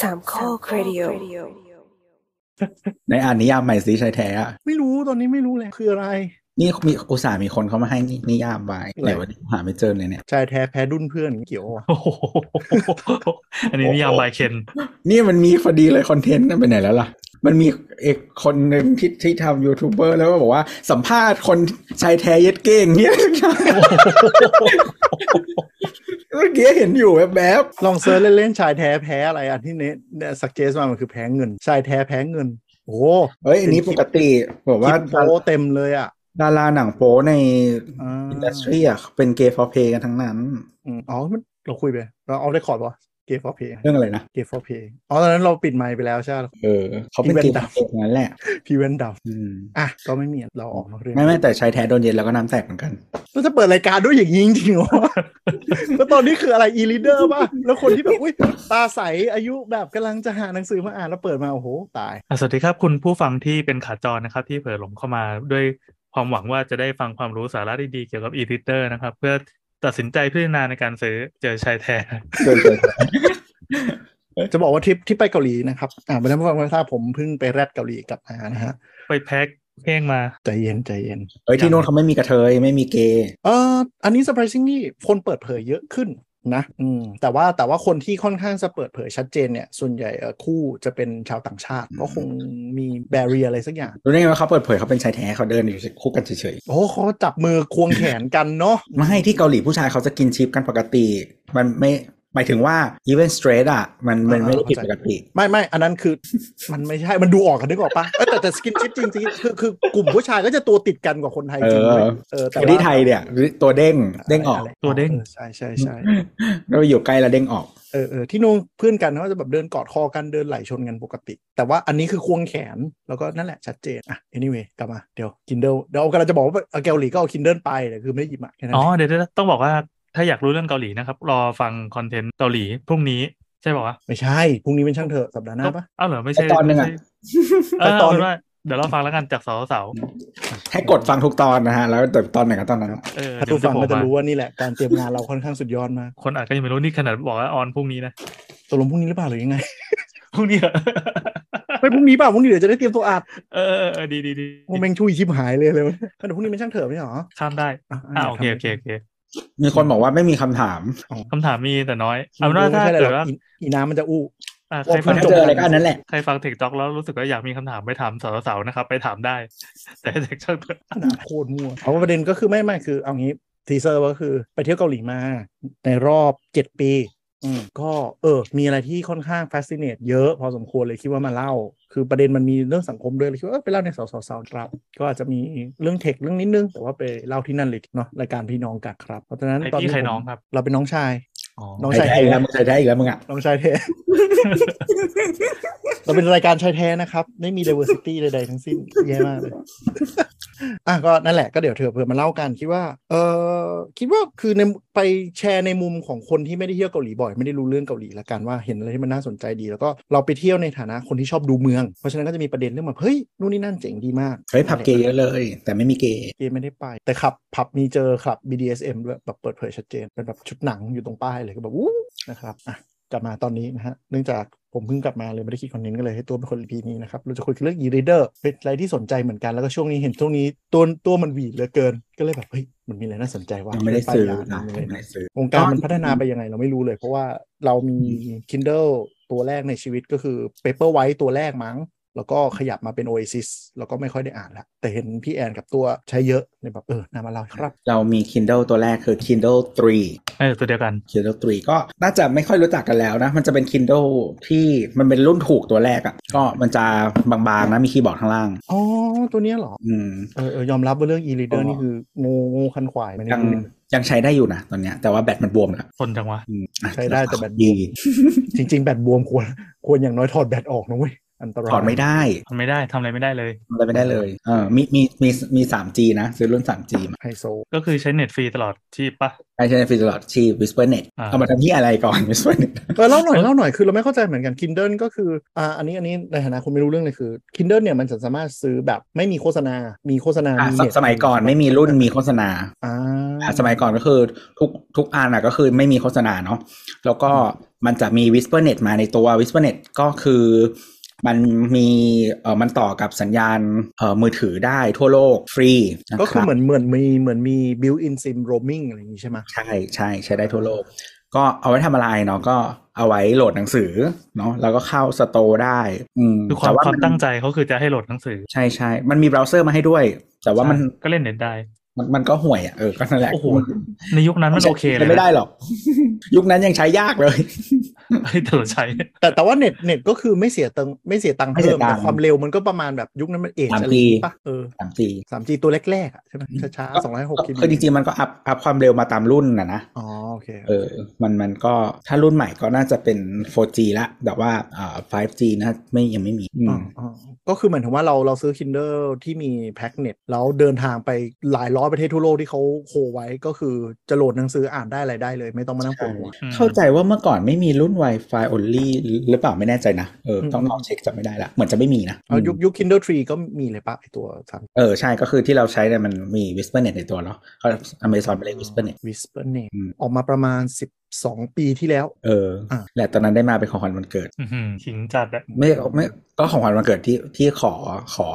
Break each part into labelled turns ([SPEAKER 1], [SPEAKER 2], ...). [SPEAKER 1] สามข้อครดิโอ
[SPEAKER 2] ในอ่านนิยามใหม่สิชายแท้อะ
[SPEAKER 3] ไม่รู้ตอนนี้ไม่รู้เลยคืออะไร
[SPEAKER 2] นี่มีอุตส่าห์มีคนเขามาให้นิยามไว้
[SPEAKER 3] อะไร
[SPEAKER 2] ไหนวันนี้หาไม่เจอเลยเนี่ย
[SPEAKER 3] ชายแท้แพ้ดุนเพื่อนอย่างนี้เกี่ยววะ
[SPEAKER 4] โอ้โหอันนี้นิยามบายเคน
[SPEAKER 2] นี่มันมีพอดีเลยคอนเทนต์นั่นไปไหนแล้วล่ะ มันมีเอกคนหนึ่งที่ที่ทำยูทูบเบอร์แล้วก็บอกว่าสัมภาษณ์คนชายแท้เย็ดเก่งเนี่ย เมื่อกี้เห็นอยู่แวบ
[SPEAKER 3] ลองเซิร์ชเล่นๆชายแท้แพ้อะไรอันที่เนตสักเจสมามันคือแพ้เงิน ชายแท้แพ้เงิน โอ้โห
[SPEAKER 2] ๆเฮ้ย อันนี้ปกติบอกว่า
[SPEAKER 3] คลิปโปเต็มเลยอ่ะ
[SPEAKER 2] ดาราหนังโป๊ใน
[SPEAKER 3] อ่า
[SPEAKER 2] อินดัสทรีอะเป็นเกย์ฟอร์เพย์กันทั้งนั้น
[SPEAKER 3] อืมอ๋อมันเราคุยไปเราเอาได้คอร์ดปะเกฟอร์เพย์
[SPEAKER 2] เรื่องอะไรนะ
[SPEAKER 3] เกฟอร์เพย์อ๋อตอนนั้นเราปิดไมค์ไปแล้วใช่ไหม
[SPEAKER 2] เออเขาเป็นเกย์ฟอร์เพย์นั้นแหละ
[SPEAKER 3] พี่เว้นดาว
[SPEAKER 2] อืม
[SPEAKER 3] อ่ะ ก็ไม่มีเราออกนอกเรื่อง
[SPEAKER 2] ไม่ไม่แต่ชายแท้โดนเย็นแล้วก็น้ำแตกเหมือนกัน
[SPEAKER 3] เราจะเปิดรายการด้วยอย่างนี้จริงๆเหรอ แล้วตอนนี้คืออะไร e reader ป่ะ แล้วคนที่แบบอุ้ยตาใสอายุแบบกำลังจะหาหนังสือมาอ่านแล้วเปิดมาโอ้โห ตาย
[SPEAKER 4] อ่ะสวัสดีครับคุณผู้ฟังที่เป็นขาจรนะครับ ที่เผลอหลงเข้ามาด้วยความหวังว่าจะได้ฟังความรู้สาระดีๆเกี่ยวกับอีทิเตอร์นะครับ เพื่อตัดสินใจพิจารณาในการซื้อเจอชายแท้
[SPEAKER 2] เจอเจอ
[SPEAKER 3] จะบอกว่าทริปที่ไปเกาหลีนะครับ อ่าวันนั้นฟังว่าถ้าผมเพิ่งไปแรดเกาหลีกลับมานะฮะ
[SPEAKER 4] ไปแพ็คเพ่งมา
[SPEAKER 3] ใจเย็นใจเย็น
[SPEAKER 2] เฮ้ยที่โน้นเขาไม่มีกระเทยไม่มีเกย์
[SPEAKER 3] เอ่ออันนี้ surprisingly คนเปิดเผยเยอะขึ้นนะอืมแต่ว่าแต่ว่าคนที่ค่อนข้างจะเปิดเผยชัดเจนเนี่ย ส่วนใหญ่เอ่อคู่จะเป็นชาวต่างชาติ ก็คงมีแบเรียอะไรสักอย่าง
[SPEAKER 2] รู้ได้ไงว่าเขาเปิดเผยเขาเป็นชายแท้เขาเดินอยู่คู่กันเฉย
[SPEAKER 3] โอ้เขาจับมือควงแขนกันเนาะ
[SPEAKER 2] ๆไม่ให้ที่เกาหลีผู้ชายเขาจะกินชีพกันปกติ มันไม่หมายถึงว่า even straight อ่ะ มันมัน
[SPEAKER 3] อ่า
[SPEAKER 2] ไม่ได้ผิด
[SPEAKER 3] เข้า
[SPEAKER 2] ป
[SPEAKER 3] ใจ
[SPEAKER 2] กติ
[SPEAKER 3] ไม่ไม่อันนั้นคือ มันไม่ใช่มันดูออกกันนึกออกปะเออแต่แต่สกินชิปจริงๆคือคือกลุ่มผู้ชายก็จะตัวติดกันกว่าคนไทยจริงเลย
[SPEAKER 2] เออ
[SPEAKER 3] เออแต่
[SPEAKER 2] แต่ที่ไทยเนี่ยตัวเด้งเด้งออก
[SPEAKER 3] ะไระไร
[SPEAKER 4] ตัวเด้ง
[SPEAKER 3] ออใช่ใช่ใช่
[SPEAKER 2] เราอยู่ใกล้แล้วเด้งออก
[SPEAKER 3] เออเออที่นู่นเพื่อนกันเขาจะแบบเดินกอดคอกันเดินไหลชนกันปกติ แต่ว่าอันนี้คือควงแขนแล้วก็นั่นแหละชัดเจนอ่ะ anyway กลับมาเดี๋ยว Kindle เดี๋ยวกำลังจะบอกว่าเอาเกาหลีก็เอา Kindle ไปแต่คือไม่ได้หยิบมาแค่นั้น
[SPEAKER 4] อ๋อ
[SPEAKER 3] เอง
[SPEAKER 4] เดี๋ยวๆต้องบอกว่าถ้าอยากรู้เรื่องเกาหลีนะครับ รอฟังคอนเทนต์เกาหลีพรุ่งนี้ใช่ป่าวะ
[SPEAKER 3] ไม่ใช่พรุ่งนี้เป็นช่างเถอะสัปดาห์หน้าปะ
[SPEAKER 4] เอ้าเหรอไม่ใช่
[SPEAKER 2] ไปตอนหนึ่งอะ
[SPEAKER 4] ไม่ใช่เออ
[SPEAKER 3] ไปตอนหนึ่ง
[SPEAKER 4] เอาเป็นว่าเดี๋ยวเราฟังแล้วกันจากสาวสาว
[SPEAKER 2] ให้กดฟังทุกตอนนะฮะ แล้วแต่ตอนไหนก็ตอนนั้น
[SPEAKER 4] เออ
[SPEAKER 3] ถ้า
[SPEAKER 4] เดี๋ย
[SPEAKER 3] ผู้
[SPEAKER 4] วจะ
[SPEAKER 3] ฟัง
[SPEAKER 4] โผล่
[SPEAKER 3] ก็จะ
[SPEAKER 4] มา
[SPEAKER 3] รู้ว่านี่แหละการเตรียมงานเราค่อนข้างสุดยอดมาก
[SPEAKER 4] คนอาจก็ยังไม่รู้นี่ขนาดบอกว่าออนพรุ่งนี้นะ
[SPEAKER 3] ตกลงพรุ่งนี้หรือเปล่าหรือยังไง
[SPEAKER 4] พรุ่งนี้เหรอ
[SPEAKER 3] ไม่พรุ่งนี้เปล่าพรุ่งนี้เดี๋ยวจะได้เตรียมตัวอัด
[SPEAKER 4] เออเออเออดีดีดี
[SPEAKER 3] โมเมงช่วยชิบหายเลยเลยเว้ยเดี๋ยวพรุ่งนี้เป็นช่างเถอะไม่ใช่เหรอ
[SPEAKER 4] ข้ามได้
[SPEAKER 3] อ่ะ
[SPEAKER 4] อ่า
[SPEAKER 3] ะ
[SPEAKER 4] โอเคโอเคโอเค
[SPEAKER 2] มีคนบอกว่าไม่มีคำถาม
[SPEAKER 4] คำถามมีแต่น้อย
[SPEAKER 3] ทำ
[SPEAKER 4] เอาเป็นว่า
[SPEAKER 3] ไม่
[SPEAKER 4] ถ้า
[SPEAKER 3] ใช่อะไรหร
[SPEAKER 4] เกิ
[SPEAKER 3] อ
[SPEAKER 4] ด
[SPEAKER 3] ก
[SPEAKER 4] ว่า
[SPEAKER 3] อีอีน้ำมันจะอู้
[SPEAKER 4] อ่ะใค
[SPEAKER 3] ว่ารมั
[SPEAKER 4] ฟัง
[SPEAKER 2] ถ้า
[SPEAKER 3] จ
[SPEAKER 2] เจออะไรก็อันนั้นแหละ
[SPEAKER 4] ใครฟังเทคจ็อกแล้วรู้สึกว่าอยากมีคำถามไปถามสาวสาวๆนะครับ ไปถามได้ แต่เทคจ็อก
[SPEAKER 3] ด่าโคตรมั่วเอาว่าประเด็นก็คือไม่ไม่คือเอางี้ทีเซอร์ก็คือไปเที่ยวเกาหลีมา ในรอบเจ็ดปี อืมก็เออ มีอะไรที่ค่อนข้าง fascinate เยอะพอสมควรเลยคิดว่ามาเล่า คือประเด็นมันมีเรื่องสังคมด้วยเลยคิดว่าเออไปเล่าในสาวสาวครับ ก็อาจจะมีเรื่องเทคเรื่องนิดนึง แต่ว่าไปเล่าที่นั่นเลยเนาะรายการพี่น้องกันครับเพราะฉะนั้น
[SPEAKER 4] ไอ
[SPEAKER 3] ตอน
[SPEAKER 4] พี่
[SPEAKER 3] นี้
[SPEAKER 4] ใคร
[SPEAKER 3] ผม
[SPEAKER 4] น้องครับ
[SPEAKER 3] เราเป็นน้องชาย
[SPEAKER 4] อ๋อ
[SPEAKER 3] น้อง
[SPEAKER 2] ชา
[SPEAKER 3] ชาย ย
[SPEAKER 2] แท้อี
[SPEAKER 3] แท้
[SPEAKER 2] กแล้วมึงชายแท้อีกแล้วมึงอ่ะ
[SPEAKER 3] น้องชายแท้ เราเป็นรายการชายแท้นะครับ ไม่มี diversity ใดๆทั้งสิ้นแย่มากเลย อ่ะก็นั่นแหละก็เดี๋ยวเธอเพื่อมาเล่ากันคิดว่า เออคิดว่าคือในไปแชร์ในมุมของคนที่ไม่ได้เที่ยวเกาหลีบ่อย ไม่ได้รู้เรื่องเกาหลีละกันว่าเห็นอะไรที่มันน่าสนใจดี แล้วก็เราไปเที่ยวในฐานะคนที่ชอบดูเมือง เพราะฉะนั้นก็จะมีประเด็นเรื่องแบบเฮ้ยนู่นนี่นั่นเจ๋งดีมาก
[SPEAKER 2] เฮ้ยผับเกย์เยอะเลย แต่ไม่มีเกย์
[SPEAKER 3] เกมไม่ได้ไป แต่ขับผับมีเจอขับ BDSM ด้วยแบบเปิดเผยชัดเจน เป็นแบบชุดหนังอยู่ตรงป้ายเลยก็แบบอู้นะครับอ่ะกลับมาตอนนี้นะฮะ เนื่องจากผมเพิ่งกลับมาเลยไม่ได้คิดคอนเทนต์กันเลยให้ตัวเป็นคนพีนี้นะครับ เราจะคุยเรื่อง e-reader เป็นอะไรที่สนใจเหมือนกันแล้วก็ช่วงนี้เห็นช่วงนี้ตัวตัวมันหวีดเหลือเกิน ก็เลยแบบเฮ้ยมันมีอะไรน่าสนใจว่า
[SPEAKER 2] ยังไม่ได้ซื้อนะ
[SPEAKER 3] นะ
[SPEAKER 2] ยังไม่ได้ซื้อ
[SPEAKER 3] วงการมันพัฒนาไปยังไงเราไม่รู้เลย เพราะว่าเรามี Kindle ตัวแรกในชีวิตก็คือ Paperwhite ตัวแรกมั้ง แล้วก็ขยับมาเป็น Oasis แล้วก็ไม่ค่อยได้อ่านละแต่เห็นพี่แอนกับตัวใช้เยอะเลยแบบเออนำมาเล่าครับ
[SPEAKER 2] เรามี Kindle ตัวแรกคือ Kindle 3
[SPEAKER 4] เออตัวเดียวกัน
[SPEAKER 2] Kindle 3 ก็น่าจะไม่ค่อยรู้จักกันแล้วนะ มันจะเป็น Kindle ที่มันเป็นรุ่นถูกตัวแรกอะ่ะ ก็มันจะบางๆนะ มีคีย์บอร์ดข้างล่าง
[SPEAKER 3] อ๋อ ตัวเนี้ยเหรอ
[SPEAKER 2] อืม
[SPEAKER 3] เออเออยอมรับว่าเรื่อง
[SPEAKER 2] อ๋
[SPEAKER 3] e-reader
[SPEAKER 2] อ
[SPEAKER 3] นี่คืองูงูคันขวายมัน
[SPEAKER 2] ยัง
[SPEAKER 3] นี่
[SPEAKER 2] ยังใช้ได้อยู่นะตอนเนี้ย แต่ว่าแบตมันบวมแล้ว
[SPEAKER 4] คนจังวะ
[SPEAKER 2] อืมอ่ะ
[SPEAKER 3] ใช้ได้แต่แบตบวม
[SPEAKER 2] ดี
[SPEAKER 3] จริง ๆ แบตบวมควร ควรอย่างน้อยถอดแบตออกนะเว้ย อันตราย
[SPEAKER 2] ถอดไม่ได้
[SPEAKER 4] ทำไม่ได้ทำอะไรไม่ได้เลย
[SPEAKER 2] ทำอะไรไม่ได้เลยเออมีมีมีมี 3G นะ ซื้อรุ่น 3G มา
[SPEAKER 3] ไฮโซ
[SPEAKER 4] ก็คือใช้เน็ตฟรีตลอดชีพปะ
[SPEAKER 2] ใช้ใช้ในฟรีตลอดชี WhisperNet
[SPEAKER 4] อ่า
[SPEAKER 2] เอามาทำที่อะไรก่อน WhisperNet
[SPEAKER 3] เออเล่าหน่อยเล่าหน่อยคือเราไม่เข้าใจเหมือนกัน Kindle ก็คืออ่าอันนี้อันนี้ในฐานะคนไม่รู้เรื่องเลยคือ Kindle เนี่ยมันจะสามารถซื้อแบบไม่มีโฆษณา มีโฆษณา
[SPEAKER 2] อ่ะ
[SPEAKER 3] มี
[SPEAKER 2] ส
[SPEAKER 3] เน็ต
[SPEAKER 2] สมัยก่อนไม่มีรุ่นมีโฆษณา
[SPEAKER 3] อ่า
[SPEAKER 2] อ่ะสมัยก่อนก็คือทุกทุกอันอ่ะก็คือไม่มีโฆษณาเนาะแล้วก็มันจะมี Whispernet มาในตัว Whispernet ก็คือมันมีเออมันต่อกับสัญญาณเออมือถือได้ทั่วโลกฟรีนะ
[SPEAKER 3] ก็คื
[SPEAKER 2] รั
[SPEAKER 3] อบ เหมือนเหมือนมีเหมือนมี built in sim roaming อะไรอย่างนี้ใช่ไหม
[SPEAKER 2] ใช่ใช่ใช้ได้ทั่วโลก ก็เอาไว้ทำอะไรเนาะก็เอาไว้โหลดหนังสือเนาะแล้วก็เข้าสโตร์ได้ อืม
[SPEAKER 4] คือความ
[SPEAKER 2] แต่
[SPEAKER 4] ความ
[SPEAKER 2] น
[SPEAKER 4] ตั้งใจเขาคือจะให้โหลดหนังสือ
[SPEAKER 2] ใช่ใช่มันมีเบราว์เซอร์มาให้ด้วย แต่ว่ามัน
[SPEAKER 4] ใช่ก็เล่นเน็ตได้
[SPEAKER 2] มันมันก็ห่วยอ่ะเออก็นั่นแหละ
[SPEAKER 4] โอ้โห ในยุคนั้นมันโอเคเล
[SPEAKER 2] ใช้
[SPEAKER 4] ย
[SPEAKER 2] ไม่ได้หรอก ยุคนั้นยังใช้ยากเลย
[SPEAKER 4] ให้ตลอดใช้
[SPEAKER 3] แต่แต่ว่าเน็ตเน็ตก็คือไม่เสียตังค์ไม่เสียตังค์
[SPEAKER 2] ไม่เสี
[SPEAKER 3] เพิ่
[SPEAKER 2] ย
[SPEAKER 3] ม
[SPEAKER 2] ตังค์
[SPEAKER 3] แต่ความเร็วมันก็ประมาณแบบยุคนั้นมันเอจ
[SPEAKER 2] 3G
[SPEAKER 3] อะไรอย่างงี้ปะเออ
[SPEAKER 2] สามสี่
[SPEAKER 3] สามจีตัวแรกๆอะใช่ไหมช้าๆสองร้อยหกกิโล
[SPEAKER 2] คือจริงๆมันก็อัพอัพความเร็วมาตามรุ่นนะนะ
[SPEAKER 3] อ๋อโอเค
[SPEAKER 2] เออ มันมันก็ถ้ารุ่นใหม่ก็น่าจะเป็น 4G ละ แต่ว่าอ่า 5G นะไม่ยังไม่มีอืม
[SPEAKER 3] อ๋ออ๋อก็คือเหมือนถึงว่าเราเราซื้อ Kindle ที่มีแพ็กเน็ตแล้วเดินทางไปหลายร้อยประเทศทั่วโลกที่เขาโคไว้ก็คือจะโหลดหนังสืออ่านได้อะไรได้เลย ไม่ต้องมานั่งปวดหัว
[SPEAKER 4] อืม
[SPEAKER 2] เข้าใจว่าเมื่อก่อนไม่มีรุ่น Wi-Fi only หรือเปล่าไม่แน่ใจนะ เออ ต้อง
[SPEAKER 3] อืม
[SPEAKER 2] ลองเช็คจำไม่ได้ละ เหมือนจะไม่มีนะ
[SPEAKER 3] เอายุค
[SPEAKER 2] อืม
[SPEAKER 3] ยุค Kindle 3 ก็มีเลยปะไอตัวสาม
[SPEAKER 2] เออ ใช่ก็คือที่เราใช้เนี่ยมันมี Whispernet ในตัวเนาะเขา Amazon ไปเลย Whispernet
[SPEAKER 3] วิสเปอร์เน็ต
[SPEAKER 2] อืม
[SPEAKER 3] ออกมาประมาณสิบสองปีที่แล้ว
[SPEAKER 2] เอออะ และตอนนั้นได้มาเป็นของขวัญวันเกิด
[SPEAKER 4] อื้อหือขิงจัดอะ
[SPEAKER 2] ไม่ไม่ก็ของขวัญวันเกิดที่ที่ขอขอ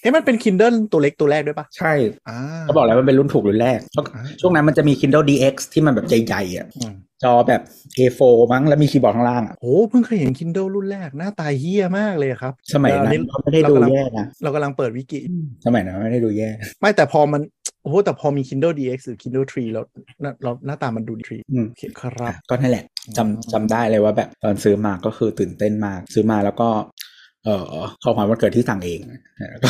[SPEAKER 3] เอ๊ะมันเป็น Kindle ตัวเล็กตัวแรกด้วยปะ
[SPEAKER 2] ใช่
[SPEAKER 3] อ่า
[SPEAKER 2] เขาบอกแล้วมันเป็นรุ่นถูกรุ่นแรกแล้ว
[SPEAKER 3] อ่า
[SPEAKER 2] ช่วงนั้นมันจะมี Kindle DX ที่มันแบบใหญ่ๆอ่ะ
[SPEAKER 3] อืม
[SPEAKER 2] จอแบบ A4 มั้งแล้วมีคีย์บอร์ดข้างล่างอะ
[SPEAKER 3] โอ้เพิ่งเคยเห็น Kindle รุ่นแรก หน้าตาเฮี้ยมากเลยครับ
[SPEAKER 2] สมัย
[SPEAKER 3] แต่อั
[SPEAKER 2] นั้น
[SPEAKER 3] นี้
[SPEAKER 2] ก็ไม่ได้ดูแย่นะ
[SPEAKER 3] เรากำลังเปิดวิกิ
[SPEAKER 2] สมัยนั้นไม่ได้ดูแย่
[SPEAKER 3] ไม่แต่พอมันโอ้โหแต่พอมี Kindle DX หรือ Kindle 3 แล้วหน้าเราหน้าตามันดูดี
[SPEAKER 2] อืม
[SPEAKER 3] โอเคครับ
[SPEAKER 2] ก็นั่นแหละจำจำได้เลยว่าแบบตอนซื้อมาก็คือตื่นเต้นมาก ซื้อมาแล้วก็ เออของขวัญวันเกิดที่สั่งเองแล้วก็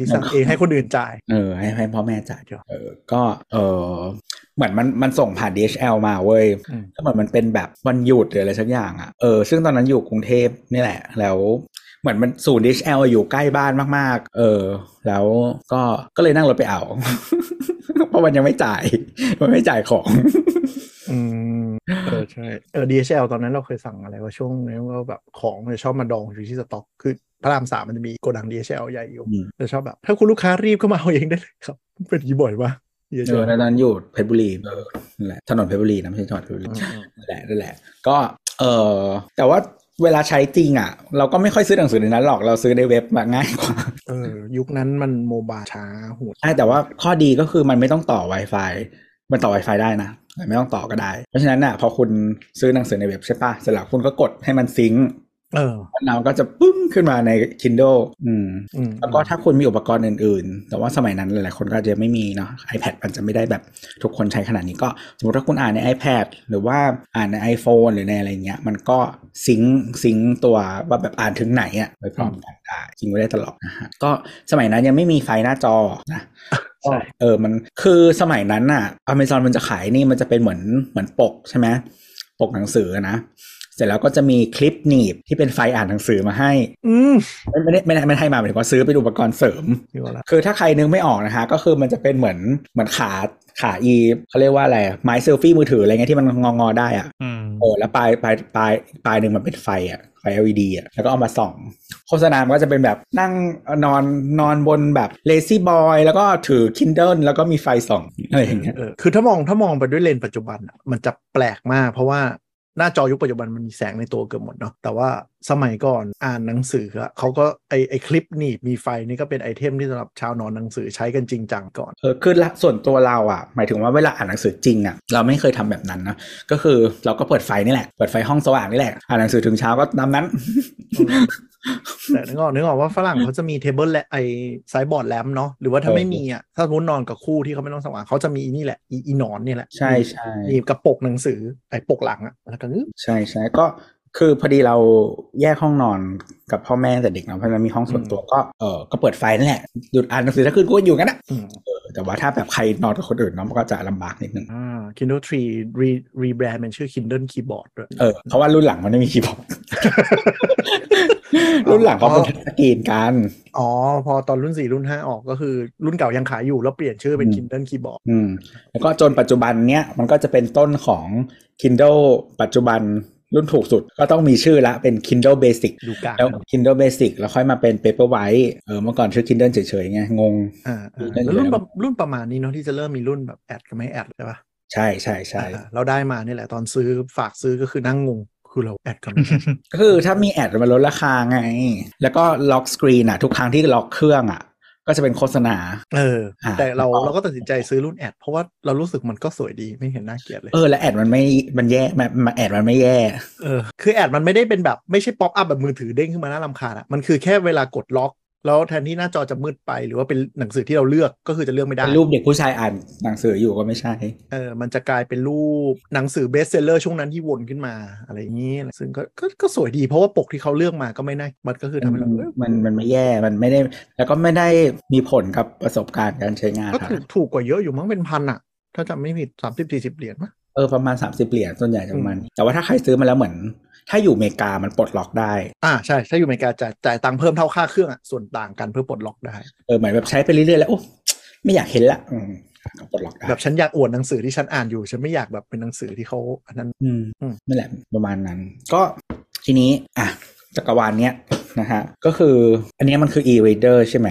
[SPEAKER 3] ที่สั่ง เองให้คนอื่นจ่าย
[SPEAKER 2] เออให้ให้พ่อแม่จ่าย
[SPEAKER 3] เดี๋ยว
[SPEAKER 2] เออก็เออเหมือนมันมันส่งผ่าน DHL มาเว้ย
[SPEAKER 3] อืม
[SPEAKER 2] ก็เหมือนมันเป็นแบบวันหยุดหรืออะไรสักอย่างอ่ะเออซึ่งตอนนั้นอยู่กรุงเทพนี่แหละ แล้วเหมือนมันศูนย์ DHL อะอยู่ใกล้บ้านมากๆ เออ แล้วก็ก็เลยนั่งรถไปเอา เพราะมันยังไม่จ่าย มันไม่จ่าย ของ
[SPEAKER 3] อืมเออใช่เออ DHL ตอนนั้นเราเคยสั่งอะไรว่าช่วงนี้ก็แบบของมันจะชอบมาดองอยู่ที่สต็อก คือพระรามสามมันจะมีโกดัง DHL ใหญ่อยู่
[SPEAKER 2] อืม
[SPEAKER 3] จะชอบแบบ ถ้าคุณลูกค้ารีบก็มาเอาเองได้เลยครับเป็นอย่างนี้บ่อยปะ
[SPEAKER 2] เอ
[SPEAKER 3] DHL
[SPEAKER 2] อตอนนั้นอยู่เพชรบุรีเออนั่นแหละถนนเพชรบุรีนะไม่ใช่ถนนเพชรบุรี
[SPEAKER 3] อืม
[SPEAKER 2] นั่นแหละนั่นแหละ ก็เออแต่ว่าเวลาใช้จริงอ่ะ เราก็ไม่ค่อยซื้อหนังสือในนั้นหรอกเราซื้อในเว็บมาง่ายกว่า
[SPEAKER 3] เออยุคนั้นมันโมบายช้าโหด
[SPEAKER 2] ใช่แต่ว่าข้อดีก็คือมันไม่ต้องต่อ Wi-Fi มันต่อ Wi-Fi ได้นะแต่ไม่ต้องต่อก็ได้ เพราะฉะนั้นน่ะพอคุณซื้อหนังสือในเว็บใช่ปะเสร็จแล้วคุณก็กดให้มันซิงค์
[SPEAKER 3] เออ
[SPEAKER 2] แล้วเราก็จะปึ้งขึ้นมาใน Kindle อืม
[SPEAKER 3] อืม
[SPEAKER 2] แล้วก็ถ้าคุณมีอุปกรณ์อื่นๆ แต่ว่าสมัยนั้นหลายๆคนก็อาจจะไม่มีเนาะ iPad มันจะไม่ได้แบบทุกคนใช้ขนาดนี้ก็ สมมติถ้าคุณอ่านใน iPad หรือว่าอ่านใน iPhone หรือในอะไรเงี้ย มันก็ซิงค์ซิงค์ตัวว่าแบบอ่านถึงไหนอะไปพร้อมกันได้ซิงค์ไว้ได้ตลอดนะฮะ ก็สมัยนั้นยังไม่มีไฟหน้าจอนะ
[SPEAKER 4] ใช่
[SPEAKER 2] เออ มันคือสมัยนั้นน่ะ Amazon มันจะขายนี่มันจะเป็นเหมือนเหมือนปกใช่ไหมปกหนังสือนะ เสร็จแล้วก็จะมีคลิปหนีบที่เป็นไฟอ่านหนังสือมาให้
[SPEAKER 3] อืม
[SPEAKER 2] ไม่ไม่ได้ไม่ได้ไม่ได้ให้มาหมายถึงว่าซื้อเป็นอุปกรณ์เสริม
[SPEAKER 3] อยู่ละ
[SPEAKER 2] คือถ้าใครนึกไม่ออกนะคะ ก็คือมันจะเป็นเหมือนเหมือนขาขาอีเขาเรียกว่าอะไรอะไม้เซลฟี่มือถืออะไรเงี้ยที่มันงองอๆได้อะ
[SPEAKER 4] อืม
[SPEAKER 2] เออแล้วปลายปลายปลายปลายหนึ่งมันเป็นไฟอะไฟ LED อะแล้วก็เอามาส่อง โฆษณามันก็จะเป็นแบบนั่งนอนนอนบนแบบเลซี่บอยแล้วก็ถือ Kindle แล้วก็มีไฟส่องอะไรอย่างเงี้ย
[SPEAKER 3] เออคือถ้ามองถ้ามองไปด้วยเลนส์ปัจจุบันอะมันจะแปลกมาก เพราะว่าหน้าจอยุคปัจจุบันมันมีแสงในตัวเกือบหมดเนาะแต่ว่าสมัยก่อนอ่านหนังสืออะเขาก็ไอไอคลิปหนีบมีไฟนี่ก็เป็นไอเทมที่สำหรับชาวนอนหนังสือใช้กันจริงจัง ก่อน
[SPEAKER 2] เออคือละส่วนตัวเราอะหมายถึงว่าเวลาอ่านหนังสือจริงอะเราไม่เคยทำแบบนั้นนะก็คือเราก็เปิดไฟนี่แหละเปิดไฟห้องสว่างนี่แหละอ่านหนังสือถึงเช้าก็ตามนั้น
[SPEAKER 3] แต่นึกออกนึกออกว่าฝรั่งเขาจะมีเทเบิลและไอไซบอร์ดแลมเนาะหรือว่าถ้าไม่มีอะถ้าสมมตินอนกับคู่ที่เขาไม่ต้องสว่างเขาจะมีอีนี่แหละอีอีหนอนเนี่ยแหละ
[SPEAKER 2] ใช่ใช่
[SPEAKER 3] หนีบกับปกหนังสือไอปกหลังอะแล้วก็งึบ
[SPEAKER 2] ใช่ใช่ก็คือพอดีเราแยกห้องนอนกับพ่อแม่แต่เด็กเนาะเพราะฉะนั้นมีห้องส่วนตัวก็เออก็เปิดไฟนั่นแหละหยุดอ่านหนังสือถ้าคืนก็อยู่กันนะ
[SPEAKER 3] อืม
[SPEAKER 2] เออแต่ว่าถ้าแบบใครนอนกับคนอื่นเนาะมันก็จะลำบากนิดนึง
[SPEAKER 3] อ่า Kindle 3 re rebrand เป็นชื่อ Kindle Keyboard ด้วย
[SPEAKER 2] เออเพราะว่ารุ่นหลังมันไม่มีคีย์บอร์ด รุ่นหลังเขาเป็นทัชสกรีนกัน
[SPEAKER 3] อ๋อ พอตอนรุ่น 4 รุ่น 5 ออกก็คือรุ่นเก่ายังขายอยู่แล้วเปลี่ยนชื่อเป็น
[SPEAKER 2] อืม
[SPEAKER 3] Kindle Keyboard
[SPEAKER 2] อืมแล้วก็จนปัจจุบันเนี้ยมันก็จะเป็นต้นของ Kindle ปัจจุบัน รุ่นถูกสุดก็ต้องมีชื่อละเป็น Kindle Basic
[SPEAKER 3] ดูกาก
[SPEAKER 2] แล้ว Kindle Basic แล้วค่อยมาเป็น Paperwhite เออเมื่อก่อนชื่อ Kindle เฉยๆไงงง
[SPEAKER 3] อ่าอ่า
[SPEAKER 2] ดูได้อยู่
[SPEAKER 3] แล้วรุ่น
[SPEAKER 2] แล้ว
[SPEAKER 3] ประรุ่นประมาณนี้เนาะที่จะเริ่มมีรุ่นแบบแอดกับไม่แอดใช่ปะ
[SPEAKER 2] ใช่ใช่ใช่
[SPEAKER 3] อ่าเราได้มานี่แหละตอนซื้อฝากซื้อก็คือนั่งงงคือเราแอดกับไม่แอด
[SPEAKER 2] ก็คือถ้ามีแอดมันลดราคาไง แล้วก็ล็อกสกรีนอ่ะ ทุกครั้งที่ล็อกเครื่องอ่ะ ก็จะเป็นโฆษณา
[SPEAKER 3] เออ
[SPEAKER 2] อ่า
[SPEAKER 3] แต่เราเราก็ตัดสินใจซื้อรุ่นแอดเพราะว่าเรารู้สึกมันก็สวยดีไม่เห็นน่าเกลียดเลย
[SPEAKER 2] เออ และแอดมันไม่มันแย่มันมันแอดมันไม่แย่
[SPEAKER 3] เออคือแอดมันไม่ได้เป็นแบบไม่ใช่ป๊อปอัพแบบมือถือเด้งขึ้นมาหน้าลำคาญอะมันคือแค่เวลากดล็อก แล้วแทนที่หน้าจอจะมืดไป หรือว่าเป็นหนังสือที่เราเลือกก็คือจะเลือกไม่ได้
[SPEAKER 2] รูปเด็กผู้ชายอ่านหนังสืออยู่ก็ไม่ใช่
[SPEAKER 3] เออมันจะกลายเป็นรูปหนังสือเบสเซลเลอร์ช่วงนั้นที่วนขึ้นมาอะไรอย่างนี้ซึ่งก็ก็ก็สวยดีเพราะว่าปกที่เขาเลือกมาก็ไม่น่ามันก็คือทำให้เราเอ้ย
[SPEAKER 2] มันมันไม่แย่มันไม่ได้ แล้วก็ไม่ได้มีผลกับประสบการณ์การใช้งาน
[SPEAKER 3] ก็
[SPEAKER 2] ค่ะ
[SPEAKER 3] ถูกถูกกว่าเยอะอยู่มั้งเป็นพันอะถ้าจำไม่ผิดสามสิบสี่สิบเหรียญมั้ย
[SPEAKER 2] เออประมาณ 30เหรียญส่วนใหญ่จะประมาณ
[SPEAKER 3] อืม
[SPEAKER 2] แต่ว่าถ้าใครซื้อมาแล้วเหมือน ถ้าอยู่อเมริกามันปลดล็อกได้
[SPEAKER 3] อ่าใช่ถ้าอยู่อเมริกาจ่ายจ่ายตังค์เพิ่มเท่าค่าเครื่องอะส่วนต่างกันเพื่อปลดล็อกได้
[SPEAKER 2] เออเหมือนแบบใช้ไปเรื่อยๆแล้วโอ้ไม่อยากเห็นละอืมก็ปลดล็อกได้
[SPEAKER 3] แบบฉันอยากอวดหนังสือที่ฉันอ่านอยู่ ฉันไม่อยากแบบเป็นหนังสือที่เขาอันนั้น
[SPEAKER 2] อืม
[SPEAKER 3] อืม
[SPEAKER 2] นั่นแหละประมาณนั้น ก็ทีนี้อ่ะจักรวาลเนี้ยนะฮะก็คืออันเนี้ยมันคือ e-reader ใช่ไหม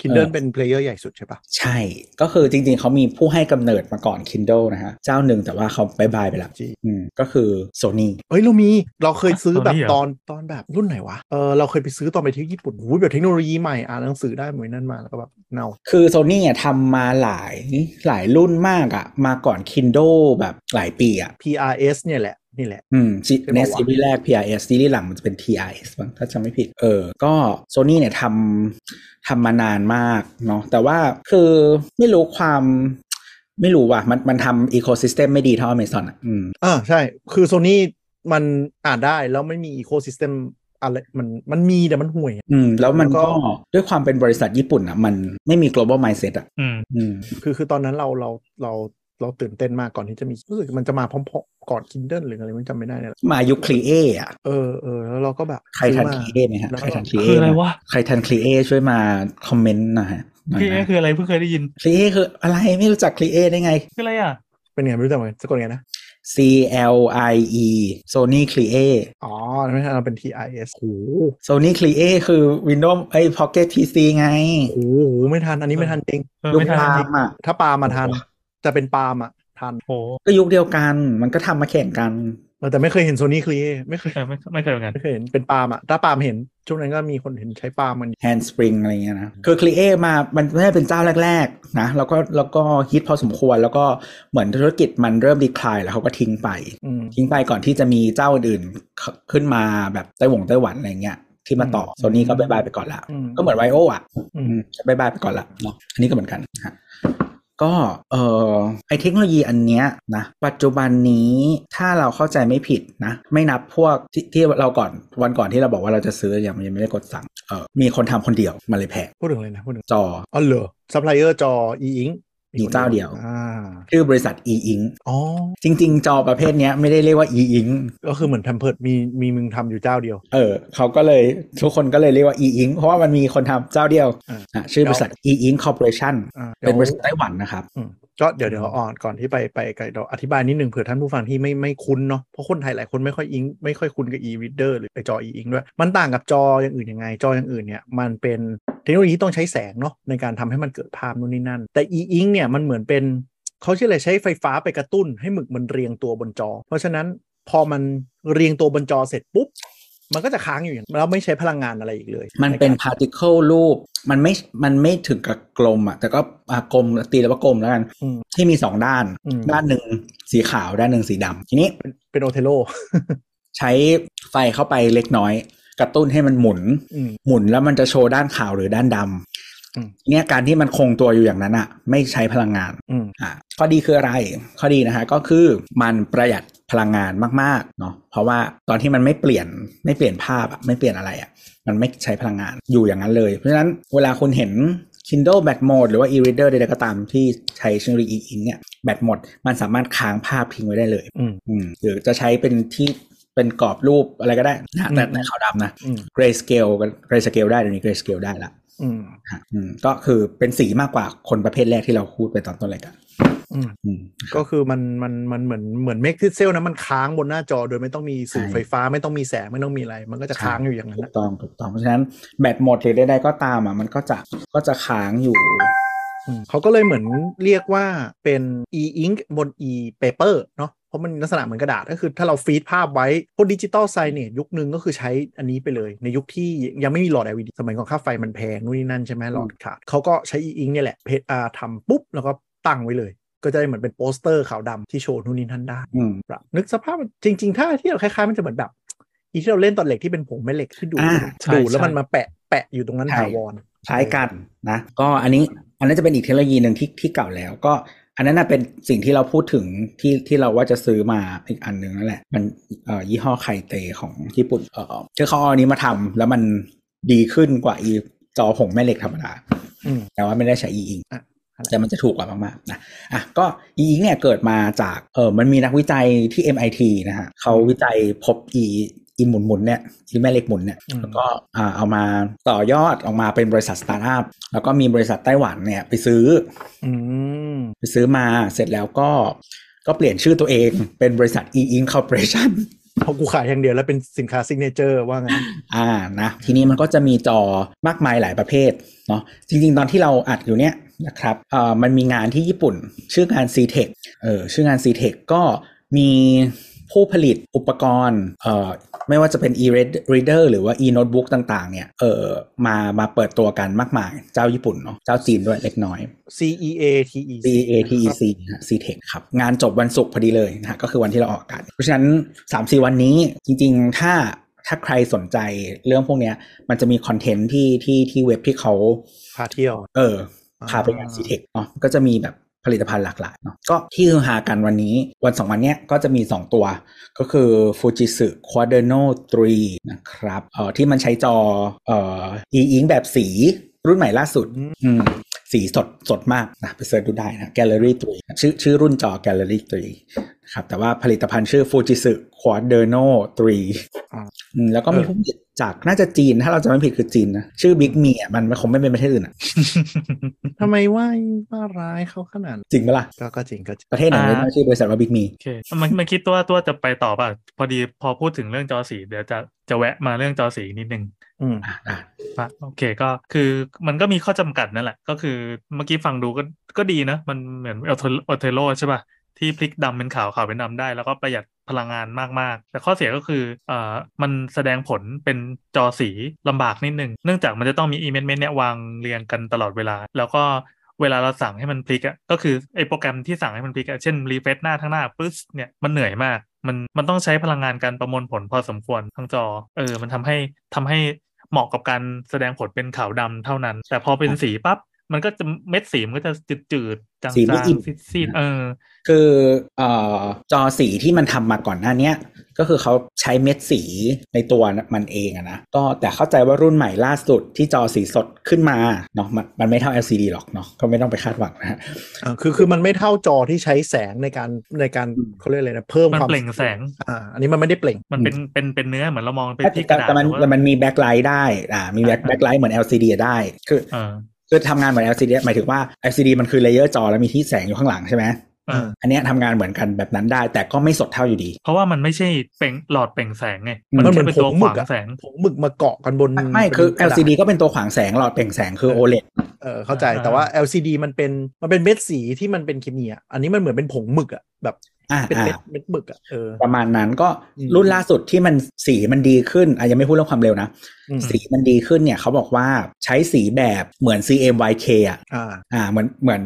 [SPEAKER 3] คินเดิล
[SPEAKER 2] เออ
[SPEAKER 3] เป็นเพลเยอร์ใหญ่สุดใช่ปะ
[SPEAKER 2] ใช่ ก็คือจริงๆเขามีผู้ให้กำเนิดมาก่อน Kindle นะฮะเจ้าหนึ่งแต่ว่าเขาบายบายไปแล้ว
[SPEAKER 3] จี
[SPEAKER 2] อืมก็คือ Sony
[SPEAKER 3] เอ้ยเรามีเราเคยซื้อ
[SPEAKER 4] ตอนนี้
[SPEAKER 3] แบบ
[SPEAKER 4] เหรอ
[SPEAKER 3] ตอนตอนแบบรุ่นไหนวะเออเราเคยไปซื้อตอนไปเที่ยวญี่ปุ่นโอ้ยแบบเทคโนโลยีใหม่อ่านหนังสือได้เหมือนนั่นมาแล้วก็แบบเน่า
[SPEAKER 2] คือ Sony อ่ะทำมาหลายหลายรุ่นมากอะมาก่อน Kindle แบบหลายปีอะ
[SPEAKER 3] PRS เนี่ยแหละนี่แหละ
[SPEAKER 2] อืมซี
[SPEAKER 3] ใช่ปะวะ
[SPEAKER 2] ในซีรีส์แรก PRS ซีรีส์หลังมันจะเป็น TRS บ้างถ้าจำไม่ผิด เออ ก็โซนี่เนี่ยทำทำมานานมากเนาะแต่ว่าคือไม่รู้ความ ไม่รู้ว่ะมันมันทำอีโคซิสเต็มไม่ดีเท่า Amazon อ่ะอืม
[SPEAKER 3] อ่าใช่คือโซนี่มันอ่านได้แล้วไม่มีอีโคซิสเต็มอะไรมันมันมีแต่มันห่วย
[SPEAKER 2] อืม แล้วมันก็
[SPEAKER 3] แล้วก็
[SPEAKER 2] ด้วยความเป็นบริษัทญี่ปุ่นอ่ะ มันไม่มี global mindset อ่ะ
[SPEAKER 4] อืม
[SPEAKER 2] อืม
[SPEAKER 3] คือคือตอนนั้นเราเราเราเราตื่นเต้นมากก่อนที่จะมีรู้สึกมันจะมาพร้อมๆก่อนคินเดิลหรืออะไรไม่จำไม่ได้เนี่ยแหละ
[SPEAKER 2] มายุคคลีเออ่ะ
[SPEAKER 3] เออเออแล้วเราก็แบบ
[SPEAKER 2] ใครทัน
[SPEAKER 3] ซื้
[SPEAKER 2] ค
[SPEAKER 3] อ
[SPEAKER 2] ลีเอ
[SPEAKER 3] มา
[SPEAKER 2] ไหมฮะ
[SPEAKER 3] แล้วก็
[SPEAKER 2] ใครทันคลีเอ
[SPEAKER 4] คืออะไรวะ
[SPEAKER 2] ใครทันคลีเอช่วยมาคอมเมนต์หน่อยฮะหน่อย
[SPEAKER 4] พี่เอ๊ะ
[SPEAKER 2] นะ
[SPEAKER 4] คืออะไรเพิ่งเคยได้ยิน
[SPEAKER 2] คลีเอคืออะไรไม่รู้จักคลีเอได้ไง
[SPEAKER 4] คืออะไรอ่ะ
[SPEAKER 3] เป็นไงไม่รู้จักไหมสะกดไงนะ
[SPEAKER 2] C L I E Sony CLIA
[SPEAKER 3] อ๋อไม่ใช่เราเป็น TIS โอ้โห
[SPEAKER 2] Sony CLIA คือ Windows ไอ้ Pocket PC ไง
[SPEAKER 3] โอ้โหไม่ทัน อันนี้ไม่ทันจริง
[SPEAKER 4] เออ
[SPEAKER 2] ลูก
[SPEAKER 4] ไม่ทัน
[SPEAKER 2] ปา
[SPEAKER 4] จ
[SPEAKER 2] ล์
[SPEAKER 4] ริง
[SPEAKER 2] มอ่ะ
[SPEAKER 3] ถ้าปาล์มมาทัน จะเป็นปาล์มอ่ะ ทัน
[SPEAKER 4] โอ้
[SPEAKER 2] ก็ยุคเดียวกัน มันก็ทำมาแข่งกัน
[SPEAKER 3] เออแต่ไม่เคยเห็นโซนี่คลีไม่เคย
[SPEAKER 4] เออไม่ไม่เคยเหมือนกัน
[SPEAKER 3] ไม่เคยเห็นเป็นปาล์มอ่ะ ถ้าปาล์มเห็น ช่วงนั้นก็มีคนเห็นใช้ปาล์มมัน
[SPEAKER 2] Handspring อะไรเงี้ยนะ คือ CLIA มา มันไม่ได้เป็นเจ้าแรก ๆ นะ แล้วก็แล้วก็ฮิตพอสมควร แล้วก็เหมือนธุรกิจมันเริ่มดีคลายแล้วเขาก็ทิ้งไป
[SPEAKER 3] อืม
[SPEAKER 2] ทิ้งไปก่อนที่จะมีเจ้าอื่นๆขึ้นมาแบบไต้หวงไต้หวันอะไรเงี้ย ที่มาต่อ
[SPEAKER 3] อืม
[SPEAKER 2] Sony ก็บายบายไปก่อนละ
[SPEAKER 3] อืม
[SPEAKER 2] ก็เหมือนไวโออ่ะ
[SPEAKER 3] อื
[SPEAKER 2] อื
[SPEAKER 3] ม
[SPEAKER 2] มบายบายไปก่อนละเนาะอันนี้ก็เหมือนกันฮะก็เออไอเทคโนโลยีอันเนี้ยนะปัจจุบันนี้ถ้าเราเข้าใจไม่ผิดนะ ไม่นับพวกที่ที่เราก่อนวันก่อนที่เราบอกว่าเราจะซื้อยังยังไม่ได้กดสั่งเออมีคนทำคนเดียวมาเลยแพง
[SPEAKER 3] พูดถึงอะไรนะพูดถึง
[SPEAKER 2] จอ
[SPEAKER 3] อ๋อเหรอซัพพลายเออร์จอ e i n k
[SPEAKER 2] มีเจ้าเดียว
[SPEAKER 3] อ่า
[SPEAKER 2] ชื่อบริษัท e i n k
[SPEAKER 3] อ๋อ
[SPEAKER 2] จริง ๆ จอประเภทเนี้ยไม่ได้เรียกว่า e i n k
[SPEAKER 3] ก็คือเหมือนทำเพิดมีมีมึงทำอยู่เจ้าเดียว
[SPEAKER 2] เออเขาก็เลยทุกคนก็เลยเรียกว่า e i n k เพราะว่ามันมีคนทำเจ้าเดียว
[SPEAKER 3] อ่า
[SPEAKER 2] อ่ะชื่อบริษัท e i n k Corporation
[SPEAKER 3] อ่าดี๋ยว
[SPEAKER 2] เป็นบริษัทไต้หวันนะครับ
[SPEAKER 3] อืมก็เดี๋ยวเดี๋ยวอ่อนก่อนที่ไปไปไกลเราอธิบายนิดหนึ่งเผื่อท่านผู้ฟังที่ไม่ไม่คุ้นเนาะเพราะคนไทยหลายคนไม่ค่อยอิงไม่ค่อยคุ้นกับ e-reader หรือไอ้จอ e-ink ด้วย มันต่างกับจออย่างอื่นยังไง จออย่างอื่นเนี่ยมันเป็นเทคโนโลยีที่ต้องใช้แสงเนาะในการทำให้มันเกิดภาพนู่นนี่นั่น แต่ e-ink เนี่ยมันเหมือนเป็นเขาชื่ออะไรใช้ไฟฟ้าไปกระตุ้นให้หมึกมันเรียงตัวบนจอ เพราะฉะนั้นพอมันเรียงตัวบนจอเสร็จปุ๊บมันก็จะค้างอยู่อย่างนั้นแล้วไม่ใช้พลังงานอะไรอีกเลย
[SPEAKER 2] มันเป็น particle รูป มันไม่ มันไม่ถึงกับกลมอ่ะ แต่ก็อ่ะกลมตีแล้วว่ากลมแล้วกัน
[SPEAKER 3] อืม
[SPEAKER 2] ที่มีสองด้าน
[SPEAKER 3] อืม
[SPEAKER 2] ด้านหนึ่งสีขาวด้านหนึ่งสีดำทีนี้
[SPEAKER 3] เป็นโอเทโล
[SPEAKER 2] ใช้ไฟเข้าไปเล็กน้อย กระตุ้นให้มันหมุน
[SPEAKER 3] อืม
[SPEAKER 2] หมุนแล้วมันจะโชว์ด้านขาวหรือด้านดำ
[SPEAKER 3] อืม
[SPEAKER 2] ทีเนี่ยการที่มันคงตัวอยู่อย่างนั้นอ่ะ ไม่ใช้พลังงาน
[SPEAKER 3] อืม
[SPEAKER 2] อ่ะข้อดีคืออะไร ข้อดีนะฮะก็คือมันประหยัดพลังงานมากๆเนาะเพราะว่าตอนที่มันไม่เปลี่ยนไม่เปลี่ยนภาพอะไม่เปลี่ยนอะไรอะมันไม่ใช้พลังงานอยู่อย่างนั้นเลย เพราะฉะนั้นเวลาคุณเห็น Kindle Bat Mode หรือว่า e-reader ใดๆก็ตามที่ใช้เทคโนโลยีอิงเนี่ยแบตหมดมันสามารถค้างภาพทิ้งไว้ได้เลย
[SPEAKER 3] อืม
[SPEAKER 2] อืมหรือจะใช้เป็นที่เป็นกรอบรูปอะไรก็ได้นะแต่
[SPEAKER 3] อืม
[SPEAKER 2] แต่ขาวดำนะ
[SPEAKER 3] อืม
[SPEAKER 2] gray scale กัน gray scale ได้เดี๋ยวนี้ gray scale ได้ละ
[SPEAKER 3] อืม
[SPEAKER 2] ค่ะอืมก็คือเป็นสีมากกว่าคนประเภทแรกที่เราพูดไปตอนต้นรายการ
[SPEAKER 3] อืม
[SPEAKER 2] อืม
[SPEAKER 3] ก็คือมันมันมันเหมือนเหมือนเมกพิกเซลนะมันค้างบนหน้าจอโดยไม่ต้องมีสื่อ
[SPEAKER 2] ใช่
[SPEAKER 3] ไฟฟ้าไม่ต้องมีแสงไม่ต้องมีอะไร มันก็จะ
[SPEAKER 2] ใช่
[SPEAKER 3] ค้างอยู่อย่างนั้น
[SPEAKER 2] ถูก
[SPEAKER 3] นะ
[SPEAKER 2] ต้องถูกต้องเพราะฉะนั้นแบตหมดหรือใดๆก็ตามอ่ะมันก็จะก็จะค้างอยู่
[SPEAKER 3] อืมเขาก็เลยเหมือนเรียกว่าเป็น e ink บน e paper เนาะเพราะมันลักษณะเหมือนกระดาษก็คือถ้าเราฟีดภาพไว้พวกดิจิตอลไซเนตยุคนึงก็คือใช้อันนี้ไปเลย ในยุคที่ยังไม่มีหลอด LED สมัยก่อนค่าไฟมันแพงนู่นนี่นั่นใช่ไหมหลอดขาดเขาก็ใช้ e ink เนี่ยแหละเพอ่าทำปุ๊บแล้วก็ตั้งไว้เลย ก็จะได้เหมือนเป็นโปสเตอร์ขาวดำที่โชว์นู่นนี่นั่นได้
[SPEAKER 2] อืม
[SPEAKER 3] ปรับนึกสภาพมันจริง ๆ ถ้าที่เราคล้ายๆ มันจะเหมือนแบบ อีที่เราเล่นตอนเหล็กที่เป็นผงแม่เหล็กที่ดูด
[SPEAKER 2] อ่า
[SPEAKER 4] ใช่
[SPEAKER 3] ดูดแล้ว
[SPEAKER 4] ใช่
[SPEAKER 3] มันมาแปะแปะอยู่ตรงนั้น
[SPEAKER 2] ใช่
[SPEAKER 3] ถาวร
[SPEAKER 2] คล้ายกันนะก็อันนี้อันนั้นจะเป็นอีกเทคโนโลยีหนึ่งที่ที่เก่าแล้วก็ อันนั้นน่ะเป็นสิ่งที่เราพูดถึงที่ที่เราว่าจะซื้อมาอีกอันหนึ่งนั่นแหละ มันเอ่อยี่ห้อไคเตของญี่ปุ่นเอ่อคือเขาเอาอันนี้มาทำแล้วมันดีขึ้นกว่าอีจอผงแม่เหล็กธรรมดา
[SPEAKER 3] อืม
[SPEAKER 2] แต่ว่าไม่ได้ใช้อีอิง
[SPEAKER 3] อ่ะอะไร
[SPEAKER 2] แต่มันจะถูกกว่ามากๆนะอ่ะก็อีอิงเนี่ยเกิดมาจากเออมันมีนักวิจัยที่ MIT นะฮะเขาวิจัยพบอีอีหมุนหมุนๆเนี่ยอีแม่เหล็กหมุนเนี่ย
[SPEAKER 3] อืม
[SPEAKER 2] แล้วก็อ่าเอามาต่อยอดออกมาเป็นบริษัทสตาร์ทอัพแล้วก็มีบริษัทไต้หวันเนี่ยไปซื้อ
[SPEAKER 3] อืม
[SPEAKER 2] ไปซื้อมาเสร็จแล้วก็ก็เปลี่ยนชื่อตัวเองเป็นบริษัท e i n k Corporation
[SPEAKER 3] พอกูขายอย่างเดียวแล้วเป็นสินค้าซิกเนเจอร์ว่างั้น
[SPEAKER 2] อ่านะทีนี้มันก็จะมีจอมากมายหลายประเภทเนาะจริงๆ ตอนที่เราอัดอยู่เนี่ยนะครับเอ่อมันมีงานที่ญี่ปุ่น ชื่องาน c t e c h เออชื่องาน c t e c h ก็มีผู้ผลิตอุปกรณ์เอ่อไม่ว่าจะเป็น e-reader หรือว่า e-notebook ต่างๆ เนี่ยเออมามาเปิดตัวกันมากมาย เจ้าญี่ปุ่นเนาะเจ้าจีนด้วยเล็กน้อย
[SPEAKER 3] C E A T E
[SPEAKER 2] C A T E C นะฮะ C Tech ครับ งานจบวันศุกร์พอดีเลยนะฮะก็คือวันที่เราออกอากาศเพราะฉะนั้น 3-4 วันนี้จริงๆ ถ้าถ้าใครสนใจเรื่องพวกเนี้ย มันจะมีคอนเทนต์ที่ที่ที่เว็บที่เขา
[SPEAKER 3] พาเที่ยว
[SPEAKER 2] เออ
[SPEAKER 3] อ่า
[SPEAKER 2] พาไปงาน C Tech เนาะก็จะมีแบบผลิตภัณฑ์หลากหลายเนาะก็ที่ฮือฮากันวันนี้วันสองวันเนี้ยก็จะมี 2 ตัว ก็คือ Fujitsu Quaderno 3 นะครับเอ่อที่มันใช้จอเอ่อ e-ink แบบสีรุ่นใหม่ล่าสุด อืมสีสดสดมากนะไปเสิร์ชดูได้นะ Gallery ตุยชื่อชื่อรุ่นจอ Gallery ตุยนะครับแต่ว่าผลิตภัณฑ์ชื่อ Fujitsu Quaderno
[SPEAKER 3] อ่า
[SPEAKER 2] 3อืมแล้วก็มี
[SPEAKER 3] เออ
[SPEAKER 2] ผู้ผลิตจากน่าจะจีน ถ้าเราจะไม่ผิดคือจีนนะ ชื่อ Big Me อ่ะมันคงไม่เป็นประเทศอื่นอ่ะ
[SPEAKER 3] ทำไมว่าว่าร้ายเขาขนาดนั้น
[SPEAKER 2] จริงไหมล่ะ
[SPEAKER 3] ก็ก็จริงก็จริง
[SPEAKER 2] ประเทศไหนไม่
[SPEAKER 4] อ่า
[SPEAKER 2] ตั้งชื่อบริษัทว่า Big Me
[SPEAKER 4] โอเคมันมันคิดตัวตัวจะไปต่อป่ะ พอดีพอพูดถึงเรื่องจอสี เดี๋ยวจะจะแวะมาเรื่องจอสีนิดนึง
[SPEAKER 3] อืม
[SPEAKER 2] อ่ะอ่ะ
[SPEAKER 4] ป่ะโอเคก็คือมันก็มีข้อจำกัดนั่นแหละ ก็คือเมื่อกี้ฟังดูก็ก็ดีนะ มันเหมือนออเทโลใช่ป่ะ ที่พลิกดำเป็นขาวขาวเป็นดำได้ แล้วก็ประหยัดพลังงานมาก ๆ แต่ข้อเสียก็คือเอ่อมันแสดงผลเป็นจอสีลำบากนิดนึง เนื่องจากมันจะต้องมีอีเมนต์เนี่ยวางเรียงกันตลอดเวลา แล้วก็เวลาเราสั่งให้มันพลิกอะก็คือไอโปรแกรมที่สั่งให้มันพลิกอะเช่นรีเฟซหน้าทั้งหน้าปึ๊บเนี่ยมันเหนื่อยมาก มันมันต้องใช้พลังงานการประมวลผลพอสมควรทั้งจอเออมันทำให้ทำให้เหมาะกับการแสดงผลเป็นขาวดำเท่านั้น แต่พอเป็นสีปั๊บมันก็จะเม็ดสีมันก็จะจืดๆจาง
[SPEAKER 2] สีไม่อิ่ม
[SPEAKER 4] ๆซีดๆเออ
[SPEAKER 2] คือเอ่อจอสีที่มันทำมาก่อนหน้าเนี้ยก็คือเขาใช้เม็ดสีในตัวมันเองอะนะก็แต่เข้าใจว่ารุ่นใหม่ล่าสุดที่จอสีสดขึ้นมาเนาะมันมันไม่เท่า LCD หรอกเนาะก็ไม่ต้องไปคาดหวังนะฮะ
[SPEAKER 3] อ่าคือคือมันไม่เท่าจอที่ใช้แสงในการในการ
[SPEAKER 2] อืม
[SPEAKER 3] เขาเรียกอะไรนะเพิ่ม
[SPEAKER 4] มัน
[SPEAKER 3] ความ
[SPEAKER 4] เปล่งแสง
[SPEAKER 3] อ่าอันนี้มันไม่ได้เปล่ง
[SPEAKER 4] มันเป็นเป็นเป็นเนื้อเหมือนเรามองไปที่ก
[SPEAKER 2] แต่
[SPEAKER 4] ระดาษ
[SPEAKER 2] แต่มัน
[SPEAKER 4] ว่า
[SPEAKER 2] แต่มันมีแบ็คไลท์ได้อ่ามีแบ็คแบ็คไลท์เหมือน LCD อะได้คือ
[SPEAKER 4] เออ
[SPEAKER 2] คือทำงานเหมือน LCD หมายถึงว่า LCD มันคือเลเยอร์จอแล้วมีที่แสงอยู่ข้างหลังใช่ไหม
[SPEAKER 4] เออ
[SPEAKER 2] อันเนี้ยทำงานเหมือนกันแบบนั้นได้ แต่ก็ไม่สดเท่าอยู่ดี
[SPEAKER 4] เพราะว่ามันไม่ใช่เปล่งหลอดเปล่งแสงไง
[SPEAKER 3] มันเหมื
[SPEAKER 4] แค่
[SPEAKER 3] อน
[SPEAKER 4] เป็น
[SPEAKER 3] ผ
[SPEAKER 4] ตัว
[SPEAKER 3] ง
[SPEAKER 4] ข
[SPEAKER 3] หมึ
[SPEAKER 4] วาก ง
[SPEAKER 3] อะ
[SPEAKER 4] แสง
[SPEAKER 3] ผงหมึกมาเกาะกันบน
[SPEAKER 2] ไม่ไม่คือ
[SPEAKER 3] บนกระดาษ
[SPEAKER 2] LCD ก็เป็นตัวขวางแสงหลอดเปล่งแสงคือ
[SPEAKER 3] เออ
[SPEAKER 2] OLED
[SPEAKER 3] เออเข้าใจแต่ว่า LCD มันเป็นมันเป็นเม็ดสีที่มันเป็นเคมีอ่ะอันนี้มันเหมือนเป็นผงหมึกอ่ะแบบ
[SPEAKER 2] อ่า
[SPEAKER 3] เป็น
[SPEAKER 2] อ่า
[SPEAKER 3] เม็ดเม็ดหมึกอ่ะเออ
[SPEAKER 2] ประมาณนั้นก็
[SPEAKER 3] อืม
[SPEAKER 2] รุ่นล่าสุดที่มันสีมันดีขึ้นอ่ะยังไม่พูดเรื่องความเร็วนะ
[SPEAKER 3] อืม
[SPEAKER 2] สีมันดีขึ้นเนี่ยเขาบอกว่าใช้สีแบบเหมือน CMYK อ่ะ
[SPEAKER 3] อ่า
[SPEAKER 2] อ่าเหมือนเหมือน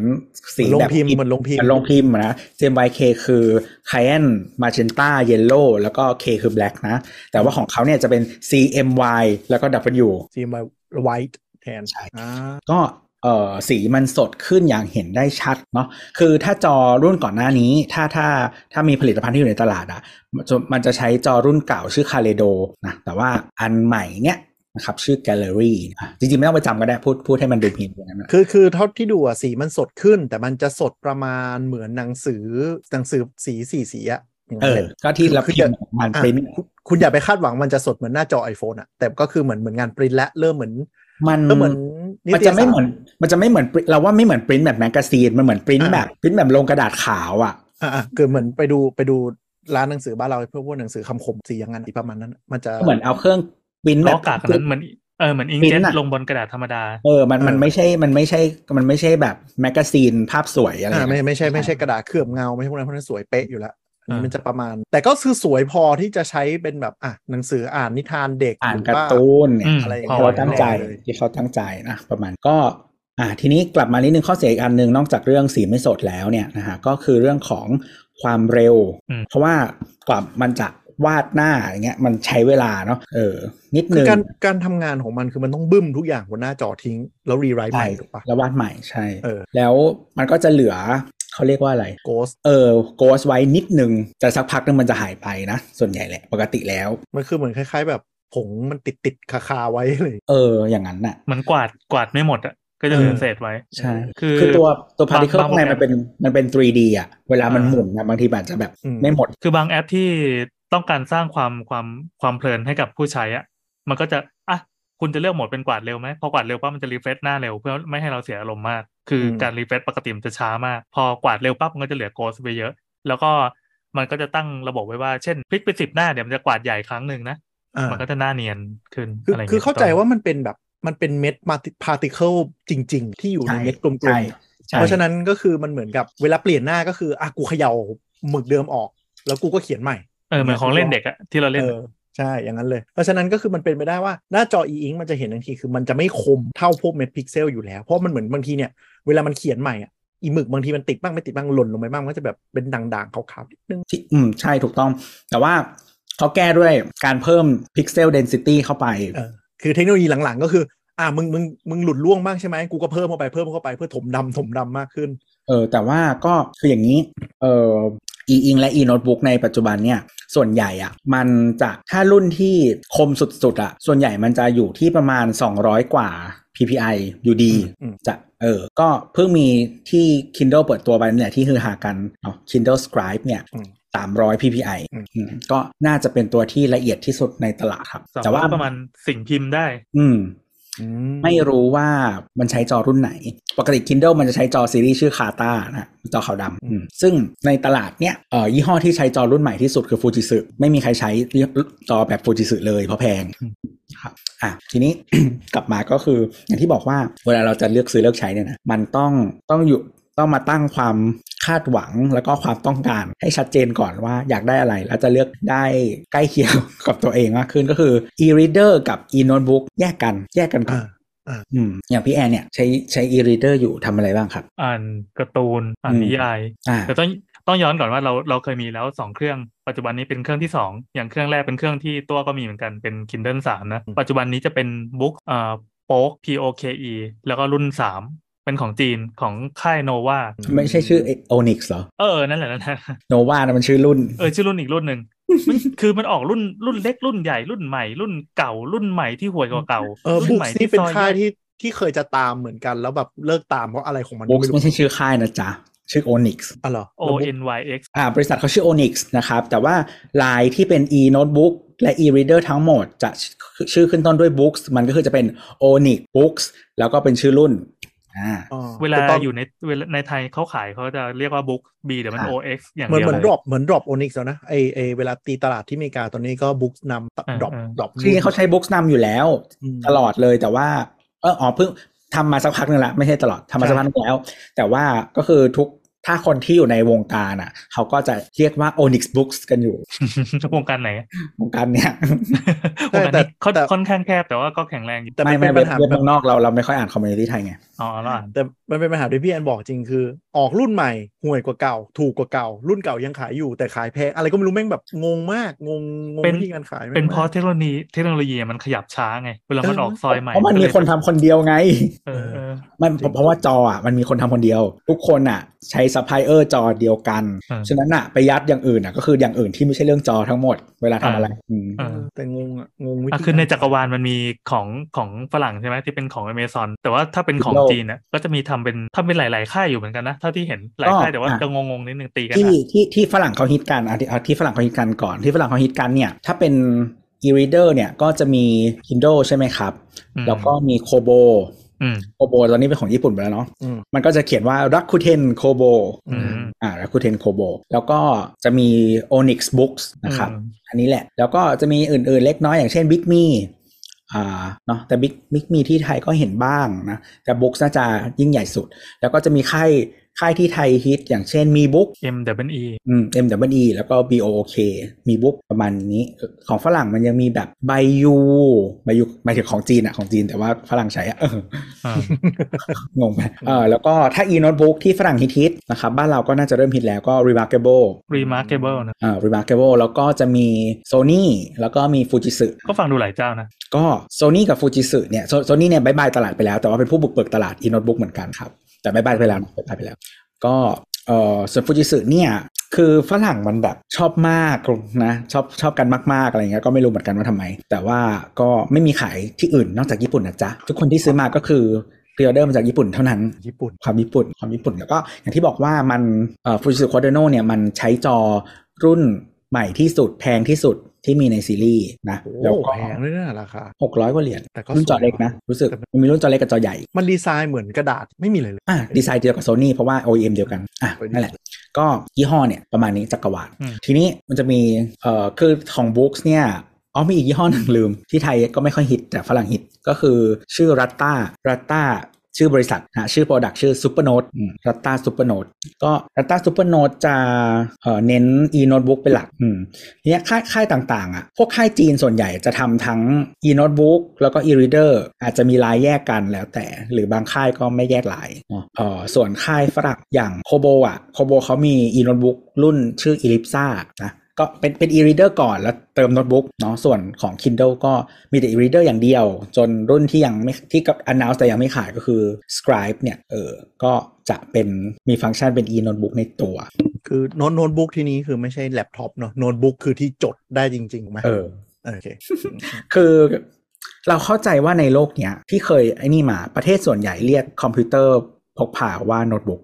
[SPEAKER 2] สี
[SPEAKER 3] ลง
[SPEAKER 2] แบบ
[SPEAKER 3] พิมพ์เหมือนลงพิม
[SPEAKER 2] มั
[SPEAKER 3] พ์
[SPEAKER 2] นลงพิมพ์นะ CMYK คือ Cyan Magenta Yellow แล้วก็ K คือ Black นะ แต่ว่าของเขาเนี่ยจะเป็น CMY แล้วก็ W
[SPEAKER 3] สีมาไวท์แทน
[SPEAKER 2] ใช่
[SPEAKER 3] อ่า
[SPEAKER 2] ก็เออสีมันสดขึ้นอย่างเห็นได้ชัดเนาะคือถ้าจอรุ่นก่อนหน้านี้ ถ้าถ้าถ้ามีผลิตภัณฑ์ที่อยู่ในตลาดอะมันจะมันจะใช้จอรุ่นเก่าชื่อคาเลโดนะแต่ว่าอันใหม่เนี้ยนะครับชื่อแกลเลอรี่ะจริงๆ ไม่ต้องไปจำก็ได้พูดพูดให้มันดูพิมพ์อย่างนั้นนะ
[SPEAKER 3] คือคือเท่าที่ดูอ่ะสีมันสดขึ้น แต่มันจะสดประมาณเหมือนหนังสือหนังสือสีสีสีอ่ะอย่าง
[SPEAKER 2] เอ
[SPEAKER 3] นั้น
[SPEAKER 2] อ
[SPEAKER 3] แหละ
[SPEAKER 2] ก็ที่เราพิมพ์มัน
[SPEAKER 3] อ่ะ
[SPEAKER 2] เป็น
[SPEAKER 3] คุณคุณอย่าไปคาดหวังมันจะสดเหมือนหน้าจอ iPhone อะแต่ก็คือเหมือนเหมือนงานปริ้นและเริ่มเหมือน
[SPEAKER 2] มัน
[SPEAKER 3] ก็เหมือนนิตย
[SPEAKER 2] มัน
[SPEAKER 3] สาร
[SPEAKER 2] จะไม่เหมือน มันจะไม่เหมือน print- เราว่าไม่เหมือนปริ้นแบบแมกกาซีนมันเหมือนปริ้นแบบปริ้นแบบลงกระดาษขาวอ่ะ
[SPEAKER 3] อ่าคือเหมือนไปดูไปดูร้านหนังสือบ้านเราเพื่อพวกหนังสือคำคมสีอย่างนั้นอีกประมาณนั้น มันจะ
[SPEAKER 2] เหมือนเอาเครื่องปริ้นแบ
[SPEAKER 4] ล้อบ กากนั้นเหมือนเออเหมือนอิงเจ็
[SPEAKER 2] print อะ
[SPEAKER 4] ลงบนกระดาษธรรมดา
[SPEAKER 2] เออมันมัน
[SPEAKER 3] เออ
[SPEAKER 2] ไม่ใช่มันไม่ใช่มันไม่ใช่แบบแมกกาซีนภาพสวยอะไร
[SPEAKER 3] อ่าไม่
[SPEAKER 2] อย่างเงี้ย
[SPEAKER 3] ไม่ใช่ไม่ใช่กระดาษเคลือบเงาไม่ใช่พวกนั้นพวกนั้นสวยเป๊ะอยู่แล้วอันนี้
[SPEAKER 4] อ่ามั
[SPEAKER 3] มันจะประมาณ แต่ก็คือสวยพอที่จะใช้เป็นแบบอ่ะหนังสืออ่านนิทานเด็ก
[SPEAKER 2] อ่าน
[SPEAKER 3] ห
[SPEAKER 2] การ์
[SPEAKER 3] ว่
[SPEAKER 2] ตูนเนี่ย
[SPEAKER 4] อืม
[SPEAKER 3] อะไรอย่ง
[SPEAKER 4] พ
[SPEAKER 3] งี้
[SPEAKER 4] อย
[SPEAKER 2] ที่เขาตั้งใจ
[SPEAKER 3] เลย
[SPEAKER 2] ที่เขาตั้งใจนะประมาณก็อ่าทีนี้กลับมานิดนึงข้อเสียอีกอันหนึ่งนอกจากเรื่องสีไม่สดแล้วเนี่ยนะฮะก็คือเรื่องของความเร็ว
[SPEAKER 4] อืม
[SPEAKER 2] เพราะว่ากว่ามันจะวาดหน้าอย่างเงี้ยมันใช้เวลาเนาะเออ นิด
[SPEAKER 3] คือ
[SPEAKER 2] นึง
[SPEAKER 3] การการทำงานของมันคือมันต้องบึ้มทุกอย่างบนหน้าจอทิ้ง แล้วรีไรท์ให
[SPEAKER 2] ใช่
[SPEAKER 3] ม่ถูกปะ
[SPEAKER 2] แล้ววาดใหม่ใช่
[SPEAKER 3] เออ
[SPEAKER 2] แล้วมันก็จะเหลือเขาเรียกว่าอะไร
[SPEAKER 3] โกส
[SPEAKER 2] เออโกสไว้นิดนึงแต่สักพักนึงมันจะหายไปนะ ส่วนใหญ่แหละปกติแล้ว
[SPEAKER 3] มันคือเหมือนคล้าย ๆ แบบผงมันติดติดคาคาๆไว้เลย
[SPEAKER 2] เอออย่างนั้นน่ะ
[SPEAKER 4] เหมือนกวาดกวาดไม่หมดอ่ะก็จะเหลือเศษไว้
[SPEAKER 2] ใช่
[SPEAKER 4] คือ
[SPEAKER 2] คือตัวตัวพาร์ติเคิล
[SPEAKER 4] บาง
[SPEAKER 2] ข้างในมันเป็นมันเป็น 3D อ่ะ เวลามัน
[SPEAKER 4] อ่า
[SPEAKER 2] หมุนนะบางทีมันอาจจะแบบ
[SPEAKER 3] อืม
[SPEAKER 2] ไม่หมด
[SPEAKER 4] คือบางแอปที่ต้องการสร้างความความความเพลินให้กับผู้ใช้อ่ะมันก็จะอ่ะคุณจะเลือกโหมดเป็นกวาดเร็วไหมพอกวาดเร็วปั๊บมันจะรีเฟรชหน้าเร็วเพื่อไม่ให้เราเสียอารมณ์มาก คืออ
[SPEAKER 3] ม
[SPEAKER 4] การรีเฟรชปกติมันจะช้ามาก พอกวาดเร็วปั๊บมันก็จะเหลือโกสไปเยอะ แล้วก็มันก็จะตั้งระบบไว้ว่าเช่นพลิกไปสิบหน้าเดี๋ยวมันจะกวาดใหญ่ครั้งหนึ่งนะ
[SPEAKER 3] อ่า
[SPEAKER 4] มันก็จะหน้าเนียนขึ้น
[SPEAKER 3] คือ
[SPEAKER 4] อะไรย่ง
[SPEAKER 3] คือ
[SPEAKER 4] งี้ย
[SPEAKER 3] เข้าใจ
[SPEAKER 4] ป็นต้น
[SPEAKER 3] ว่ามันเป็นแบบมันเป็นเม็ดมาพาร์ติเคิลจริง ๆ ที่อยู่ใน
[SPEAKER 2] ใช่
[SPEAKER 3] เม็ดกลม
[SPEAKER 2] ใช่
[SPEAKER 3] ๆ เพราะฉะนั้นก็คือมันเหมือนกับเวลาเปลี่ยนหน้าก็คืออ่ะกูเขย่าหมึกเดิมออก แล้วกูก็เขียนใหม่
[SPEAKER 4] เออเหมือนของเล่นเด็กอะที่เราเล่น
[SPEAKER 3] เอ
[SPEAKER 4] อะ
[SPEAKER 3] อใช่อย่างนั้นเลย เพราะฉะนั้นก็คือมันเป็นไปได้ว่าหน้าจออีอิงมันจะเห็นทันทีคือมันจะไม่คมเท่าพวกเม็ดพิกเซลอยู่แล้ว เพราะมันเหมือนบางทีเนี่ยเวลามันเขียนใหม่อ่ะอีหมึกบางทีมันติดบ้างไม่ติดบ้างหล่นลงไปบ้างมันก็จะแบบเป็นด่างๆขาวๆนิดนึง
[SPEAKER 2] ที่อืมใช่ถูกต้อง แต่ว่าเขาแก้ด้วยการเพิ่มพิกเซลเดนซิตี้เข้าไป
[SPEAKER 3] เออคือเทคโนโลยีหลังๆ ก็คือ อ่ามึงมึงมึงหลุดล่วงบ้างใช่ไหมกูก็เพิ่มเข้าไปเพิ่มเข้าไปเพื่อถมดำถมดำมากขึ้น
[SPEAKER 2] เออแต่ว่าก็คืออย่างนี้เอออีอิงและอีโน้ตบุ๊กในปัจจุบันเนี่ยส่วนใหญ่อะมันจะถ้ารุ่นที่คมสุดๆอะส่วนใหญ่มันจะอยู่ที่ประมาณ 200 กว่า PPI อยู่ดี
[SPEAKER 3] อืม
[SPEAKER 2] จะเออก็เพิ่งมีที่ Kindle เปิดตัวไปเนี่ยที่ฮือหากันเนาะ Kindle Scribe เนี่ย
[SPEAKER 3] อืม
[SPEAKER 2] 300 PPI
[SPEAKER 3] อืม
[SPEAKER 2] อืมก็น่าจะเป็นตัวที่ละเอียดที่สุดในตลาดครับ
[SPEAKER 4] สามารถ
[SPEAKER 2] แต่ว่า
[SPEAKER 4] ประมาณสิ่งพิมพ์ได้
[SPEAKER 2] อืม
[SPEAKER 3] อื
[SPEAKER 2] ไม่รู้ว่ามันใช้จอรุ่นไหน ปกติ Kindle มันจะใช้จอซีรีส์ชื่อคาตานะจอขาวดำ
[SPEAKER 3] อืม
[SPEAKER 2] อืมซึ่งในตลาดเนี้ยเอ่อยี่ห้อที่ใช้จอรุ่นใหม่ที่สุดคือฟูจิสึไม่มีใครใช้จอแบบฟูจิสึเลยเพราะแพงครับอ่ะทีนี้ กลับมาก็คืออย่างที่บอกว่าเวลาเราจะเลือกซื้อเลือกใช้เนี่ยนะมันต้องต้องอยู่ต้องมาตั้งความคาดหวังแล้วก็ความต้องการให้ชัดเจนก่อนว่าอยากได้อะไร แล้วจะเลือกได้ใกล้เคียง กับตัวเองมากขึ้นก็คือ e-reader กับ e-notebook แยกกันแยกกันก่อน
[SPEAKER 3] อ่า
[SPEAKER 2] อืมอย่างพี่แอนเนี่ยใช้ใช้ e-reader อยู่ทำอะไรบ้างครับ
[SPEAKER 4] อ่านการ์ตูนอ่าน
[SPEAKER 2] อืม
[SPEAKER 4] นิยาย
[SPEAKER 2] อ่า
[SPEAKER 4] แต่ต้องต้องย้อนก่อนว่าเราเราเคยมีแล้วสองเครื่องปัจจุบันนี้เป็นเครื่องที่สองอย่างเครื่องแรกเป็นเครื่องที่ตัวก็มีเหมือนกันเป็น Kindle 3 นะ
[SPEAKER 3] อืม
[SPEAKER 4] ปัจจุบันนี้จะเป็นบุ๊กเอ่อโป๊ก P O K E แล้วก็รุ่น 3 เป็นของจีนของค่ายโนวา
[SPEAKER 2] ไม่ใช่ชื่อ Onyx เหรอ
[SPEAKER 4] เออ นั่นแหละนั่นแหละ
[SPEAKER 2] Nova นะมันชื่อรุ่น
[SPEAKER 4] เออชื่อรุ่นอีกรุ่นหนึ่งมันคือมันออกรุ่นรุ่นเล็กรุ่นใหญ่รุ่นใหม่รุ่นเก่ารุ่นใหม่ที่ห่วยกว่าเก่า
[SPEAKER 3] เออ
[SPEAKER 4] รุ่
[SPEAKER 3] บุ
[SPEAKER 4] น
[SPEAKER 3] ก
[SPEAKER 4] ใหม่
[SPEAKER 3] นี่เป็น
[SPEAKER 4] ซอ
[SPEAKER 3] ค่าย
[SPEAKER 4] แก
[SPEAKER 3] ที่ที่เคยจะตามเหมือนกันแล้วแบบเลิกตามเพราะอะไรของมันก็
[SPEAKER 2] Books
[SPEAKER 3] ไม่รู้
[SPEAKER 2] ไม่ใช่ชื่อค่ายนะจ๊ะ ชื่อ Onyx
[SPEAKER 3] อ๋อเหรอ
[SPEAKER 4] O
[SPEAKER 3] แล้วบุ๊ก
[SPEAKER 4] N Y X
[SPEAKER 2] อ่าบริษัทเขาชื่อ Onyx นะครับ แต่ว่าลายที่เป็น e-notebook และ e-reader ทั้งหมดจะชื่อขึ้นต้นด้วย books มันก็คือจะเป็น Onyx Books แล้วก็เป็นชื่อรุ่นอ่า
[SPEAKER 3] อ๋อ
[SPEAKER 4] เวลา
[SPEAKER 3] แต่ตน
[SPEAKER 4] อยู่ในเวลาในไทยเขาขายเขาจะเรียกว่าบุ๊กบีเดี๋ยวมัน
[SPEAKER 2] อ่ะ
[SPEAKER 4] OX อย่าง
[SPEAKER 3] เหมือน
[SPEAKER 4] เดียว
[SPEAKER 3] เหมือนด
[SPEAKER 4] เล
[SPEAKER 3] ร
[SPEAKER 4] ย
[SPEAKER 3] อปเหมือนดรอปโอนิกแล้วนะไอไอเวลาตีตลาดที่อเมริกาตอนนี้ก็บุ๊ก
[SPEAKER 4] อ่า
[SPEAKER 3] นำดรอป
[SPEAKER 4] อ่า
[SPEAKER 3] ดรอป
[SPEAKER 2] คือจริงๆเขาใช้ books นำอยู่แล้ว
[SPEAKER 3] ม
[SPEAKER 2] ตลอดเลยแต่ว่าเอออ๋อเพิ่งทำมาสักพักหนึ่งละไม่ใช่ตลอดทำมา
[SPEAKER 3] ใช่
[SPEAKER 2] สักพักหนึงแล้ว แต่ว่าก็คือทุกถ้าคนที่อยู่ในวงการอ่ะ เขาก็จะเรียกว่า Onyx Books กันอยู่
[SPEAKER 4] วงการไหน
[SPEAKER 2] วงการเนี้ย
[SPEAKER 4] วงการ
[SPEAKER 3] แต่
[SPEAKER 4] นี้ค่อน
[SPEAKER 3] แต่
[SPEAKER 4] ค่อนข้างแคบแต่ว่าก็แข็งแรงอยู่
[SPEAKER 3] แต่มั
[SPEAKER 2] ไม่
[SPEAKER 3] น
[SPEAKER 2] ไม่
[SPEAKER 3] เป็น
[SPEAKER 2] เว็
[SPEAKER 3] ปั
[SPEAKER 2] บ
[SPEAKER 3] ญหา
[SPEAKER 2] เว็บ
[SPEAKER 3] แบบ
[SPEAKER 2] เมืองนอกเราเราไม่ค่อยอ่านคอมมูนิตี้ไทยไง
[SPEAKER 4] อ๋อแล้วอ่าน
[SPEAKER 3] แต่มันเป็นปัญหาที่พี่แอนบอกจริงคือ ออกรุ่นใหม่ห่วยกว่าเก่า ถูกกว่าเก่า รุ่นเก่ายังขายอยู่แต่ขายแพงอะไรก็ไม่รู้แม่งแบบงงมากงงงงวิธีการขายแม่ง
[SPEAKER 4] เป็
[SPEAKER 3] ม
[SPEAKER 4] น
[SPEAKER 3] ก
[SPEAKER 4] เพราะเทคโนโลยีเทคโนโลยีมันขยับช้าไง เวลามัน
[SPEAKER 3] เออ
[SPEAKER 4] ออกซอยใหม่
[SPEAKER 2] เพราะมันมี
[SPEAKER 4] ก็เลย
[SPEAKER 2] คนทำคนเดียวไง
[SPEAKER 4] เออเออ
[SPEAKER 2] มัน
[SPEAKER 3] จริง
[SPEAKER 2] เพราะว่าจออ่ะมันมีคนทำคนเดียว ทุกคนอ่ะ ใช้ซัพพลายเออร์จอเดียวกัน
[SPEAKER 4] อ่า
[SPEAKER 2] ฉะนั้นอ่ะไปยัดอย่างอื่นอ่ะก็คืออย่างอื่นที่ไม่ใช่เรื่องจอทั้งหมด เวลาทำอะไร
[SPEAKER 4] อ่า
[SPEAKER 2] อืม
[SPEAKER 4] เออ
[SPEAKER 3] แต่งงอะงงวิธี
[SPEAKER 4] อ่ะคือในจักรวาลมันมีของของฝรั่งใช่ไหมที่เป็นของอเมซอนแต่ว่าถ้าเป็นของ
[SPEAKER 2] โลก
[SPEAKER 4] จีนน่ะก็จะมีทำเป็นทำเป็นหลาย ๆ ค่ายอยู่เหมือนกันนะเท่าที่เห็นหลายค่ายแต่ว่า
[SPEAKER 2] อ่ะ
[SPEAKER 4] จะงงๆนิดนึงตีกัน
[SPEAKER 2] ที่
[SPEAKER 4] อ่ะ
[SPEAKER 2] ที่ที่ฝรั่งเขาฮิตกันอ่ะที่อ่ะที่ฝรั่งเขาฮิตกันก่อนที่ฝรั่งเขาฮิตกันเนี่ย ถ้าเป็น e-reader เนี่ยก็จะมี Kindle ใช่ไหมครับ
[SPEAKER 4] อืม
[SPEAKER 2] แล้วก็มีโคโบ
[SPEAKER 4] อืม
[SPEAKER 2] โคโบตอนนี้เป็นของญี่ปุ่นไปแล้วเนาะ
[SPEAKER 3] อืม
[SPEAKER 2] มันก็จะเขียนว่า Rakuten Kobo
[SPEAKER 4] อืม
[SPEAKER 2] อ่า Rakuten Kobo แล้วก็จะมี Onyx Books นะครับ
[SPEAKER 4] อืม
[SPEAKER 2] อันนี้แหละ แล้วก็จะมีอื่นๆเล็กน้อยอย่างเช่น Big Me อ่าเนาะแต่ Big Big Me ที่ไทยก็เห็นบ้างนะ แต่ Books น่าจะยิ่งใหญ่สุด แล้วก็จะมีค่ายค่ายที่ไทยฮิตอย่างเช่นมีบุ๊ก
[SPEAKER 4] M W E
[SPEAKER 2] อืม M W E แล้วก็ B O O K มีบุ๊กประมาณนี้ ของฝรั่งมันยังมีแบบไบยูไบยูหมายถึงของจีนอะของจีนแต่ว่าฝรั่งใช้อะเอ อ
[SPEAKER 4] อ่า
[SPEAKER 2] งงไหมเออแล้วก็ถ้า e notebook ที่ฝรั่งฮิตๆนะครับ บ้านเราก็น่าจะเริ่มฮิตแล้วก็ remarkable
[SPEAKER 4] Remarkable นะ
[SPEAKER 2] อ่า remarkable แล้วก็จะมี sony แล้วก็มี fujitsu
[SPEAKER 4] ก็ฟังดูหลายเจ้านะ
[SPEAKER 2] ก็ sony กับ fujitsu เนี่ย sony เนี่ยบายบายตลาดไปแล้ว แต่ว่าเป็นผู้บุกเบิกตลาด e notebook เหมือนกันครับ แต่บายบายไปแล้วนะบายบายไปแล้ว ก็เออส่วน fujitsu เนี่ยคือฝรั่งมันแบบชอบมากนะชอบชอบกันมากๆอะไรเงี้ยก็ไม่รู้เหมือนกันว่าทำไม แต่ว่าก็ไม่มีขายที่อื่นนอกจากญี่ปุ่นนะจ๊ะทุกคนที่ซื้อมาก็คือพรีออเดอร์มาจากญี่ปุ่นเท่านั้น
[SPEAKER 3] ญี่ปุ่น
[SPEAKER 2] ความญี่ปุ่นความญี่ปุ่นแล้วก็อย่างที่บอกว่ามันฟูจิ s u ควอเดโนเนี่ยมันใช้จอรุ่นใหม่ที่สุดแพงที่สุดที่มีในซีรีส์นะ
[SPEAKER 3] โอ้
[SPEAKER 2] แล้วก็
[SPEAKER 3] แพงด้วยนะราคา
[SPEAKER 2] หกร้อยกว่าเหรียญ
[SPEAKER 3] แต่ก็
[SPEAKER 2] รุ่นจอ
[SPEAKER 3] สวย
[SPEAKER 2] เล็กนะ รู้สึก
[SPEAKER 3] แต่
[SPEAKER 2] มันมีรุ่นจอเล็กกับจอใหญ่
[SPEAKER 3] มันดีไซน์เหมือนกระดาษไม่มีเลยเลย
[SPEAKER 2] อ่ะดีไซน์เดียวกับโซนี่เพราะว่า OEM เดียวกันอ่ะ
[SPEAKER 3] โอ้ยดี
[SPEAKER 2] นั่นแหละ ก็ยี่ห้อเนี่ยประมาณนี้จักรวาล
[SPEAKER 4] อืม
[SPEAKER 2] ทีนี้มันจะมีเอ่อคือของ Books เนี่ยอ๋อมีอีกยี่ห้อหนึ่งลืม ที่ไทยก็ไม่ค่อยฮิตแต่ฝรั่งฮิตก็คือชื่อรัตตารัตตาชื่อบริษัทนะชื่อ Product ชื่อ Supernote รัตตา Supernote ก็รัตตา Supernote จะเอ่อเน้น e-notebook เป็นหลักอืมทีเนี้ยค่ายค่ายต่างๆอ่ะพวกค่ายจีนส่วนใหญ่จะทำทั้ง e-notebook แล้วก็ e-reader อาจจะมีลายแยกกันแล้วแต่ หรือบางค่ายก็ไม่แยกลายเนอะเอ่อส่วนค่ายฝรั่งอย่างโคโบอ่ะโคโบเขามี e-notebook รุ่นชื่อ Ellipsa นะ ก็เป็นเป็น e-reader ก่อนแล้วเติมโน้ตบุ๊กเนาะส่วนของ Kindle ก็มีแต่ e-reader อย่างเดียว จนรุ่นที่ยังไม่ที่กับ announce แต่ยังไม่ขายก็คือ Scribe เนี่ยเออก็จะเป็นมีฟังก์ชันเป็น e-notebook ในตัว
[SPEAKER 3] คือโน้ตโน้ตบุ๊กที่นี้คือไม่ใช่แล็ปท็อปเนอะโน้ตบุ๊กคือที่จดได้จริงๆถูกไหม
[SPEAKER 2] เออ
[SPEAKER 3] โอเค
[SPEAKER 2] คือเราเข้าใจว่าในโลกเนี้ยที่เคยไอ้นี่มาประเทศส่วนใหญ่เรียกคอมพิวเตอร์พกพาว่าโน้ตบุ๊ก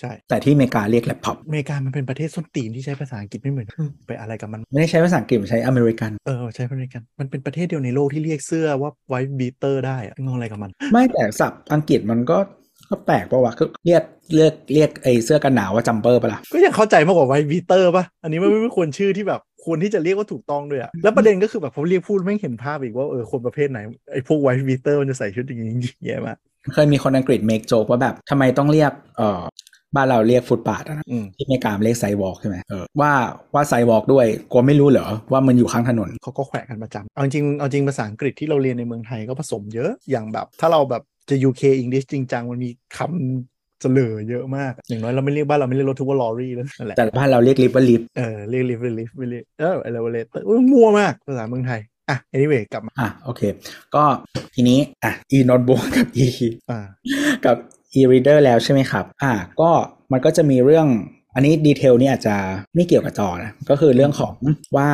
[SPEAKER 3] ใช่
[SPEAKER 2] แต่ที่อเมริกาเรียกแล็ปท็อป
[SPEAKER 3] อเมริกามันเป็นประเทศส้นตีนที่ใช้ภาษาอังกฤษไม่เหมือนไปอะไรกับมัน
[SPEAKER 2] ไม่ได้ใช้ภาษาอังกฤษใช้อเมริกัน
[SPEAKER 3] เออใช้ภาษาอังกฤษมันเป็นประเทศเดียวในโลกที่เรียกเสื้อว่าไวท์บีเตอร์ได้อะงงอะไรกับมัน
[SPEAKER 2] ไม่แต่ศัพท์อังกฤษมันก็ก็แปลกปะวะคือเรียกเรียกเรียกไอ้เสื้อกันหนาวว่าจัมเปอร์ปะล่ะ
[SPEAKER 3] ก็ยังเข้าใจมากกว่าไวบีเตอร์ป่ะ อันนี้มันไม่ไม่ควรชื่อที่แบบควรที่จะเรียกว่าถูกต้องด้วยอะแล้วประเด็นก็คือแบบพอเรียกพูดไม่งเห็นภาพอีกว่าเออคนประเภทไหนไอ้พวกไวบีเตอร์มันจะใส่ชุดอย่างนี้ แย่มาก
[SPEAKER 2] เคยมีคนอังกฤษ make joke ว่าแบบทำไมต้องเรียกเอ่อบ้านเราเรียกฟุตปาดนะ
[SPEAKER 3] อืม
[SPEAKER 2] ที่อเมริกามันเรียกไซวอล์กใช่ไหมเออว่าว่าไซวอล์กด้วยกลัวไม่รู้เหรอ ว่ามันอยู่ข้างถนน
[SPEAKER 3] เขาก็แขวะกันประจำเอาจริงเอาจริงภาษาอังกฤษที่เราเรียนในเมืองไทยก็ผสมเยอะอย่างแบบ ถ้าเราแบบจะ UK English จริงจังมันมีคำเสลอเยอะมาก อย่างน้อยเราไม่เรียกบ้านเราไม่เรียกรถทุกว่าลอรี่แล้วนั่นแหละ
[SPEAKER 2] แต่บ้านเราเรียกลิฟต์ว่าลิฟต์
[SPEAKER 3] เออเรียกลิฟต์เรียกลิฟต์ไม่เรียกเอออะไรวะเลยเออมั่วมากภาษาเมืองไทยอ่ะ anyway กลับมา
[SPEAKER 2] อ่ะโอเค ก็ทีนี้อ่ะ e notebook กับ e
[SPEAKER 3] อ่า
[SPEAKER 2] กับ e reader แล้วใช่ไหมครับ อ่ะก็มันก็จะมีเรื่องอันนี้ดีเทลนี่อาจจะไม่เกี่ยวกับจอนะ ก็คือเรื่องของว่า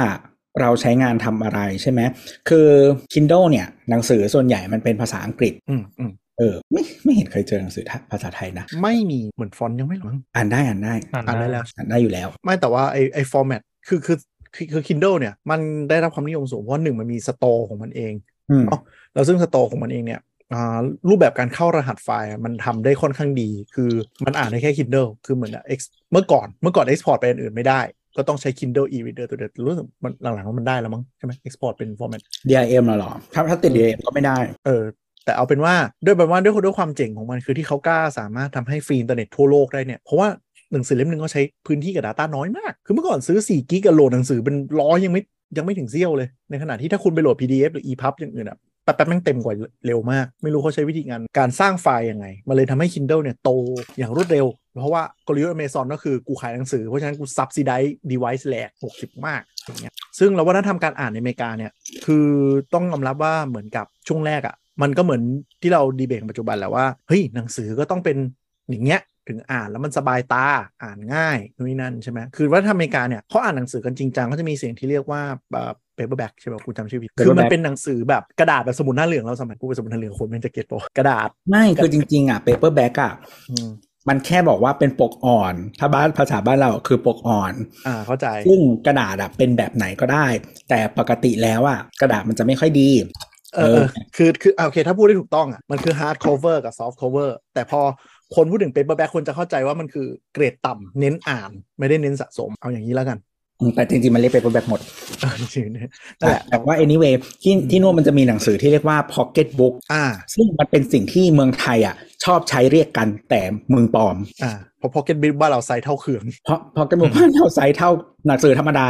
[SPEAKER 2] เราใช้งานทำอะไรใช่ไหมคือ Kindle เนี่ยหนังสือส่วนใหญ่มันเป็นภาษาอังกฤษ
[SPEAKER 3] อืมอืม
[SPEAKER 2] เออไม่ไม่เห็นเคยเจอหนังสือภาษาไทยนะ
[SPEAKER 3] ไม่มีเหมือนฟอนต์ยังไม่หรอมั้ง
[SPEAKER 2] อ่านได้อ่านได้
[SPEAKER 4] อ่าน
[SPEAKER 3] อ่านได้แล้ว
[SPEAKER 2] อ่านได้อยู่แล้ว
[SPEAKER 3] ไม่แต่ว่าไอไอฟอร์แมตคือคือคือคือ Kindle เนี่ย มันได้รับความนิยมสูง เพราะหนึ่งมันมีสตอร์ของมันเอง
[SPEAKER 2] อืม
[SPEAKER 3] อ๋อ แล้วซึ่งสตอร์ของมันเองเนี่ยอ่ารูปแบบการเข้ารหัสไฟล์อะมันทำได้ค่อนข้างดี คือมันอ่านได้แค่ Kindle คือเหมือนอะ ex- เมื่อก่อนเมื่อก่อน export ไปอันอื่นไม่ได้ ก็ต้องใช้ Kindle e-reader ตัวเดียวรู้สึกมันหลังๆว่ามันได้แล้วมั้งใช่ไหม export เป็น format
[SPEAKER 2] DRM เหรอถ้าถ้าติด DRM ก็ไม่ได้
[SPEAKER 3] เออแต่เอาเป็นว่าด้วยแบบว่าด้วยด้วยความเจ๋งของมันคือที่เขากล้าสามารถทำให้ฟรีอินเทอร์เน็ตทั่วโลกได้เนี่ย เพราะว่าหนังสือเล่มหนึ่งเขาใช้พื้นที่กับ Data น้อยมาก คือเมื่อก่อนซื้อ 4 กิกะโหลดหนังสือเป็นร้อยยังไม่ยังไม่ถึงเซี่ยวเลย ในขณะที่ถ้าคุณไปโหลด PDF หรือ EPUB อย่างอื่นอ่ะแป๊บๆแม่งเต็มกว่าเร็วมาก ไม่รู้เขาใช้วิธีงานการสร้างไฟล์ยังไงมันเลยทำให้ Kindle เนี่ยโตอย่างรวดเร็ว เพราะว่ากลยุทธ์ Amazon ก็คือกูขายหนังสือเพราะฉะนั้นกู subsidize device แหลก60 มากอย่างเงี้ยซึ่งเราวัฒนธรรมการอ่านในอเมริกาเนี่ย คือต้องยอมรับว่าเหมือนกับช่วงแรกอะ่ะ มันก็เหมือนที่เราดีเบตกันปัจจุบันแหละว่า เฮ้ย หนังสือก็ต้องเป็นอย่างเงี้ยถึงอ่านแล้วมันสบายตาอ่านง่ายนู่นนนั่นใช่ไหมคือว่าถ้าอเมริกาเนี่ยเขาอ่านหนังสือกันจริงจังก็จะมีเสียงที่เรียกว่าแบบเปเปอร์แบ็กใช่ไหมคุณจำชื่อผิดคือมัน
[SPEAKER 2] paperback
[SPEAKER 3] เป็นหนังสือแบบกระดาษแบบสมุดหน้าเหลืองเราสมัยกูเป็นสมุดหน้าเหลืองคนแม่งจะเก็ตปะวะกระดาษ
[SPEAKER 2] ไม่คือจริงๆอ่ะ paperback อ่ะ
[SPEAKER 3] อืม
[SPEAKER 2] มันแค่บอกว่าเป็นปกอ่อน ถ้าบ้านภาษาบ้านเราคือปกอ่อน
[SPEAKER 3] อ่าเข้าใจ
[SPEAKER 2] ซึ่งกระดาษอะเป็นแบบไหนก็ได้ แต่ปกติแล้วอะกระดาษมันจะไม่ค่อยดี
[SPEAKER 3] เออเออคือคืออ่ะโอเค ถ้าพูดได้ถูกต้องอ่ะมันคือ hard cover กับ soft cover แต่พอคนพูดถึง paperback คนจะเข้าใจว่ามันคือเกรดต่ำเน้นอ่าน ไม่ได้เน้นสะสมเอาอย่างนี้แล้ว กัน
[SPEAKER 2] แต่จริงๆ มันเรียกเปเปอร์แบ็กหมด
[SPEAKER 3] เออจริงๆเนี่ยนั่นแหละ
[SPEAKER 2] แต่ว่า anyway ที่ที่นู่นมันจะมีหนังสือที่เรียกว่า pocket book
[SPEAKER 3] อ่า
[SPEAKER 2] ซึ่งมันเป็นสิ่งที่เมืองไทยอ่ะชอบใช้เรียกกันแต่เมืองปลอม
[SPEAKER 3] อ่าเพราะ pocket book บ้านเราไซส์เท่าเขื่อน
[SPEAKER 2] เพราะ pocket book บ้านเราไซส์เท่าหนังสือธรรมดา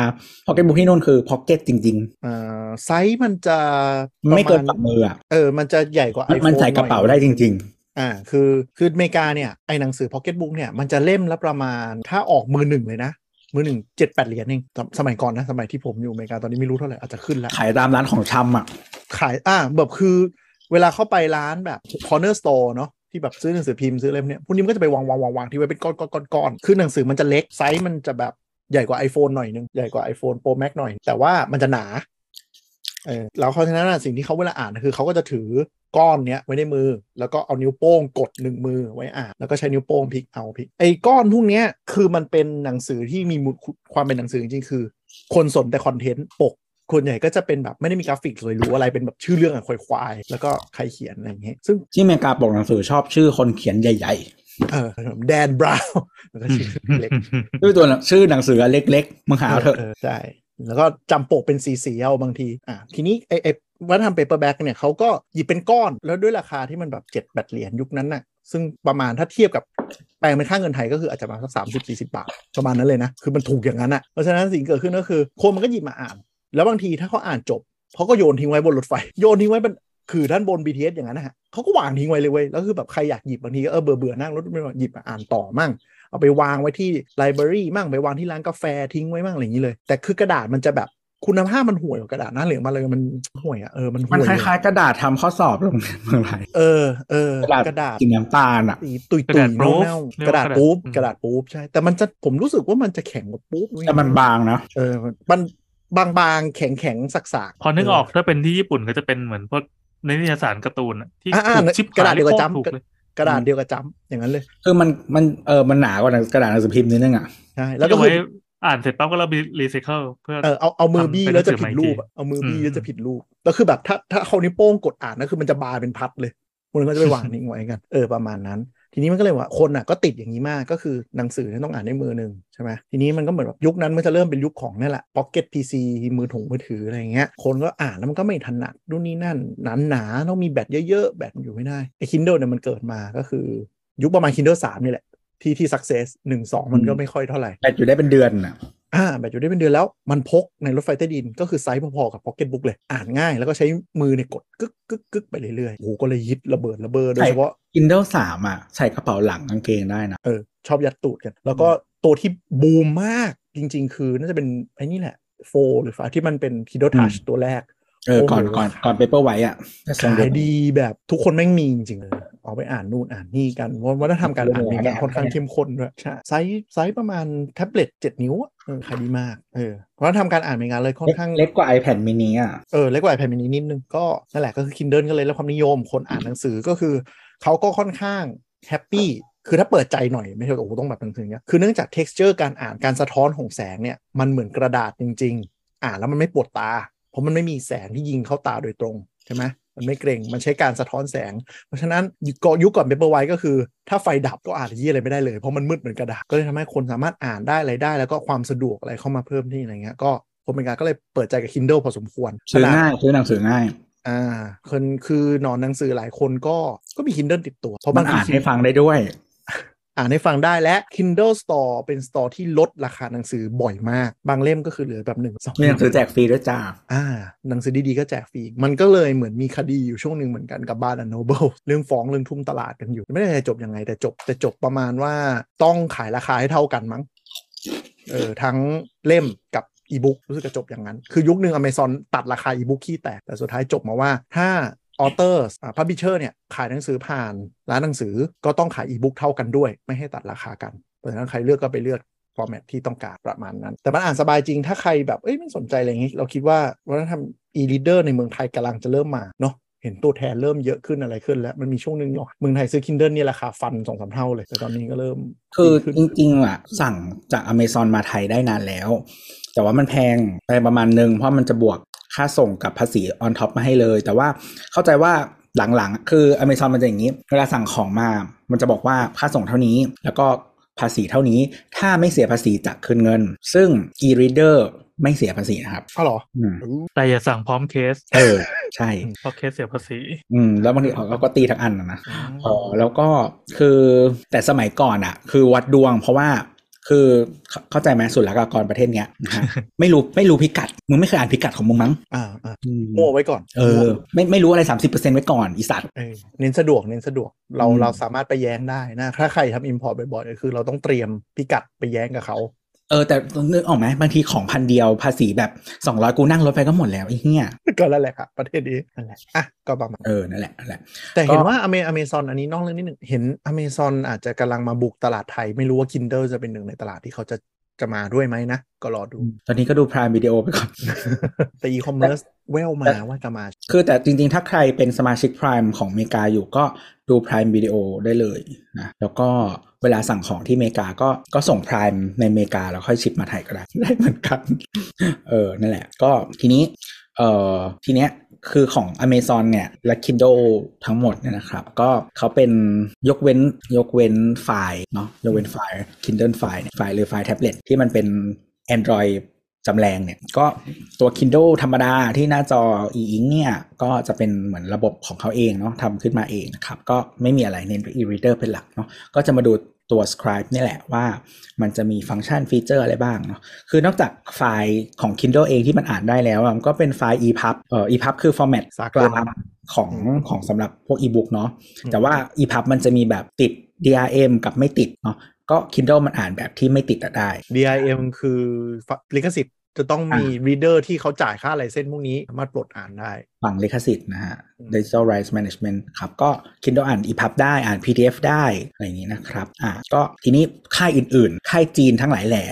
[SPEAKER 2] pocket book ที่นู่นคือ pocket จริง
[SPEAKER 3] อ่าไซส์มันจะ
[SPEAKER 2] ๆ ไม่เกิน
[SPEAKER 3] ป
[SPEAKER 2] ฝ่า
[SPEAKER 3] ระาณ
[SPEAKER 2] มืออ่ะ
[SPEAKER 3] เออมันจะใหญ่กว่า iPhone
[SPEAKER 2] มันใส่กระเป๋า
[SPEAKER 3] หน่อย
[SPEAKER 2] ได้จริง
[SPEAKER 3] อ่าคือคืออเมริกาเนี่ยไอหนังสือพ็อกเก็ตบุ๊กเนี่ยมันจะเล่มละประมาณถ้าออกมือหนึ่งเลยนะ มือหนึ่งเจ็ดแปดเหรียญเองสมสมัยก่อนนะ สมัยที่ผมอยู่อเมริกาตอนนี้ไม่รู้เท่าไหร่อาจจะขึ้นแล้ว
[SPEAKER 2] ๆ ขายตามร้านของชำอ่ะ
[SPEAKER 3] ขายอ่าแบบคือเวลาเข้าไปร้านแบบ corner store เนาะที่แบบซื้อหนังสือพิมพ์ซื้อเล่มเนี่ยพวกนี้มันก็จะไปวางวางวางวางที่ไว้เป็นก้อนก้อนก้อนก้อนคือหนังสือมันจะเล็กไซส์มันจะแบบใหญ่กว่า iPhone หน่อยนึงใหญ่กว่า iPhone Pro Max หน่อย แต่ว่ามันจะหนาเออแล้วเพราะฉะนั้นน่ะสิ่งที่เขาเวลาอ่านคือเขาก็จะถือ ก้อนเนี้ยไว้ในมือแล้วก็เอานิ้วโป้งกดหนึ่งมือไว้อ่านแล้วก็ใช้นิ้วโป้งพลิกเอาพลิกไอ้ก้อนพวกเนี้ยคือมันเป็นหนังสือที่มีมูลคุณความเป็นหนังสือจริงๆคือ คนสนแต่คอนเทนต์ปกคนใหญ่ก็จะเป็นแบบไม่ได้มีกราฟิกสวยหรูอะไรเป็นแบบชื่อเรื่องอ่ะควายๆแล้วก็ใครเขียนอะไรอย่างเงี้ยซึ่ง
[SPEAKER 2] ที่อเมริกาปกหนังสือชอบชื่อคนเขียนใหญ่
[SPEAKER 3] เออแดนบราวน์ แล้วก็ชื่อเล็ก
[SPEAKER 2] ๆด้วยตัวหนังชื่อหนังสือเล็กๆมึงหาเอาเถอะ
[SPEAKER 3] ใช่แล้วก็จำปกเป็นสีสีๆเอาบางทีอ่ะทีนี้ไอ้ไอ้วัฒนธรรมเปเปอร์แบ็กเนี่ยเขาก็หยิบเป็นก้อนแล้วด้วยราคาที่มันแบบเจ็ดแปดเหรียญยุคนั้นน่ะซึ่งประมาณถ้าเทียบกับแปลงเป็นค่าเงินไทยก็คืออาจจะประมาณสักสามสิบสี่สิบาท ประมาณนั้นเลยนะ คือมันถูกอย่างนั้นอ่ะเพราะฉะนั้นสิ่งเกิดขึ้นก็คือ คนมันก็หยิบมาอ่าน แล้วบางทีถ้าเขาอ่านจบเขาก็โยนทิ้งไว้บนรถไฟ โยนทิ้งไว้บนคือด้านบน BTS อย่างนั้นนะฮะเขาก็วางทิ้งไว้เลยเว้ยแล้วคือแบบใครอยากหยิบบางทีก็เออเบื่อเบื่อๆนั่งรถไม่หยิบมาอ่านต่อมั่ง เอาไปวางไว้ที่ไลบรารีมั่งไปวางที่ร้านกาแฟทิ้งไว้มั่งอะไรอย่างนี้เลย แต่คือกระดาษมันจะแบบคุณภาพมันห่วยกว่ากระดาษหน้าเหลืองมาเลยมันห่วยอ่ะเออมันห่วย
[SPEAKER 2] มันคล้ายๆ กระดาษทำข้อสอบโรงเรียนเมืองไทย
[SPEAKER 3] เออเออ
[SPEAKER 2] ระ
[SPEAKER 3] ก
[SPEAKER 2] ดาษ
[SPEAKER 3] กระดาษ
[SPEAKER 2] สีน้ำตาลอ่ะ
[SPEAKER 3] สีตุย
[SPEAKER 4] ก
[SPEAKER 3] ตุย
[SPEAKER 4] ระดาษ
[SPEAKER 3] เน่า
[SPEAKER 4] proof
[SPEAKER 3] เน่า
[SPEAKER 4] เรียกว่าก ก
[SPEAKER 3] ระ
[SPEAKER 4] ระ
[SPEAKER 3] ดา
[SPEAKER 4] ดา
[SPEAKER 3] ษ
[SPEAKER 4] ษ
[SPEAKER 3] ปู๊บ
[SPEAKER 4] อืม
[SPEAKER 3] กระดาษปู๊บใช่ แต่มันจะผมรู้สึกว่ามันจะแข็งกว่าปู๊บ
[SPEAKER 2] แต่มันบางนะ
[SPEAKER 3] เออมันบางๆแข็งแข็งๆสักๆ
[SPEAKER 4] พอนึกออกถ้าเป็นที่ญี่ปุ่นก็จะเป็นเหมือนพวกในนิตยสารการ์ตูนอะที่
[SPEAKER 3] อ่ะอ่ะ
[SPEAKER 4] ถูกชิป
[SPEAKER 3] กระดาษเดียวกับ
[SPEAKER 4] ข
[SPEAKER 3] จ้
[SPEAKER 4] ถูกเลย
[SPEAKER 3] ำกระดาษเดียวกับจ้ำอย่างนั้นเลย
[SPEAKER 2] คือมันมันเออมันหนากว่าหนังกระดาษหนังสือพิมพ์นิดนึงอ่ะ
[SPEAKER 3] ใช่แล้
[SPEAKER 4] แล้ว ว
[SPEAKER 3] ก็
[SPEAKER 4] ก็
[SPEAKER 3] คือ
[SPEAKER 4] ไว้อ่านเสร็จปั๊บก็เรารีไซเคิลเพื่อ
[SPEAKER 3] เออเอาเอามือ
[SPEAKER 4] ทำ
[SPEAKER 3] บี้
[SPEAKER 4] เป็น
[SPEAKER 3] แล้วจะ
[SPEAKER 4] หนังสื
[SPEAKER 3] ผิด
[SPEAKER 4] อ
[SPEAKER 3] รูป
[SPEAKER 4] ใหม่
[SPEAKER 3] อะเอามืออบี้
[SPEAKER 4] ม
[SPEAKER 3] แล้วจะผิดรูปแล้วคือแบบถ้าถ้าเขานิ้วโป้งกดอ่านนะคือมันจะบาเป็นพัดเลยมันก็จะไปวางนิ่งไว้กันเออประมาณนั้น ทีนี้มันก็เลยว่าคนอ่ะก็ติดอย่างนี้มากก็คือหนังสือเนี่ยต้องอ่านด้วยมือหนึ่งใช่ไหมทีนี้มันก็เหมือนแบบยุคนั้นมันจะเริ่มเป็นยุคของนี่แหละพ็อกเก็ตพีซีมือถงมือถืออะไรอย่างเงี้ยคนก็อ่านแล้วมันก็ไม่ถนัดนู่นนี่นั่นหนาหนาๆต้องมีแบตเยอะๆแบตมันอยู่ไม่ได้ไอ้คินเดิลเนี่ยมันเกิดมาก็คือ ยุคประมาณคินเดิลสามนี่แหละที่ที่สักเซสหนึ่งสองมันก็ไม่ค่อยเท่าไหร่
[SPEAKER 2] แต่อยู่ได้เป็นเดือนอ่ะ
[SPEAKER 3] อ่าแบตอยู่ได้เป็นเดือนแล้วมันพกในรถไฟใต้ดินก็คือไซส์พอๆกับพ็อกเก็ตบุ๊กเลย อ่านง่ายแล้วก็ใช้มือเนี่ยกดกึกกึกกึกไปเรื่อยๆโอ้โหก็เลยฮิตระเบิดระเบ้อโดยเฉพาะ
[SPEAKER 2] Kindle สามอ่ะ ใส่กระเป๋าหลังกางเกงได้นะ
[SPEAKER 3] เออชอบยัดตูดกัน แล้วก็ตัวที่บูมมากจริงๆ คือน่าจะเป็นไอ้นี่แหละโฟหรือฟ้าที่มันเป็น Kindle Touch ตัวแรก
[SPEAKER 2] เออ
[SPEAKER 3] โอ้โห
[SPEAKER 2] ก่อนก่อนก่อนเปเปอร์ไว้อ่ะแต่ทรง
[SPEAKER 3] ขาย
[SPEAKER 2] เดียว
[SPEAKER 3] ดีแบบทุกคนแม่งมีจริงๆเลยเอาไปอ่านนู่นอ่านนี่กันว่าวัฒนธรรมการอ่านมีการค่อนข้างเข้มข้นด้วยใช่ไซส์ไซส์ประมาณแท็บเล็ต7นิ้วอะเออขายดีมากเออวัฒนธรรมการอ่านมีการเลยค่อนข้าง
[SPEAKER 2] เล็กกว่า iPad mini อ่ะ
[SPEAKER 3] เออเล็กกว่า iPad mini นิดนึงก็นั่นแหละก็คือ Kindle ก็เลยแล้วความนิยมคนอ่านหนังสือก็คือเขาก็ค่อนข้างแฮปปี้คือถ้าเปิดใจหน่อยไม่ใช่ว่าโอ้โหต้องแบบหนังสืออย่างเนี้ยคือเนื่องจาก texture การอ่านการสะท้อนของแสงเนี่ย มันเหมือนกระดาษจริง ๆ อ่านแล้วมันไม่ปวดตา เพราะมันไม่มีแสงที่ยิงเข้าตาโดยตรงใช่ไหมมันไม่เกรงมันใช้การสะท้อนแสง เพราะฉะนั้นยุคก่อนเปเปอร์ไวก็คือ ถ้าไฟดับก็อ่านยี่อะไรไม่ได้เลย เพราะมันมืดเหมือนกระดาษก็เลยทำให้คนสามารถอ่านได้อะไรได้ แล้วก็ความสะดวกอะไรเข้ามาเพิ่มที่อะไรเงี้ยก็คนเป็นการก็เลยเปิดใจกับ Kindle พอสมควร
[SPEAKER 2] ซื้อง่ายซื้อหนังสือง่าย
[SPEAKER 3] อ่าคนคือหนอนหนังสือหลายคนก็ก็มี Kindle ติดตัว เพราะ
[SPEAKER 2] มั
[SPEAKER 3] บาน งที
[SPEAKER 2] อ่านให้ฟังได้ด้วย
[SPEAKER 3] อ่านให้ฟังได้และ Kindle Store เป็น Store ที่ลดราคาหนังสือบ่อยมาก บางเล่มก็คือเหลือแบบหนึ่งสอง
[SPEAKER 2] มีหนังสือแจกฟรีด้วยจ้า
[SPEAKER 3] อ่า หนังสือดี ๆ ก็แจกฟรี มันก็เลยเหมือนมีคดีอยู่ช่วงหนึ่งเหมือนกันกับบ้านอันโนเบิล เรื่องฟ้องเรื่องทุ่มตลาดกันอยู่ ไม่ได้จบยังไงแต่จบแต่จบประมาณว่าต้องขายราคาให้เท่ากันมั้งเออทั้งเล่มกับอีบุ๊กรู้สึกจะจบอย่างนั้น คือยุคหนึ่งอเมซอนตัดราคาอีบุ๊กขี้แตกแต่สุดท้ายจบมาว่าถ้า ออเตอร์อ่าพับบิเชอร์เนี่ย ขายหนังสือผ่านร้านหนังสือก็ต้องขายอีบุ๊กเท่ากันด้วย ไม่ให้ตัดราคากัน เพราะฉะนั้นใครเลือกก็ไปเลือก ฟอร์แมตที่ต้องการประมาณนั้น แต่มันอ่านสบายจริงถ้าใครแบบ เอ้ยไม่สนใจอะไรอย่างงี้ เราคิดว่าวัฒนธรรม e-reader ในเมืองไทยกำลังจะเริ่มมาเนาะ เห็นตัวแทนเริ่มเยอะขึ้นอะไรขึ้น แล้วมันมีช่วงหนึ่งหรอกเมืองไทยซื้อ Kindle เนี่ยราคาฟันสองสามเท่าเลยแต่ตอนนี้ก็เริ่ม
[SPEAKER 2] คือ
[SPEAKER 3] ขึ้น
[SPEAKER 2] จริงๆอะสั่งจากอเมซอนมาไทยได้นานแล้ว แต่ว่ามันแพงไปประมาณนึง เพราะมันจะบวกค่าส่งกับภาษีออนท็อปมาให้เลย แต่ว่าเข้าใจว่าหลังๆ คืออเมซอนมันจะอย่างนี้ เวลาสั่งของมา มันจะบอกว่าค่าส่งเท่านี้ แล้วก็ภาษีเท่านี้ ถ้าไม่เสียภาษีจะคืนเงิน ซึ่ง e-reader ไม่เสียภาษีนะครับ
[SPEAKER 3] อ้าวเหรอ
[SPEAKER 2] อืม
[SPEAKER 4] แต่อย่าสั่งพร้อมเคส
[SPEAKER 2] เออ ใช่
[SPEAKER 4] เพราะเคสเสียภาษี
[SPEAKER 2] อืมแล้วบางทีเราก็ตีทั้งอันนะนะ
[SPEAKER 3] อืม
[SPEAKER 2] เออแล้วก็คือแต่สมัยก่อนอ่ะ คือวัดดวงเพราะว่าคือเข้าเข้าใจไหมสุลกากรประเทศเนี้ยนะฮ ะ ไม่รู้ไม่รู้พิกัด มึงไม่เคยอ่านพิกัดของมึงมั้ง
[SPEAKER 3] อ่าอ่า
[SPEAKER 2] อืม
[SPEAKER 3] โง่ไว้ก่อน
[SPEAKER 2] เออ ไม่ไม่รู้อะไร 30%ไว้ก่อนอีสัตว์
[SPEAKER 3] เออเน้นสะดวกเน้นสะดวกเรา
[SPEAKER 2] อืม
[SPEAKER 3] เราสามารถไปแย้งได้นะถ้าใครทำ import บ่อยๆก็คือเราต้องเตรียมพิกัดไปแย้งกับเขา
[SPEAKER 2] เออแต่นึกออกไหมบางทีของพันเดียวภาษีแบบ 200 กูนั่งรถไปก็หมดแล้วไอ้เหี้ย
[SPEAKER 3] ก็แล้วแหละค่ะประเทศนี้นั่นแหละอ่ะก็ประมาณ
[SPEAKER 2] เออนั่นแหละนั่นแหละ
[SPEAKER 3] แต่
[SPEAKER 2] ก็
[SPEAKER 3] เห็นว่าอเมอเมซอนอันนี้นอกเรื่องนิดหนึ่งเห็นอเมซอนอาจจะกำลังมาบุกตลาดไทย ไม่รู้ว่า Kindle จะเป็นหนึ่งในตลาดที่เขาจะจะมาด้วยไหมนะ ก็รอดู
[SPEAKER 2] ตอนนี้ก็ดูพรามวิดีโอไปก่อน
[SPEAKER 3] แต่อีคอมเมิร์ซแววมาว่าจะมา
[SPEAKER 2] คือแต่จริงๆ ถ้าใครเป็นสมาชิก Prime ของอเมริกาอยู่ก็ดู Prime Video ได้เลยนะ แล้วก็เวลาสั่งของที่อเมริกาก็ก็ส่ง Prime ในอเมริกา แล้วค่อยชิปมาไทยก็ได้ ได้เหมือนกัน เออ นั่นแหละ ก็ทีนี้ เอ่อ ทีเนี้ยคือของ Amazon เนี่ย และ Kindle ทั้งหมดเนี่ยนะครับ ก็เขาเป็นยกเว้นยกเว้นไฟล์เนาะยกเว้นไฟล์ Kindle ไฟล์เนี่ยไฟล์หรือไฟล์แท็บเล็ตที่มันเป็น Android จำแรงเนี่ย ก็ตัว Kindle ธรรมดาที่หน้าจอ e-ink เนี่ย ก็จะเป็นเหมือนระบบของเขาเองเนาะทำขึ้นมาเองนะครับ ก็ไม่มีอะไรเน้น e-reader เป็นหลักเนาะก็จะมาดูตัว scribe นี่แหละว่ามันจะมีฟังก์ชันฟีเจอร์อะไรบ้างเนาะ คือนอกจากไฟล์ของ Kindle เองที่มันอ่านได้แล้วอะมันก็เป็นไฟล์ EPUB เอ่อ EPUB คือ format
[SPEAKER 3] สาก
[SPEAKER 2] ก
[SPEAKER 3] ล
[SPEAKER 2] ลางของของสำหรับพวก e-book เนาะ
[SPEAKER 3] อืม
[SPEAKER 2] แต่ว่า EPUB มันจะมีแบบติด DRM กับไม่ติดเนาะ ก็ Kindle มันอ่านแบบที่ไม่ติดอะได้
[SPEAKER 3] DIM คือลิขสิทธิ์จะต้องมี reader ที่เขาจ่ายค่าไลเซนส์พวกนี้สามารถปลดอ่านได้
[SPEAKER 2] ฝั่งลิขสิทธิ์นะฮะ
[SPEAKER 3] อืม
[SPEAKER 2] Digital Rights Management ครับ ก็ Kindle อ่าน EPUB ได้อ่าน PDF ได้อะไรอย่างนี้นะครับ อ่ะก็ทีนี้ค่ายอื่น ๆ ค่ายจีนทั้งหลายแหล่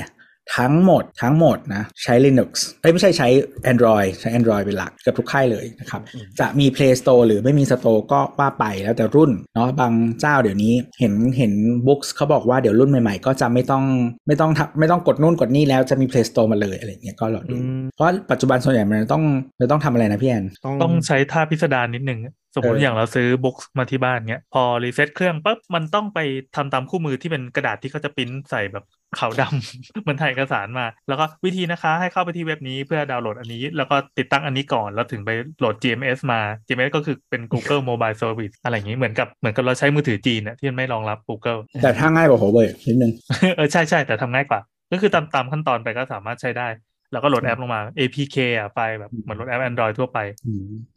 [SPEAKER 2] ทั้งหมดทั้งหมดนะใช้ Linux เอ้ยไม่ใช่ใช้ Android ใช้ Android เป็นหลักเกือบทุกค่ายเลยนะครับ
[SPEAKER 3] อืม
[SPEAKER 2] จะมี Play Store หรือไม่มี Store ก็ว่าไปแล้วแต่รุ่นเนาะบางเจ้าเดี๋ยวนี้เห็นเห็น Books เขาบอกว่าเดี๋ยวรุ่นใหม่ๆ ก็จะไม่ต้องไม่ต้องทำไม่ต้องกดนู่นกดนี่แล้วจะมี Play Store มาเลยอะไรอย่างเงี้ยก็รอดู
[SPEAKER 3] อืม
[SPEAKER 2] เพราะปัจจุบันส่วนใหญ่มันต้องมันต้องทำอะไรนะพี่แอน
[SPEAKER 4] ต้องใช้ท่าพิสดารนิดหนึ่งสมมติ
[SPEAKER 2] เออ
[SPEAKER 4] อ
[SPEAKER 2] อ
[SPEAKER 4] ย่างเราซื้อบุ๊กมาที่บ้านเนี้ยพอรีเซ็ตเครื่องปั๊บมันต้องไปทำตามคู่มือที่เป็นกระดาษที่เขาจะปริ้นใส่แบบขาวดำ เหมือนถ่ายเอกสารมา แล้วก็วิธีนะคะให้เข้าไปที่เว็บนี้เพื่อดาวน์โหลดอันนี้ แล้วก็ติดตั้งอันนี้ก่อนแล้วถึงไปโหลด GMS มา GMS ก็คือเป็น Google Mobile Service อะไรอย่างนี้เหมือนกับเหมือนกับเราใช้มือถือจีนน่ะที่มันไม่รองรับ Google
[SPEAKER 2] แต่ถ้าง่ายกว่าหัวเว่ยนิดนึง
[SPEAKER 4] เออใช่ใช่แต่ทำง่ายกว่า ก็คือตามตามขั้นตอนไปก็สามารถใช้ได้ แล้วก็โหลดแอปลงมา APK อ่ะไปแบบเหมือนโหลดแอป Android ทั่วไป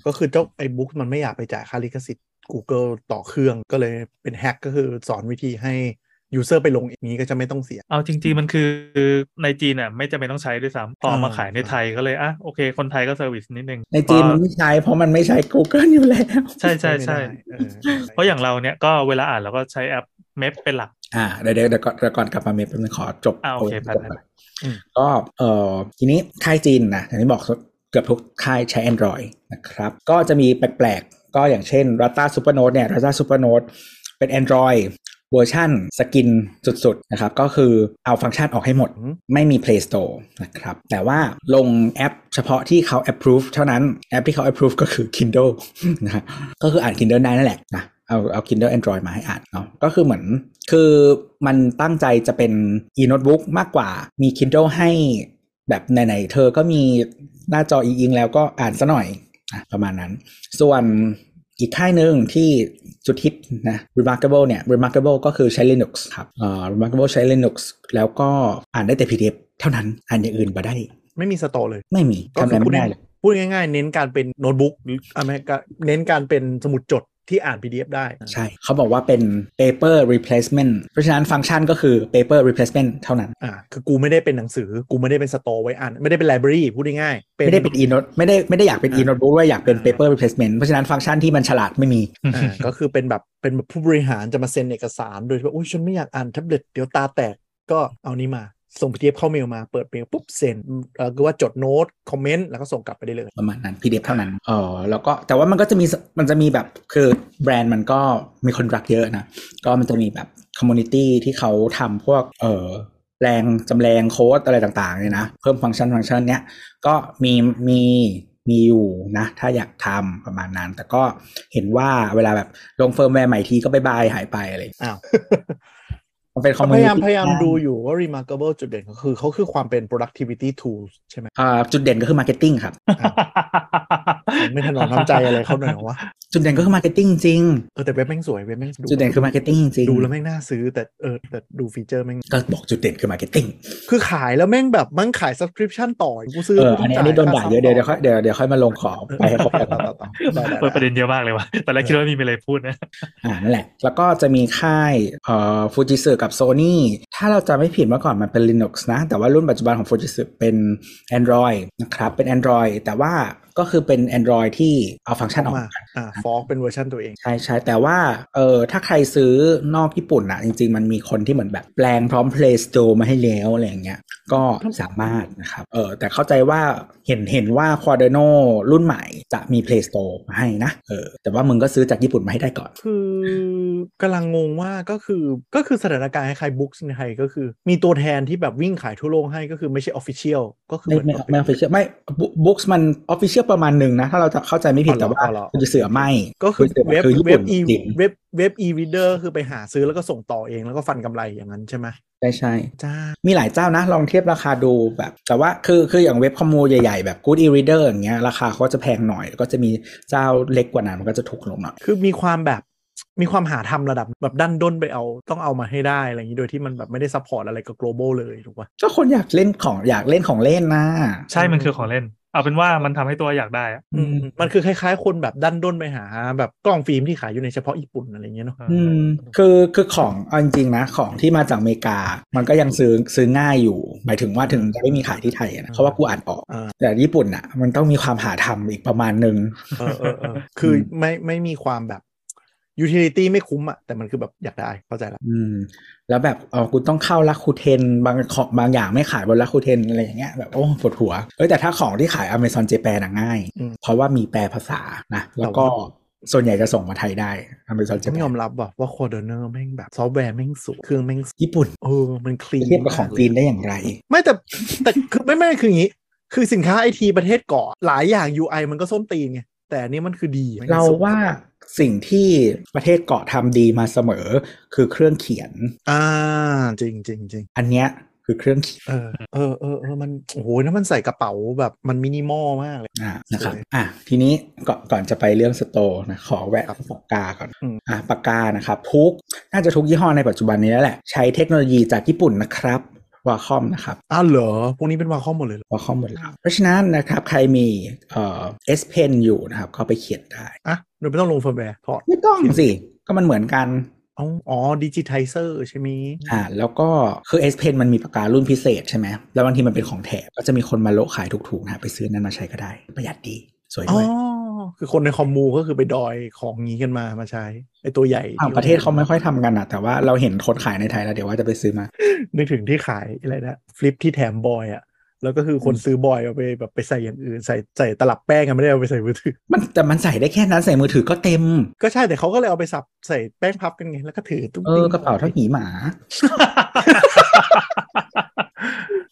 [SPEAKER 3] ก็คือเจ้าไอ้บุ๊กมันไม่อยากไปจ่ายค่าลิขสิทธิ์ Google ต่อเครื่องก็เลยเป็นแฮกก็คือสอนวิธีให้ยูเซอร์ไปลงอย่างนี้ก็จะไม่ต้องเสีย
[SPEAKER 4] เอาจริงๆ มันคือในจีนอ่ะไม่จำเป็นต้องใช้ด้วยซ้ำพอเอามา
[SPEAKER 3] อ่า
[SPEAKER 4] ขายในไทยก็เลยอ่ะโอเค คนไทยก็เซอร์วิสนิดนึง
[SPEAKER 2] ในจีนมัน
[SPEAKER 4] เพราะ
[SPEAKER 2] ไม่ใช้เพราะมันไม่ใช้ Google อยู่แล้ว
[SPEAKER 4] ใช่ใช่ใช่
[SPEAKER 3] ไม่ได้
[SPEAKER 4] เพราะอย่างเราเนี่ยก็เวลาอ่านเราก็ใช้แอปเมพเป็นหลัก
[SPEAKER 2] อ่าเดี๋ยวเดี๋ยวเดี๋ยวก่อนเดี๋ยวก่อนกลับมาเมย์เป็นงขอจบ
[SPEAKER 4] อ่าโอเค
[SPEAKER 2] าไว้
[SPEAKER 4] ผ่าน
[SPEAKER 2] ก่น
[SPEAKER 4] ผ่าน
[SPEAKER 3] อืม
[SPEAKER 2] ก็เอ่อทีนี้ค่ายจีนนะอย่างที่บอกเกือบทุกค่ายใช้ Android นะครับ ก็จะมีแปลกๆ ก็อย่างเช่น Rata Supernote เนี่ย Rata Supernote เป็น Android เวอร์ชั่นสกินสุดๆ นะครับ ก็คือเอาฟังก์ชันออกให้หมด
[SPEAKER 3] อืม
[SPEAKER 2] ไม่มี Play Store นะครับ แต่ว่าลงแอปเฉพาะที่เขา approve เท่านั้นแอปที่เขา approve ก็คือ Kindle นะฮะ ก็คืออ่าน Kindle ได้นั่นแหละนะเอาเอา Kindle Android มาให้อ่านเนาะก็คือเหมือนคือมันตั้งใจจะเป็น e-notebook มากกว่ามี Kindle ให้แบบไหนๆเธอก็มีหน้าจออีอิงแล้วก็อ่านซะหน่อยอ่ะประมาณนั้น ส่วนอีกค่ายหนึ่งที่สุดฮิตนะ Remarkable เนี่ย Remarkable ก็คือใช้ Linux ครับเอ่อ Remarkable ใช้ Linux แล้วก็อ่านได้แต่ PDF เท่านั้นอ่านอย่างอื่นมาได้
[SPEAKER 3] ไม่มีสตอเลย
[SPEAKER 2] ไม่มีทำอะไรไม่ได้เลย
[SPEAKER 3] พูดง่ายๆ เน้นการเป็นโน้ตบุ๊กหรืออเมริกาเน้นการเป็นสมุดจดที่อ่าน PDF ได้
[SPEAKER 2] ใช่ เขาบอกว่าเป็น paper replacement เพราะฉะนั้นฟังก์ชันก็คือ paper replacement เท่านั้น
[SPEAKER 3] อ่าคือกูไม่ได้เป็นหนังสือ กูไม่ได้เป็นสตอไว้อ่าน ไม่ได้เป็นไลบรารีพูดง่ายๆ
[SPEAKER 2] ไม่ได้เป็น e note ไม่ได้ไม่ได้อยากเป็น e note ด้วยอยากเป็น
[SPEAKER 3] อ่า
[SPEAKER 2] paper replacement เพราะฉะนั้นฟังก์ชันที่มันฉลาดไม่มี
[SPEAKER 3] อ่าก็คือเป็นแบบเป็นแบบผู้บริหารจะมาเซ็นเอกสาร โดยที่ว่าอุ้ยฉันไม่อยากอ่านแท็บเล็ตเดี๋ยวตาแตกก็เอานี้มา ส่ง PDF เข้าเมลมาเปิดเมลปุ๊บเซ็นเอ่อคือว่าจดโน้ตคอมเมนต์แล้วก็ส่งกลับไปได้เลย
[SPEAKER 2] ประมาณนั้น PDF เท่านั้น เออแล้วก็แต่ว่ามันก็จะมีสมันจะมีแบบคือแบรนด์มันก็มีคนรักเยอะนะ ก็มันจะมีแบบคอมมูนิตี้ที่เขาทำพวกเออแรงจำแรงโค้ดอะไรต่างๆเนี่ยนะ เพิ่มฟังก์ชันฟังก์ชันเนี้ยก็มีมีมีอยู่นะ ถ้าอยากทำประมาณนั้น แต่ก็เห็นว่าเวลาแบบลงเฟิร์มแวร์ใหม่ทีก็บายบายหายไปอะไรอย่างเงี้ย
[SPEAKER 3] อ้าว
[SPEAKER 2] มัน เป็นคอมมู
[SPEAKER 3] พ
[SPEAKER 2] นิ
[SPEAKER 3] ยายาม
[SPEAKER 2] ตี้
[SPEAKER 3] พ ยายามดูอยู่ว่า remarkable จุดเด่นก็คือเขาคือความเป็น productivity tools ใช่ไหม
[SPEAKER 2] อ่าจุดเด่นก็คือมาร์เก็ตติ้งครับ
[SPEAKER 3] ไม่ถนอมน้ำใจอะไรเขาหน่อยเหรอวะ
[SPEAKER 2] จุดเด่นก็คือมาร์เก็ตติ้งจริง
[SPEAKER 3] เออแต่เว็บแม่งสวยเว็บแม่ง
[SPEAKER 2] จุดเด่นคือมาร์เก็ตติ้งจริง
[SPEAKER 3] ดูแล้วแม่งน่าซื้อแต่เออแต่ดูฟีเจอร์แม่ง
[SPEAKER 2] ก็บอกจุดเด่นคือมาร์เก็ตติ้ง
[SPEAKER 3] คือขายแล้วแม่งแบบมั่งขาย subscription ต่อกูซื้อ
[SPEAKER 2] เออ
[SPEAKER 3] กู
[SPEAKER 2] อันนี้
[SPEAKER 3] จ่
[SPEAKER 2] อันนี้โดน
[SPEAKER 3] ค่
[SPEAKER 2] ด่าเยอะเดี๋ยวเดี๋ยว
[SPEAKER 3] ซั
[SPEAKER 2] ค่อ
[SPEAKER 3] บ
[SPEAKER 2] ยเดี๋ยวเดี๋ยวค่อยมาลงของไปให้ครบ
[SPEAKER 3] ต่อ
[SPEAKER 2] แล้ว
[SPEAKER 3] ต่
[SPEAKER 2] กั
[SPEAKER 3] อน ต่อต่อต่อ
[SPEAKER 4] เปิดประเด็ นเยอะมากเลยว่ะตอนแรกคิดว่าไม่มีอะไรพูดนะ
[SPEAKER 2] อ่านั่นแหละ แล้วก็จะมีค่ายเอ่อฟูจิสึกับโซ n y ถ้าเราจะไม่ผิดเมื่อก่อนมันเป็น Linux นะ แต่ว่ารุ่นปัจจุบันของฟูจิสึเป็น Android นะครับ เป็น Android แต่ว่าก็คือเป็น Android ที่เอาฟังก์ชันออก
[SPEAKER 3] มา
[SPEAKER 2] มา
[SPEAKER 3] อ่าฟอกเป็นเวอร์ชันตัวเอง
[SPEAKER 2] ใช่ใช่แต่ว่าเออถ้าใครซื้อนอกญี่ปุ่นอะจริง ๆ มันมีคนที่เหมือนแบบแปลงพร้อม Play Store มาให้แล้วอะไรอย่างเงี้ยก็สามารถนะครับเออแต่เข้าใจว่าเห็นเห็นว่า Quaderno รุ่นใหม่จะมี Play Store มาให้นะเออแต่ว่ามึงก็ซื้อจากญี่ปุ่นมาให้ได้ก่อน
[SPEAKER 3] คือกำลังงงว่าก็คือก็คือสถานการณ์คล้ายๆบุ๊กในไทยก็คือ มีตัวแทนที่แบบวิ่งขายทั่วโลกให้ก็คือไม่ใช่ official ก็คือ
[SPEAKER 2] ไม่ไม่ไม่ official ไม่บุ๊กมัน official ประมาณหนึ่งนะ ถ้าเราจะเข้าใจไม่ผิดแต่ว่าคุณจะเสือไม่
[SPEAKER 3] ก็คือเว็บ
[SPEAKER 2] คือญี่
[SPEAKER 3] เว็
[SPEAKER 2] ปุ่
[SPEAKER 3] บ
[SPEAKER 2] น
[SPEAKER 3] อี
[SPEAKER 2] จริง
[SPEAKER 3] เว็บเว็บอีวิเดอร์คือไปหาซื้อแล้วก็ส่งต่อเองแล้วก็ฟันกำไรอย่างนั้นใช่ไหม
[SPEAKER 2] ใช่ใช่
[SPEAKER 3] จ้า
[SPEAKER 2] มีหลายเจ้านะลองเทียบราคาดูแบบ แต่ว่าคือคืออย่างเว็บคอมมูใหญ่ๆ แบบ Good e-reader อย่างเงี้ยราคาเขาจะแพงหน่อย แล้วก็จะมีเจ้าเล็กกว่านั้นมันก็จะถูกลงหน่อย
[SPEAKER 3] คือมีความแบบมีความหาทำระดับแบบดันด้นไปเอาต้องเอามาให้ได้อะไรอย่างนี้โดยที่มันแบบไม่ได้ซัพพอร์ตอะไรกับ global เลยถูกปะ
[SPEAKER 2] ก็คนอยากเล่นของอยากเล่นของเล่นนะ
[SPEAKER 4] ใช่มันคือของเล่น เอาเป็นว่ามันทำให้ตัวอยากได้อะ
[SPEAKER 3] อืมมันคือคล้ายๆ คนแบบดันด้นไปหา แบบกล้องฟิล์มที่ขายอยู่ในเฉพาะญี่ปุ่นอะไรอย่างเงี้ยเนาะ
[SPEAKER 2] อืมคือคือของเอาจริงๆนะของที่มาจากอเมริกา มันก็ยังซื้อซื้อง่ายอยู่ หมายถึงว่าถึงจะไม่มีขายที่ไทยอะนะเพราะว่ากูอ่านออก
[SPEAKER 3] อ่า
[SPEAKER 2] แต่ญี่ปุ่นอ่ะมันต้องมีความหาทำอีกประมาณหนึ่ง
[SPEAKER 3] เออเออเออคือไม่ไม่มีความแบบ utility ไม่คุ้มอะแต่มันคือแบบอยากได้เข้าใจละ
[SPEAKER 2] อืมแล้วแบบเออกูต้องเข้าลักคูเทนบางของบางอย่างไม่ขายบนลักคูเทนอะไรอย่างเงี้ยแบบโอ้ปวดหัวเอ้ยแต่ถ้าของที่ขาย Amazon j a p a n อะง่าย
[SPEAKER 3] อืม
[SPEAKER 2] เพราะว่ามีแปลภาษานะแล้วก็
[SPEAKER 3] แต่ว่
[SPEAKER 2] ส่วนใหญ่จะส่งมาไทยได้ Amazon
[SPEAKER 3] ต้อง
[SPEAKER 2] Japan
[SPEAKER 3] ยอมรับว่าว่า Cordoner แม่งแบบซอฟต์แวร์แม่งสูงเครื่องแม่งสูง
[SPEAKER 2] ญี่ปุ่น
[SPEAKER 3] เออมันคลีน
[SPEAKER 2] เทียบกับของจีนได้อย่างไร
[SPEAKER 3] ไม่แต่แต่คือไม่ไม่คืออย่างนี้ คือสินค้าไอทีประเทศเก่อหลายอย่าง UI มันก็ส้นตีนไง แต่อันนี้มันคือดีมัน
[SPEAKER 2] เรา
[SPEAKER 3] สุด
[SPEAKER 2] ว่าสิ่งที่ประเทศเกาะทำดีมาเสมอคือเครื่องเขียน
[SPEAKER 3] อ่า จริงจริงจริง
[SPEAKER 2] อันเนี้ยคือเครื่องเขียน
[SPEAKER 3] เออเออเออเออมันโอ้โหนั่นมันใส่กระเป๋าแบบมันมินิมอลมากเลย
[SPEAKER 2] อ่านะครับ
[SPEAKER 3] สวย
[SPEAKER 2] อ่ะทีนี้ก่อนก่อนจะไปเรื่องสโตร์นะขอแวะ
[SPEAKER 3] ครับ
[SPEAKER 2] ปากกาก่อน
[SPEAKER 3] อืม
[SPEAKER 2] อ่ะปากกานะครับทุกน่าจะทุกยี่ห้อในปัจจุบันนี้แล้วแหละ ใช้เทคโนโลยีจากญี่ปุ่นนะครับวาคอมนะครับ
[SPEAKER 3] อ้าวเหรอ พวกนี้เป็นวาคอมหมดเลยเหรอ
[SPEAKER 2] วาคอมหมดแล้วเพราะฉะนั้นนะครับใครมีเอ่อเอสเพนอยู่นะครับก็ไปเขียนได้
[SPEAKER 3] อ่ะโดยไม่ต้องลงเฟิร์มแวร์ถอด
[SPEAKER 2] ไม่ต้องสิ ก็มันเหมือนกัน
[SPEAKER 3] เอาอ๋อดิจิไทเซอร์ใช่ไหมย
[SPEAKER 2] อ่าแล้วก็คือ S Pen มันมีปากการุ่นพิเศษใช่ไหมแล้วบางทีมันเป็นของแถมก็จะมีคนมาโละขายถูกๆนะไปซื้อนั้นมาใช้ก็ได้ ประหยัดดีสวย
[SPEAKER 3] อ๋
[SPEAKER 2] ด้
[SPEAKER 3] อ
[SPEAKER 2] วย
[SPEAKER 3] คือคนในคอมมูก็คือไปดอยของงี้กันมามาใช้ไอตัวใหญ่
[SPEAKER 2] ต่างประเทศเขาไม่ค่อยทำกันอ่ะแต่ว่าเราเห็นคนขายในไทยแล้วเดี๋ยวว่าจะไปซื้อมา
[SPEAKER 3] นึกถึงที่ขายอะไรนะฟลิปที่แถมบอยอะแล้วก็คือคนซื้อบอยเอาไปแบบไปใส่อย่างอื่นใส่ใส่ตลับแป้งกันไม่ได้เอาไปใส่มือถือ
[SPEAKER 2] มันแต่มันใส่ได้แค่นั้นใส่มือถือก็เต็ม
[SPEAKER 3] ก็ใช่แต่เขาก็เลยเอาไปสับใส่แป้งพับกันไง แล้วก็ถือตุ้ง
[SPEAKER 2] เอ
[SPEAKER 3] ติ้
[SPEAKER 2] อง กระเป๋าเท่าหมีหมา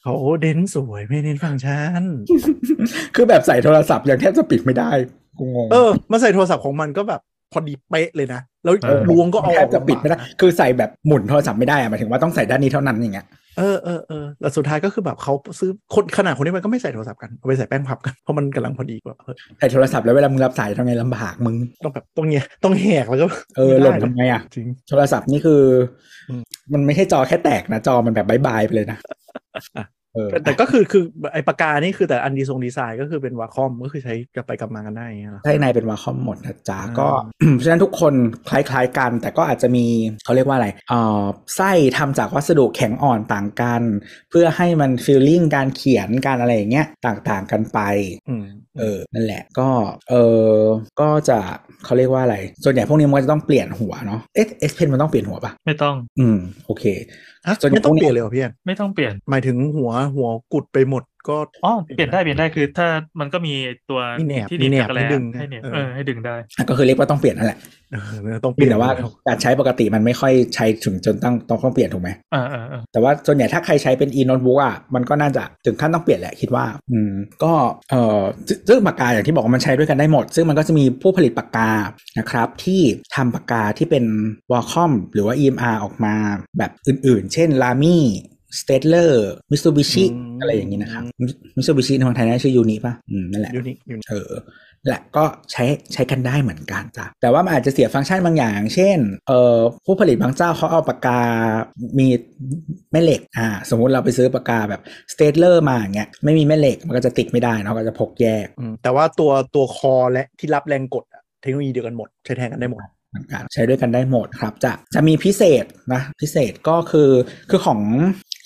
[SPEAKER 3] เขาเน้นสวยไม่เน้นฟังก์ชัน
[SPEAKER 2] คือแบบใส่โทรศัพท์ยังแทบจะปิดไม่ได้กูงง
[SPEAKER 3] เออมาใส่โทรศัพท์ของมันก็แบบพอดีเป๊ะเลยนะ แล้ว
[SPEAKER 4] เออ
[SPEAKER 3] ล้วงก็เอา
[SPEAKER 2] แท
[SPEAKER 3] ออบ ก
[SPEAKER 2] จะ
[SPEAKER 3] ลำบาก
[SPEAKER 2] ปิดไม่ได้
[SPEAKER 3] นะ
[SPEAKER 2] คือใส่แบบหมุนโทรศัพท์ไม่ได้อะหมายถึงว่าต้องใส่ด้านนี้เท่านั้นอย่างเงี้ย
[SPEAKER 3] เออเออเออแล้วสุดท้ายก็คือแบบเขาซื้อคนขนาดคนนี้มันก็ไม่ใส่โทรศัพท์กันเอาไปใส่แป้งพับกันเพราะมันกำลังพอดีแบบเออ
[SPEAKER 2] ใส่โทรศัพท์แล้วเวลามึงรับสายทำไงลำบากมึง
[SPEAKER 3] ต้องแบบต้องเงี้ยต้องแหกแล้วก็
[SPEAKER 2] เออหล่นทำไงอ่ะ
[SPEAKER 3] จริง
[SPEAKER 2] โทรศัพท์นี่คืออ
[SPEAKER 3] ม
[SPEAKER 2] มันไม่ใช่จอแค่แตกนะจอมันแบบบายบายไปเลยนะ เออ
[SPEAKER 3] แต่ก็คือคือไอปากกานี่คือแต่อันดีทรงดีไซน์ก็คือเป็นวาคอมก็คือใช้กลับไปกลับมากันได้อย่างเงี้ยเหรอ
[SPEAKER 2] ได้ในเป็นวาคอมหมดนะจ๊ะ
[SPEAKER 3] อ่า
[SPEAKER 2] ก็ เพราะฉะนั้นทุกคนคล้ายๆกัน แต่ก็อาจจะมีเขาเรียกว่าอะไรเอ่อไส้ทำจากวัสดุแข็งอ่อนต่างกัน เพื่อให้มันฟีลลิ่งการเขียนการอะไรอย่างเงี้ยต่างๆกันไป
[SPEAKER 3] อืม
[SPEAKER 2] เออ นั่นแหละ ก็ เออก็จะเขาเรียกว่าอะไร ส่วนใหญ่พวกนี้มันก็จะต้องเปลี่ยนหัวเนาะ เอ๊ะเอ็กเพนมันต้องเปลี่ยนหัวปะ
[SPEAKER 4] ไม่ต้อง
[SPEAKER 2] อืม โอเค
[SPEAKER 3] ฮะ
[SPEAKER 2] ส่วนใหญ่
[SPEAKER 3] ไม่ต้อง
[SPEAKER 2] พวกนี้
[SPEAKER 3] เปลี่ยนเลยเหรอพี่แอน
[SPEAKER 4] ไม่ต้องเปลี่ยน
[SPEAKER 3] หมายถึงหัวหัวกุดไปหมดก็
[SPEAKER 4] อ๋อเปลี่ยนได้เปลี่ยนได้คือ ถ้ามันก็มีตัว
[SPEAKER 3] มีแหนบ
[SPEAKER 4] ที่
[SPEAKER 3] มีแหนบ
[SPEAKER 4] กับ
[SPEAKER 3] ให้ดึง
[SPEAKER 4] ให้เนี่ย
[SPEAKER 3] เออ
[SPEAKER 4] เออให้ดึงได้
[SPEAKER 2] อ่ะก็คือเรียกว่าต้องเปลี่ยนนั่นแหละ
[SPEAKER 3] เออต้องเป
[SPEAKER 2] เพีย
[SPEAKER 3] ลี่
[SPEAKER 2] ง
[SPEAKER 3] ยน
[SPEAKER 2] แต่ว่าการใช้ปกติมันไม่ค่อยใช้ถึงจนต้องต้องต้องเปลี่ยนถูกไหม
[SPEAKER 4] อ่าอ่าอ่า
[SPEAKER 2] แต่ว่าส่วนใหญ่ถ้าใครใช้เป็น e n o t e book อ่ะ มันก็น่าจะถึงขั้นต้องเปลี่ยนแหละคิดว่า อืม ก็ เอ่อซึซึ่งปากกาอย่างที่บอกว่ามันใช้ด้วยกันได้หมด ซึ่งมันก็จะมีผู้ผลิตปากกา นะครับ ที่ทำปากกาที่เป็น Wacom หรือว่า EMR ออกมาแบบอื่นๆ เช่น Lamy Staedtler Mitsubishi
[SPEAKER 3] อืม
[SPEAKER 2] อะไรอย่างนี้นะครับ Mitsubishi ในเมืองไทยน่าชื่อยูนิป่ะ อืม นั่นแหละ
[SPEAKER 3] ยูนิยูนิ
[SPEAKER 2] เออและก็ใช้ใช้กันได้เหมือนกันจ้ะแต่ว่ามันอาจจะเสียฟังก์ชันบางอย่าง เช่นเอ่อผู้ผลิตบางเจ้าเขาเอาปากกา มีแม่เหล็กอ่าสมมุติเราไปซื้อปากกาแบบสเต t เลอร์มาอย่างเงี้ยไม่มีแม่เหล็กมันก็จะติดไม่ได้เนาะก็จะพกแยก
[SPEAKER 3] อืมแต่ว่าตัวตัวคอและที่รับแรงกดอะเทคโนโลยีเดียวกันหมด ใช้แทนกันได้หมด
[SPEAKER 2] เหมือนกันใช้ด้วยกันได้หมดครับจะจะมีพิเศษนะพิเศษก็คือคือของ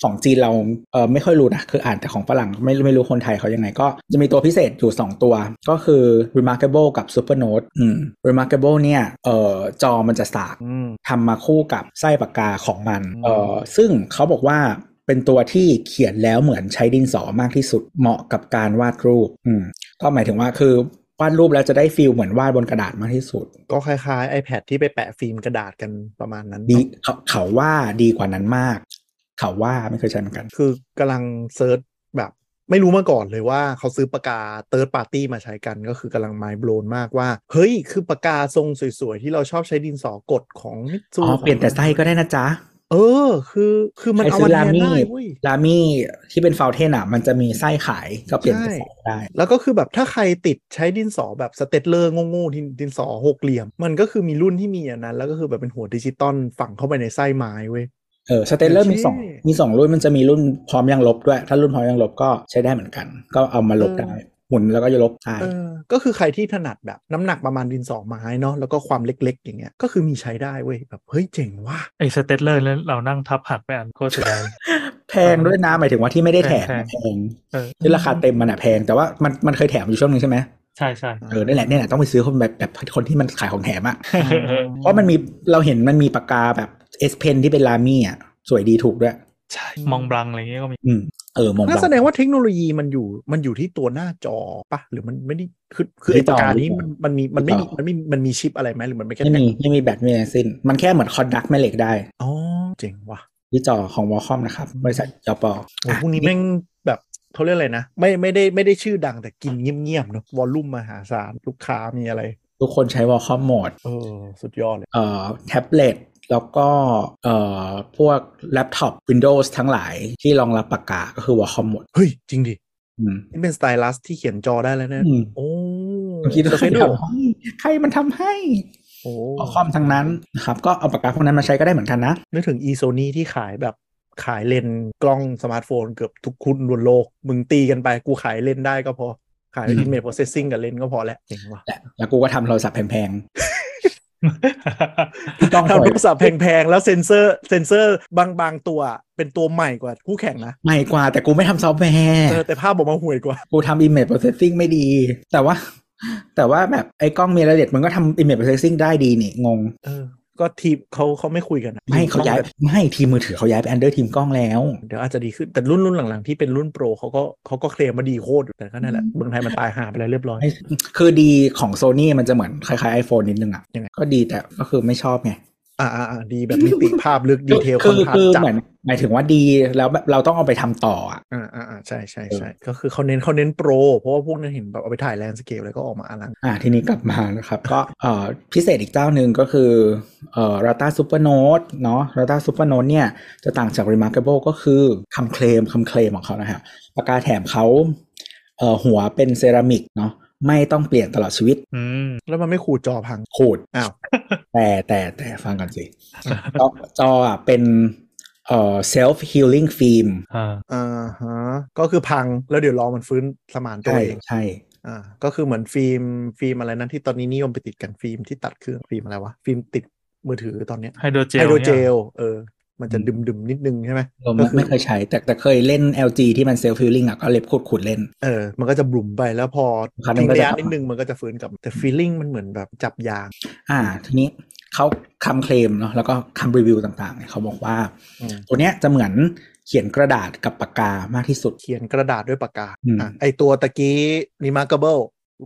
[SPEAKER 2] ของจีนเราเออไม่ค่อยรู้นะคืออ่านแต่ของฝรั่งไม่ไม่รู้คนไทยเขายังไง ก็จะมีตัวพิเศษอยู่ 2 ตัว ก็คือ remarkable กับ super note อืม remarkable เนี่ยเออจอมันจะสาก
[SPEAKER 3] อืม
[SPEAKER 2] ทำมาคู่กับไส้ปากกาของมัน
[SPEAKER 3] อืม
[SPEAKER 2] เออซึ่งเขาบอกว่าเป็นตัวที่เขียนแล้วเหมือนใช้ดินสอมากที่สุดเหมาะกับการวาดรูป อืม ก็หมายถึงว่าคือวาดรูปแล้วจะได้ฟีลเหมือนวาดบนกระดาษมากที่สุด
[SPEAKER 3] ก็คล้ายๆ iPad ที่ไปแปะฟิล์มกระดาษกันประมาณนั้น
[SPEAKER 2] ดีเขาเขาว่าดีกว่านั้นมาก เขาว่าไม่เคยใช้เหมือนกัน
[SPEAKER 3] คือกำลังเซิร์ชแบบไม่รู้มาก่อนเลยว่าเขาซื้อปากกาเติร์ดปาร์ตี้มาใช้กันก็คือกำลังไมล์โบลนมากว่า เฮ้ย คือปากกาทรงสวยๆ ที่เราชอบใช้ดินสอกดของมิตซู
[SPEAKER 2] อ๋อ เปลี่ยนแต่ไส้ก็ได้นะจ๊ะ
[SPEAKER 3] เออ คือคือมัน
[SPEAKER 2] ใคร
[SPEAKER 3] เอา
[SPEAKER 2] ซื้อ
[SPEAKER 3] มาแท
[SPEAKER 2] ลานมี่
[SPEAKER 3] ได้เว้ย
[SPEAKER 2] ลามี่ที่เป็นฟาวเทนอ่ะ มันจะมีไส้ขายก็เปลี่ยนเป็น
[SPEAKER 3] ใช่
[SPEAKER 2] ไส้ได้
[SPEAKER 3] แล้วก็คือแบบถ้าใครติดใช้ดินสอแบบสเตตเลอร์โง่ๆดินดินสอหกเหลี่ยม มันก็คือมีรุ่นที่มีอันนั้น แล้วก็คือแบบเป็นหัวดิจิตอลฝังเข้าไปในไส้ไม้เว้ย
[SPEAKER 2] เออสเตนเลอร์มีสอง
[SPEAKER 3] โอเค
[SPEAKER 2] มีสองรุ่นมันจะมีรุ่นพร้อมยังลบด้วย ถ้ารุ่นพร้อมยังลบก็ใช้ได้เหมือนกัน ก็เอามาลบได้หมุนแล้วก็จะลบได้
[SPEAKER 3] เออก็คือใครที่ถนัดแบบน้ำหนักประมาณดินสอไม้เนาะแล้วก็ความเล็กๆ อย่างเงี้ยก็คือมีใช้ได้เว้ยแบบเฮ้ยเจ๋งว่ะ
[SPEAKER 4] ไอ้สเตตเลอร์แล้วเรานั่งทับหักไปอ่านโคตรเสียดาย
[SPEAKER 2] แพงด้วยนะหมายถึงว่าที่ไม่ได้แถมนะ
[SPEAKER 4] แพง
[SPEAKER 2] แพง
[SPEAKER 4] เออ
[SPEAKER 2] ที่ราคาเต็มมันอะแพงแต่ว่ามันมันเคยแถมอยู่ช่วงหนึ่งใช่ไหม
[SPEAKER 4] ใช่ใช่
[SPEAKER 2] เออนั่นแหละเนี่ยแหละต้องไปซื้อคนแบบแบบคนที่มันขายของแถมอะ
[SPEAKER 4] เออ
[SPEAKER 2] เพราะมันมีเราเห็นมันมีปากกาแบบเอสเพนที่เป็นลามี่อะสวยดีถูกด้วย
[SPEAKER 4] ใช่มองบลังอะไรอย่างเงี้ยก็มี
[SPEAKER 2] อืมเออมอง
[SPEAKER 3] น่า
[SPEAKER 2] บาง
[SPEAKER 3] แสดงว่าเทคโนโลยีมันอยู่มันอยู่ที่ตัวหน้าจอปะหรือมันไม่ได้คือคือ
[SPEAKER 2] ไม่
[SPEAKER 3] ไอ้
[SPEAKER 2] ต่
[SPEAKER 3] ปา
[SPEAKER 2] อก
[SPEAKER 3] กานี้
[SPEAKER 2] ไม่
[SPEAKER 3] มัน
[SPEAKER 2] ต่อ
[SPEAKER 3] มันมีมันไม่มี
[SPEAKER 2] ไม่ต่อ
[SPEAKER 3] มันไม่มันมีชิปอะไรไหมหรือมันไม่แค่
[SPEAKER 2] ไม่มี
[SPEAKER 3] แค่
[SPEAKER 2] ไม่มีแบตไม่มีอะไรสิ้นมันแค่เหมือนคอนดักแม่เหล็กได้
[SPEAKER 3] อ๋อเจ๋งว่ะ
[SPEAKER 2] ที่จอของวอลคอมนะครับบริษัทจอปอ
[SPEAKER 3] โอ้พวกนี้แม่งแบบเขาเรียกอะไรนะ ไม่ไม่ได้ไม่ได้ชื่อดังแต่กินเงียบๆเนาะวอลลุ่มมหาศาลลูกค้ามีอะไร
[SPEAKER 2] ทุกคนใช้วอลคอมหมด
[SPEAKER 3] เออสุดยอดเลย
[SPEAKER 2] เอ่อแท็บเล็ตแล้วก็เอ่อพวกแล็ปท็อป Windows ทั้งหลายที่รองรับปากกาก็คือวอลคอมหมด
[SPEAKER 3] เฮ้ยจริงดิ
[SPEAKER 2] อืม
[SPEAKER 3] นี่เป็นสไตลัสที่เขียนจอได้แล้วนะ
[SPEAKER 2] อืม
[SPEAKER 3] โอ้
[SPEAKER 2] ผมคิดว่า
[SPEAKER 3] เซ
[SPEAKER 2] ใคร
[SPEAKER 3] นโด
[SPEAKER 2] ทำให้ใครมันทำให้
[SPEAKER 3] โอ้
[SPEAKER 2] วอลคอมทั้งนั้นนะครับก็เอาปากกาพวกนั้นมาใช้ก็ได้เหมือนกันนะ
[SPEAKER 3] นึกถึงอีโซนี่ที่ขายแบบขายเลนส์กล้องสมาร์ทโฟนเกือบทุกคุณบนโลก มึงตีกันไปกูขายเลนส์ได้ก็พอ ขาย
[SPEAKER 2] อืม
[SPEAKER 3] อินเมจโปรเซสซิ่งกับเลนส์ก็พอแล้วเจ๋งว่ะ
[SPEAKER 2] และแล้วกูก็ทำโทรศัพท์แพงๆที่ต้อง
[SPEAKER 3] ทำโทรศัพท์แพงๆ แล้วเซ็นเซอร์เซ็นเซอร์บางบางตัวเป็นตัวใหม่กว่าคู่แข่งนะ
[SPEAKER 2] ใหม่กว่าแต่กูไม่ทำซอฟต์แวร์
[SPEAKER 3] เออแต่ภาพบอกมาห่วยกว่า
[SPEAKER 2] กูทำ image processing ไม่ดี แต่ว่า แต่ว่าแบบไอ้กล้องเมลเด็ดมันก็ทำ image processing ได้ดีนี่งง
[SPEAKER 3] เออ ก็ทีมเขาเขาไม่คุยกันนะ
[SPEAKER 2] ไม่เขาย้ายไม่ทีมมือถือเขาย้ายไป under ทีมกล้องแล้ว
[SPEAKER 3] เดี๋ยวอาจจะดีขึ้นแต่รุ่นรุ่นหลังๆที่เป็นรุ่นโปรเขาก็เขาก็เคลมมาดีโคตรอยู่แต่ก็นั่นแหละเมืองไทยมันตายหาไปแล้วเรียบร้อย
[SPEAKER 2] ไม่คือดีของโซนี่มันจะเหมือนคล้ายๆ iPhone นิดนึงอ่ะ
[SPEAKER 3] ยังไง
[SPEAKER 2] ก็ดีแต่ก็คือไม่ชอบไง
[SPEAKER 3] อ่าอ่าอ่าดีแบบมิติภาพลึกดีเทลค
[SPEAKER 2] คื
[SPEAKER 3] อน
[SPEAKER 2] อ
[SPEAKER 3] ทราส
[SPEAKER 2] คือ
[SPEAKER 3] ต์จัด
[SPEAKER 2] เหมือนหมายถึงว่าดีแล้วแบบเราต้องเอาไปทำต่ออ่ะ
[SPEAKER 3] อ่าอ่าอ่าใช่ใช่
[SPEAKER 2] เออ
[SPEAKER 3] ใช่ก็คือเขาเน้นเขาเน้นโปร เพราะว่าพวกนั้นเห็นแบบเอาไปถ่ายแลนด์สเคปแล้วก็ออกมาอลัง
[SPEAKER 2] อ่ะทีนี้กลับมานะครับ ก็เอ่อพิเศษอีกเจ้าหนึ่งก็คือเอ่อ Rata Super Note เนาะ Rata Super Note เนี่ย จะต่างจาก Remarkable ก็คือคำเคลมคำเคลมของเขานะฮะปากกาแถมเขาเอ่อหัวเป็นเซรามิกเนาะไม่ต้องเปลี่ยนตลอดชีวิต
[SPEAKER 4] อืม
[SPEAKER 3] แล้วมันไม่ขูดจอพัง
[SPEAKER 2] ขูด
[SPEAKER 3] อ้าว
[SPEAKER 2] แต่แต่แต่ฟังก่อนสิ จอจออ่ะเป็น เอ่อ self healing film
[SPEAKER 4] อ่า
[SPEAKER 3] อ่าฮะก็คือพังแล้วเดี๋ยวรอมันฟื้นสมานตัว
[SPEAKER 2] ใช่
[SPEAKER 3] เอง
[SPEAKER 2] ใช่
[SPEAKER 3] อ่าก็คือเหมือนฟิล์มฟิล์มอะไรนั้นที่ตอนนี้นิยมไปติดกันฟิล์มที่ตัดเครื่องฟิล์มอะไรวะฟิล์มติดมือถือตอนเนี้ย
[SPEAKER 4] ไฮโดรเจล
[SPEAKER 3] ไฮโดรเจ
[SPEAKER 4] เนี่ย
[SPEAKER 3] ลเออ มันจะดึมๆนิดนึงใช่ไหม
[SPEAKER 2] เออไม่ไม่เคยใช้ แต่แต่เคยเล่น LG ที่มัน self healing อ่ะก็เล็บขูดขูดๆเล่น
[SPEAKER 3] เออ มันก็จะบุ่มไปแล้วพอ
[SPEAKER 2] ครับ
[SPEAKER 3] ทิ้ง
[SPEAKER 2] มันก็
[SPEAKER 3] ระ
[SPEAKER 2] จะ
[SPEAKER 3] ยะ
[SPEAKER 2] กลับมานิ
[SPEAKER 3] นิดนึงมันก็จะฟื้นกลับมาแต่ฟีลลิ่งมันเหมือนแบบจับยาง
[SPEAKER 2] อ่า ทีนี้เขาคำเคลมเนาะแล้วก็คำรีวิวต่างๆเนี่ยเขาบอกว่า
[SPEAKER 3] อืม
[SPEAKER 2] ตัวเนี้ยจะเหมือนเขียนกระดาษกับปากกามากที่สุด
[SPEAKER 3] เขียนกระดาษด้วยปากกา
[SPEAKER 2] อืม
[SPEAKER 3] อ่ะไอตัวตะกี้ remarkable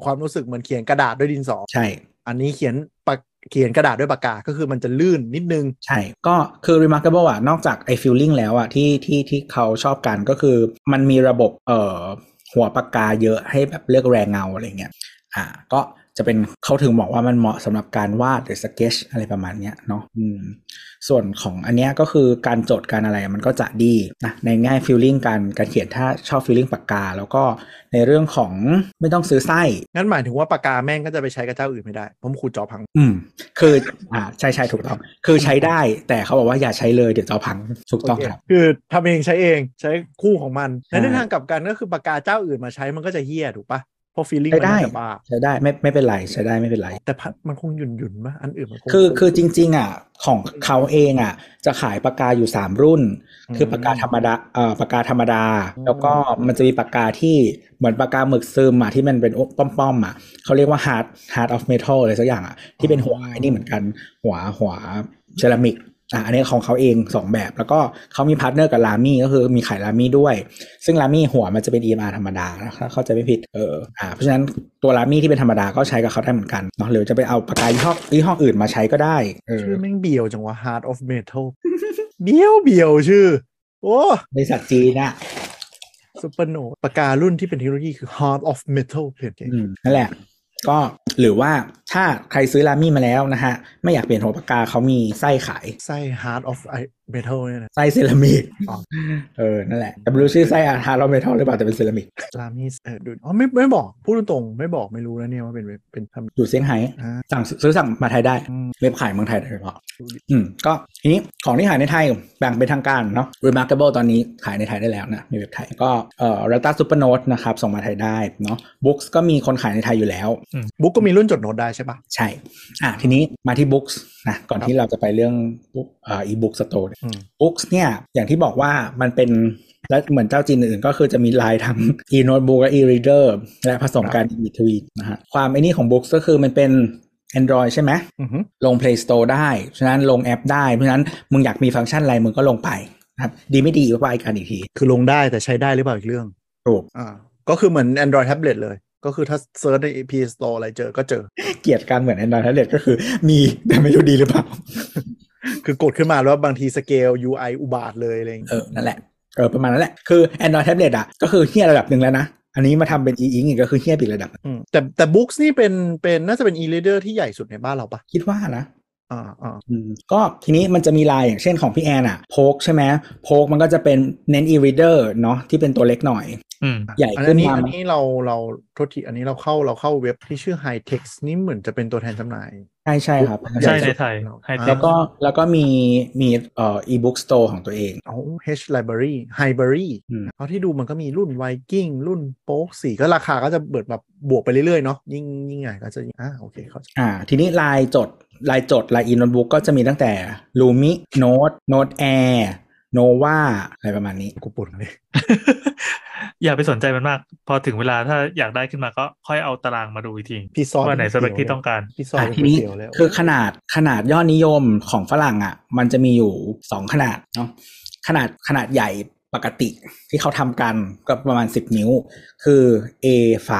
[SPEAKER 3] ความรู้สึกเหมือนเขียนกระดาษด้วยดินสอ
[SPEAKER 2] ใช่
[SPEAKER 3] อันนี้เขียนปากเขียนกระดาษด้วยปากกาก็คือมันจะลื่นนิดนึง
[SPEAKER 2] ใช่ ก็คือ remarkable อ่ะ นอกจากไอ้ feeling แล้วอ่ะที่ที่ที่เขาชอบกันก็คือ มันมีระบบเอ่อหัวปากกาเยอะให้แบบเลือกแรงเงาอะไรเงี้ยอ่า ก็จะเป็นเขาถึงบอกว่ามันเหมาะสำหรับการวาดหรือสเก t ชอะไรประมาณเนี้ยเนาะอืม ส่วนของอันเนี้ยก็คือการจดการอะไรมันก็จะดีนะในง่ายฟีลลิ่งการการเขียนถ้าชอบฟีลลิ่งปากกา แล้วก็ในเรื่องของไม่ต้องซื้อไส้
[SPEAKER 3] งั้นหมายถึงว่าปากกาแม่งก็จะไปใช้กับเจ้าอื่นไม่ได้เพราะมันขูดจอพัง
[SPEAKER 2] อืม คืออ่าใช่ใช่ถูกต้อง คือใช้ได้แต่เขาบอกว่าอย่าใช้เลยเดี๋ยวจะเอาพังถูกต้องครับ
[SPEAKER 3] คือทำเองใช้เองใช้คู่ของมัน
[SPEAKER 2] ใช่
[SPEAKER 3] และในทางกลับกันก็คือปากกาเจ้าอื่นมาใช้มันก็จะเฮี้ยถูกปะเพราะฟีลลิ่ง
[SPEAKER 2] ใช้
[SPEAKER 3] มัน
[SPEAKER 2] ได้
[SPEAKER 3] น่าจะบ้า
[SPEAKER 2] ใช้ได้ไม่ไม่เป็นไรใช้ได้ไม่เป็นไร
[SPEAKER 3] แต่พัดมันคงหยุ่นหยุ่นๆปะอันอื่นมันคง
[SPEAKER 2] คือคือจริง ๆ อ่ะ ของเขาเองอ่ะ จะขายปากกาอยู่ 3 รุ่น คือปากกาธรรมดาเอ่อปากกาธรรมดา แล้วก็มันจะมีปากกาที่เหมือนปากกาหมึกซึมอ่ะที่มันเป็นป้อมๆอ่ะเขาเรียกว่า hard hard of metal อะไรสักอย่างอ่ะที่เป็นหัวไอ้นี่เหมือนกันหัวหัวเซรามิกอ่ะอันนี้ของเขาเอง 2 แบบ แล้วก็เขามีพาร์ทเนอร์กับลามี่ก็คือมีขายลามี่ด้วย ซึ่งลามี่หัวมันจะเป็น EMR ธรรมดานะถ้าเข้าใจไม่ผิดเอออ่าเพราะฉะนั้นตัวลามี่ที่เป็นธรรมดาก็ใช้กับเขาได้เหมือนกันเนาะหรือจะไปเอาปากกายี่ห้อยี่ห้ออื่นมาใช้ก็ได้เออ
[SPEAKER 3] ชื่อแม่งเบียวจังวะ Heart of Metal เบียวเบียวชื่อ โอ้
[SPEAKER 2] บริษัทจีนอ่ะ
[SPEAKER 3] ซูเปอร์โนปากการุ่นที่เป็นเทคโนโลยีคือ Heart of Metal เปลี่ยนเอง
[SPEAKER 2] อืมนั่นแหละ ก็หรือว่าถ้าใครซื้อรามี่มาแล้วนะฮะ ไม่อยากเปลี่ยนหัวปากกาเขามีไส้ขาย
[SPEAKER 3] ไส้ Heart of I- Metal เนี่ยนะ
[SPEAKER 2] ไส้เซรามิก
[SPEAKER 3] อ๋อ
[SPEAKER 2] เออ นั่นแหละแต่ไม่รู้ชื่อไส้อะฮาร์ดเมทัลหรือเปล่าแต่เป็นเซรามิก
[SPEAKER 3] ลามิสเออดูอ๋อไม่ไม่บอก พูดตรงๆไม่บอกไม่รู้นะเนี่ยว่าเป็นเว็บเป็นทำ
[SPEAKER 2] อยู่เซี่ยงไฮ้
[SPEAKER 3] อ่า
[SPEAKER 2] สั่งซื้อสั่งมาไทยได้
[SPEAKER 3] อืม
[SPEAKER 2] เว็บขายเมืองไทยโดยเฉพาะอืม ก็ทีนี้ของที่ขายในไทยแบ่งเป็นทางการเนาะ Remarkable ตอนนี้ขายในไทยได้แล้วนะ มีเว็บไทย ก็เอ่อ Rata Supernote นะครับ ส่งมาไทยได้เนาะ Books ก็มีคนขายในไทยอยู่แล้ว
[SPEAKER 3] บุ๊กก็มีรุ่นจดโน้ตได้ใช่ปะ
[SPEAKER 2] ใช่ อ่ะทีนี้มาที่ Books นะ ก่อน
[SPEAKER 3] ครับ
[SPEAKER 2] ที่เราจะไปเรื่อง book เอ่อ e-book store เนี่ย
[SPEAKER 3] อืม
[SPEAKER 2] Books เนี่ย อย่างที่บอกว่ามันเป็น และเหมือนเจ้าจีนอื่นๆ ก็คือจะมีลายทั้ง e-notebook และ e-reader และผสมกันอีกทวีนะฮะ ความไอ้นี่ของ Books ก็คือมันเป็น Android ใช่ไหม
[SPEAKER 3] อือฮึ
[SPEAKER 2] ลง Play Store ได้ ฉะนั้นลงแอปได้ เพราะฉะนั้นมึงอยากมีฟังก์ชันอะไรมึงก็ลงไปนะครับ ดีไม่ดีก็ว่ากันอีกที
[SPEAKER 3] คือลงได้แต่ใช้ได้หรือเปล่าอีกเรื่อง
[SPEAKER 2] ถูก
[SPEAKER 3] อ่าก็คือเหมือน Android tablet เลย ก็คือถ้าเซิร์ชใน App Store อะไรเจอก็เจอ
[SPEAKER 2] เกลียดการเหมือน Android Tablet ก็คือมีแต่ไม่รู้ดีหรือเปล่า
[SPEAKER 3] คือกดขึ้นมาแล้วบางทีสเกล UI อุบาทเลยอะไรอย่างเงี้ย
[SPEAKER 2] เออ นั่นแหละ เออ ประมาณนั้นแหละ คือ Android Tablet อ่ะ ก็คือเฮี้ยระดับหนึ่งแล้วนะ อันนี้มาทำเป็นอีอิงอีกก็คือเฮี้ยไปอีกระดับ
[SPEAKER 3] อืมแต่แต่ Books นี่เป็นเป็นน่าจะเป็น e-reader ที่ใหญ่สุดในบ้านเราปะ
[SPEAKER 2] คิดว่านะ
[SPEAKER 3] อ่าอ่า
[SPEAKER 2] อืมก็ทีนี้มันจะมีลายอย่างเช่นของพี่แอนอะโพกใช่ไหมโพกมันก็จะเป็นเน้น e-reader เนาะที่เป็นตัวเล็กหน่อย
[SPEAKER 4] อืม
[SPEAKER 2] ใหญ่
[SPEAKER 3] อั
[SPEAKER 2] ขึ้น
[SPEAKER 3] นี้
[SPEAKER 2] มา
[SPEAKER 3] อันนี้เราเราโทษทีอันนี้เราเข้าเราเข้าเว็บที่ชื่อ High Text นี่เหมือนจะเป็นตัวแทนจำหน่าย
[SPEAKER 2] ใช่ใช่ครับ
[SPEAKER 4] ใช่
[SPEAKER 2] หญ่
[SPEAKER 4] ใน
[SPEAKER 2] สุด
[SPEAKER 4] ไทยไฮเท
[SPEAKER 2] แล้
[SPEAKER 4] คว
[SPEAKER 2] ก็แล้วก็มีมีเอ่อ e-book store ของตัวเอง
[SPEAKER 3] เอา H Library Highbury
[SPEAKER 2] อืม
[SPEAKER 3] เอาที่ดูมันก็มีรุ่นไวกิ้งรุ่นโป๊กสีก็ราคาก็จะเบิดแบบบวกไปเรื่อยๆเนาะยิ่งยิ่งใหญ่ก็จะยิ่งอ่าโอเคเข้าใจ
[SPEAKER 2] อ่าทีนี้ลายจดลายจดลายอินโนบุ๊กก็จะมีตั้งแต่ลูมิโนดโนดแอร์โนวาอะไรประมาณนี้
[SPEAKER 3] กูปวดเลย
[SPEAKER 4] อย่าไปสนใจมันมาก พอถึงเวลาถ้าอยากได้ขึ้นมาก็ค่อยเอาตารางมาดูอีกที
[SPEAKER 3] พี่ซอ
[SPEAKER 4] ว่าไหนสเปคที่ต้องการ
[SPEAKER 3] พี่ซอย
[SPEAKER 2] อ่ะ
[SPEAKER 3] เป็น
[SPEAKER 2] ที
[SPEAKER 3] ก๋ว
[SPEAKER 2] นี้
[SPEAKER 3] ยเตี๋ยวแล้ว
[SPEAKER 2] คือขนาดขนาดยอดนิยมของฝรั่งอ่ะ มันจะมีอยู่สองขนาดเนาะขนาดขนาดใหญ่ปกติที่เขาทำกันก็ประมาณ 10 นิ้ว คือ A5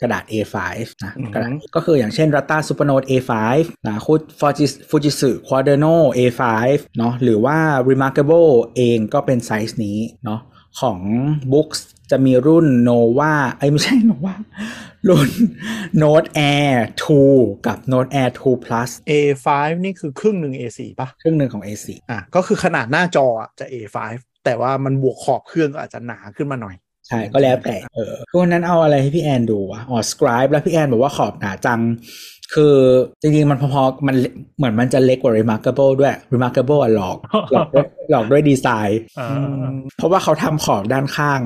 [SPEAKER 2] กระดาษ A5 นะกระดาษก็คืออย่างเช่น Rata Supernode A5 นะคุฟูจิฟูจิสึ Quaderno A5 เนาะหรือว่า Remarkable เองก็เป็นไซส์นี้เนาะของ Books จะมีรุ่น Nova ไอ้ยไม่ใช่ Nova รุ่น Note Air 2 กับ Note Air 2 Plus
[SPEAKER 3] เอ A5 นี่คือครึ่งหนึ่ง A4 ป่ะ
[SPEAKER 2] ครึ่งหนึ่งของ A4
[SPEAKER 3] อ่ะก็คือขนาดหน้าจออ่ะจะ A5 แต่ว่ามันบวกขอบเครื่องก็อาจจะหนาขึ้นมาหน่อย
[SPEAKER 2] ใช่ก็แล้วแต่เออคือวันนั้นเอาอะไรให้พี่แอนดูวะอ๋อสคริปแล้วพี่แอนบอกว่าขอบหนาจัง คือจริงๆมันพอๆมันเหมือนมันจะเล็กกว่า remarkable ด้วย remarkable อ่ะห ลอกหลอกด้วยหลอกด้วยดีไซน์
[SPEAKER 4] อ่า
[SPEAKER 2] เพราะว่าเขาทำขอบด้านข้าง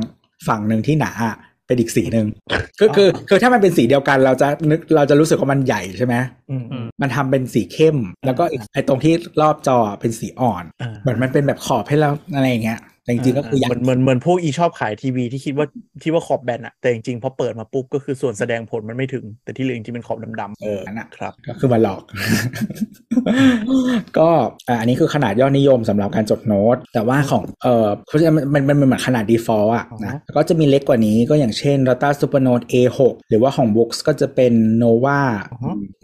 [SPEAKER 2] ฝั่งหนึ่งที่หนาอะเป็นอีกสีหนึ่งก็คือคือถ้ามันเป็นสีเดียวกันเราจะนึกเราจะรู้สึกว่ามันใหญ่ใช่ไหม
[SPEAKER 3] อืมอืม
[SPEAKER 2] มันทำเป็นสีเข้ม แล้วก็อีกไอ้ตรงที่รอบจอเป็นสีอ่อน
[SPEAKER 3] อ่า
[SPEAKER 2] เหมือนมันเป็นแบบขอบให้เราอะไรอย่างเงี้ยแต่จริงๆก็คือยัก
[SPEAKER 3] เหมื
[SPEAKER 2] ษ์
[SPEAKER 3] อนเหมือนเหมือนพวกอีชอบขายทีวีที่คิดว่าที่ว่าขอบแบนอะแต่จริงๆพอเปิดมาปุ๊บก็คือส่วนแสดงผลมันไม่ถึง แต่ที่เหลือจริงๆเป็นขอบดำ
[SPEAKER 2] เออนั่นอะ
[SPEAKER 3] ๆครับ
[SPEAKER 2] ก็คือมาหลอก ก็อ่ะอันนี้คือขนาดยอดนิยมสำหรับการจดโน้ต แต่ว่าของเออเขาจะมันมันมันมันเหมือนขนาด default อ่ะนะ
[SPEAKER 3] อ๋อ
[SPEAKER 2] แล้วก็จะมีเล็กกว่านี้ก็อย่างเช่น Rata Supernote A6 หรือว่าของ Books ก็จะเป็น Nova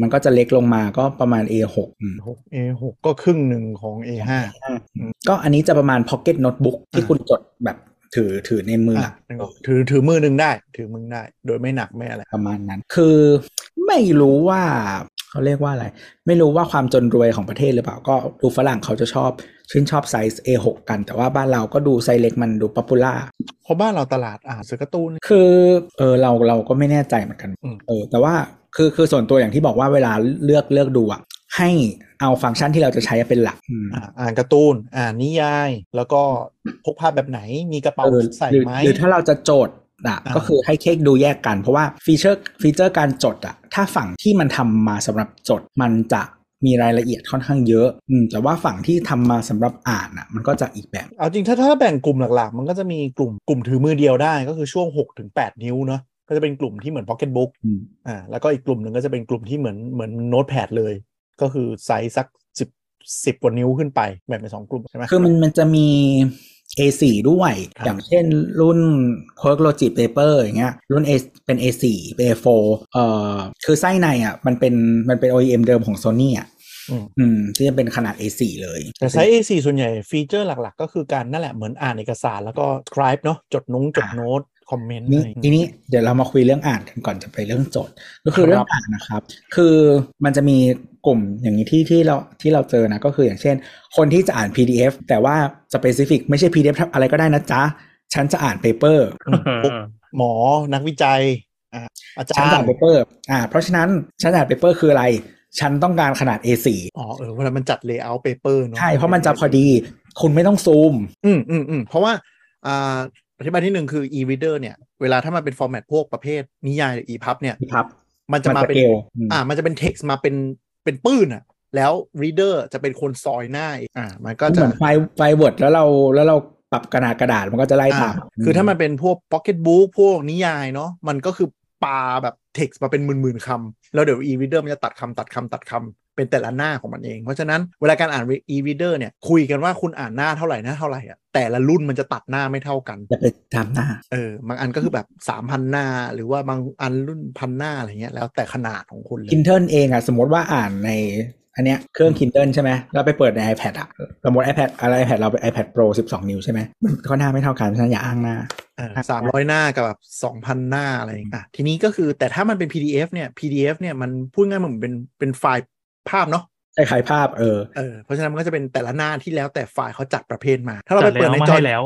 [SPEAKER 2] มันก็จะเล็กลงมาก็ประมาณ A6 อืม
[SPEAKER 3] A หกก็ครึ่งหนึ่งของ A ห้า
[SPEAKER 2] ก็อันนี้จะประมาณ Pocket Notebook ที่
[SPEAKER 3] อ่า
[SPEAKER 2] คุณจดแบบถือถือในมืออ่ะ
[SPEAKER 3] ถือถือมือหนึ่งได้ ถือมือได้ โดยไม่หนักไม่อะไร
[SPEAKER 2] ประมาณนั้น คือไม่รู้ว่าเขาเรียกว่าอะไร ไม่รู้ว่าความจนรวยของประเทศหรือเปล่า ก็ดูฝรั่งเขาจะชอบ ชื่นชอบไซส์ A6 กัน แต่ว่าบ้านเราก็ดูไซส์เล็กมันดูป๊อปปูล่า
[SPEAKER 3] เพราะบ้านเราตลาดอ่านซื้อการ์ตูน
[SPEAKER 2] คือเออเราเราก็ไม่แน่ใจเหมือนกัน
[SPEAKER 3] อืม
[SPEAKER 2] เออ แต่ว่าคือคือส่วนตัวอย่างที่บอกว่าเวลาเลือกเลือกดูอะให้เอาฟังก์ชันที่เราจะใช้เป็นหลักอืม
[SPEAKER 3] อ่าอ่านการ์ตูน อ่านนิยาย แล้วก็พกพาแบบไหนมีกระเป๋า
[SPEAKER 2] เออ
[SPEAKER 3] ใส่
[SPEAKER 2] หรือ
[SPEAKER 3] ไหม
[SPEAKER 2] หรือถ้าเราจะโจทย์อ่ะ
[SPEAKER 3] อ่า
[SPEAKER 2] ก็คือให้เค้กดูแยกกัน เพราะว่าฟีเจอร์ฟีเจอร์การจดอ่ะถ้าฝั่งที่มันทำมาสำหรับจดมันจะมีรายละเอียดค่อนข้างเยอะอืมแต่ว่าฝั่งที่ทำมาสำหรับอ่านอ่ะมันก็จะอีกแบบ
[SPEAKER 3] เอาจริงถ้าถ้าแบ่งกลุ่มหลักๆ มันก็จะมีกลุ่มกลุ่มถือมือเดียวได้ก็คือช่วง6ถึง8นิ้วเนาะก็จะเป็นกลุ่มที่เหมือน Pocket Book
[SPEAKER 2] อืม
[SPEAKER 3] อ่าแล้วก็อีกกลุ่มหนึ่งก็จะเป็นกลุ่มที่เหมือนเหมือนโน้ตแพดเลย ก็คือไซส์สัก10 10กว่านิ้วขึ้นไปแบ่งเป็นสองกลุ่มใช่ไหม
[SPEAKER 2] คือมันมันจะมี A4 ด้วย
[SPEAKER 3] ครับ
[SPEAKER 2] อย่างเช่นรุ่น Quark Logic Paper อย่างเงี้ยรุ่น A เป็น A4 เป็น A4 เอ่อคือไส้ในอ่ะมันเป็นมันเป็น OEM เดิมของ Sony อ่ะ
[SPEAKER 3] อืม
[SPEAKER 2] อืมที่จะเป็นขนาด A4 เลย
[SPEAKER 3] แต่ไซส์ A4 ส่วนใหญ่ฟีเจอร์หลักๆ ก็คือการนั่นแหละเหมือนอ่านเอกสารแล้วก็สคริปเนาะจดนุ้งจดโน้ต คอมเมนต์
[SPEAKER 2] นี่
[SPEAKER 3] อะไรอย่าง
[SPEAKER 2] ที
[SPEAKER 3] เงี้ย
[SPEAKER 2] นี้เดี๋ยวเรามาคุยเรื่องอ่านกันก่อนจะไปเรื่องโจทย์ ก็คือ
[SPEAKER 3] ครับ
[SPEAKER 2] เรื่องอ่านนะครับ คือมันจะมีกลุ่มอย่างนี้ที่ที่เราที่เราเจอนะก็คืออย่างเช่น คนที่จะอ่าน PDF แต่ว่า specific ไม่ใช่ PDF อะไรก็ได้นะจ๊ะ ฉันจะอ่าน paper
[SPEAKER 3] พวกหมอนักวิจัยอ่ะอาจา
[SPEAKER 2] ฉันจะ
[SPEAKER 3] ร
[SPEAKER 2] อ่าน
[SPEAKER 3] ย์
[SPEAKER 2] paper อ่าเพราะฉะนั้นฉันอ่าน paper คืออะไร ฉันต้องการขนาด A4
[SPEAKER 3] อ๋อเออเวลามันจัดเลเยอร์เปเปอร์เนาะ
[SPEAKER 2] ใช่เพราะมันจะพอดี คุณไม่ต้องซูม
[SPEAKER 3] อืมอืมอืมเพราะว่าอ่าอธิบายที่หนึ่งคือ e-reader เนี่ย เวลาถ้ามันเป็นฟอร์แมตพวกประเภทนิยายหรือ e-pub เนี่ย
[SPEAKER 2] ครับ
[SPEAKER 3] มันจะมาเป็น
[SPEAKER 2] เกลอืม
[SPEAKER 3] อ่า มันจะเป็น text มาเป็นเป็นปื้นอะแล้ว reader จะเป็นคนซอยหน้าอีกอ่า มันก็
[SPEAKER 2] เห
[SPEAKER 3] จะ
[SPEAKER 2] มือนไฟล์ไฟล์ Word แล้วเราแล้วเราปรับกระดาษกระดาษมันก็จะไล่ตาม
[SPEAKER 3] อ่คือถ้ามันเป็นพวก Pocket Book พวกนิยายเนาะมันก็คือปาแบบ text มาเป็นหมื่นๆคำ แล้วเดี๋ยว e-reader มันจะตัดคำตัดคำตัดคำเป็นแต่ละหน้าของมันเอง เพราะฉะนั้นเวลาการอ่าน e-reader เนี่ยคุยกันว่าคุณอ่านหน้าเท่าไหร่หน้าเท่าไหร่อ่ะแต่ละรุ่นมันจะตัดหน้าไม่เท่ากัน
[SPEAKER 2] จะไปตามหน้า
[SPEAKER 3] เออบางอันก็คือแบบ 3,000 หน้า หรือว่าบางอันรุ่นพันหน้าอะไรเงี้ยแล้วแต่ขนาดของคุณเลย
[SPEAKER 2] Kindle เองอะสมมติว่าอ่านในอันเนี้ยเครื่อง Kindle ใช่ไหมเราไปเปิดใน iPad อะสมมติ iPad อะไร iPad เราไป iPad Pro 12 นิ้วใช่ไหมมันก็หน้าไม่เท่ากันเพราะฉะนั้นอย่าอ้างหน้า
[SPEAKER 3] สามร้อยหน้ากับแบบสองพันหน้าอะไรอย่างเงี้ยอ่ะทีนี้ก็คือแต่ถ้ามันเป็น PDF เนี่ย PDF เนี่ยมันพูดง่ายๆมันเหมือนเป็นเป็นไฟล์ภาพเนาะ
[SPEAKER 2] คล้ายๆภาพเออ
[SPEAKER 3] เออเพราะฉะนั้นมันก็จะเป็นแต่ละหน้าที่แล้วแต่ฝ่ายเขาจัดประเภทมา ถ้าเรา
[SPEAKER 4] จั
[SPEAKER 3] ไป
[SPEAKER 4] ด
[SPEAKER 3] เปิด
[SPEAKER 4] แล้
[SPEAKER 3] ใน
[SPEAKER 4] วมา
[SPEAKER 3] จอ
[SPEAKER 4] ให้แล้ว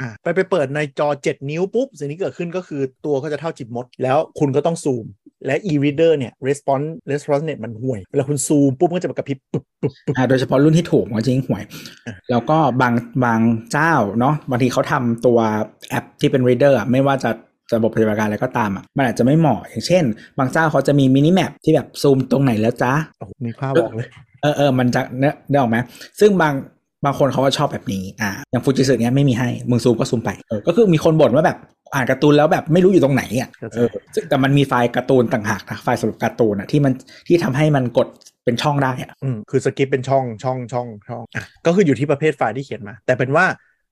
[SPEAKER 3] อ่ะไปไปเปิดในจอ 7 นิ้วปุ๊บ สิ่งที่เกิดขึ้นก็คือตัวก็จะเท่าจิบมด แล้วคุณก็ต้องซูม และ e-reader เนี่ย response response เนี่ยมันห่วย เวลาคุณซูมปุ๊บมันก็จะแบบกระพริบปุ๊บปุ๊บปุ๊บ
[SPEAKER 2] อ่าโดยเฉพาะรุ่นที่ถูกมันก็จะยิ่งห่วย
[SPEAKER 3] อ่ะ
[SPEAKER 2] แล้วก็บางบางเจ้าเนาะบางทีเขาทำตัวแอปที่เป็น reader อะไม่ว่าจะระบบปฏิบัติการอะไรก็ตามอะมันอาจจะไม่เหมาะ อย่างเช่น บางเจ้าเขาจะมีมินิแมปที่แบบซูมตรงไหนแล้วจ้า
[SPEAKER 3] โอ้โหมีภาพบอกเลย
[SPEAKER 2] เออเออมันจะเนอะได้ออกไหมซึ่งบางบางคนเขาก็ชอบแบบนี้ อ่า อย่างฟูจิสึเนี้ยไม่มีให้ มึงซูมก็ซูมไป เออ ก็คือมีคนบ่นว่าแบบอ่านการ์ตูนแล้วแบบไม่รู้อยู่ตรงไหนอ่ะ เออ ซึ่งแต่มันมีไฟล์การ์ตูนต่างหากนะ ไฟล์สำหรับการ์ตูนอ่ะที่มันที่ทำให้มันกดเป็นช่องได้อ่ะ
[SPEAKER 3] อืมคือสกิปเป็นช่องช่องช่องช่องอ่ะก็คืออยู่ที่ประเภทไฟล์ที่เขียนมา แต่เป็นว่า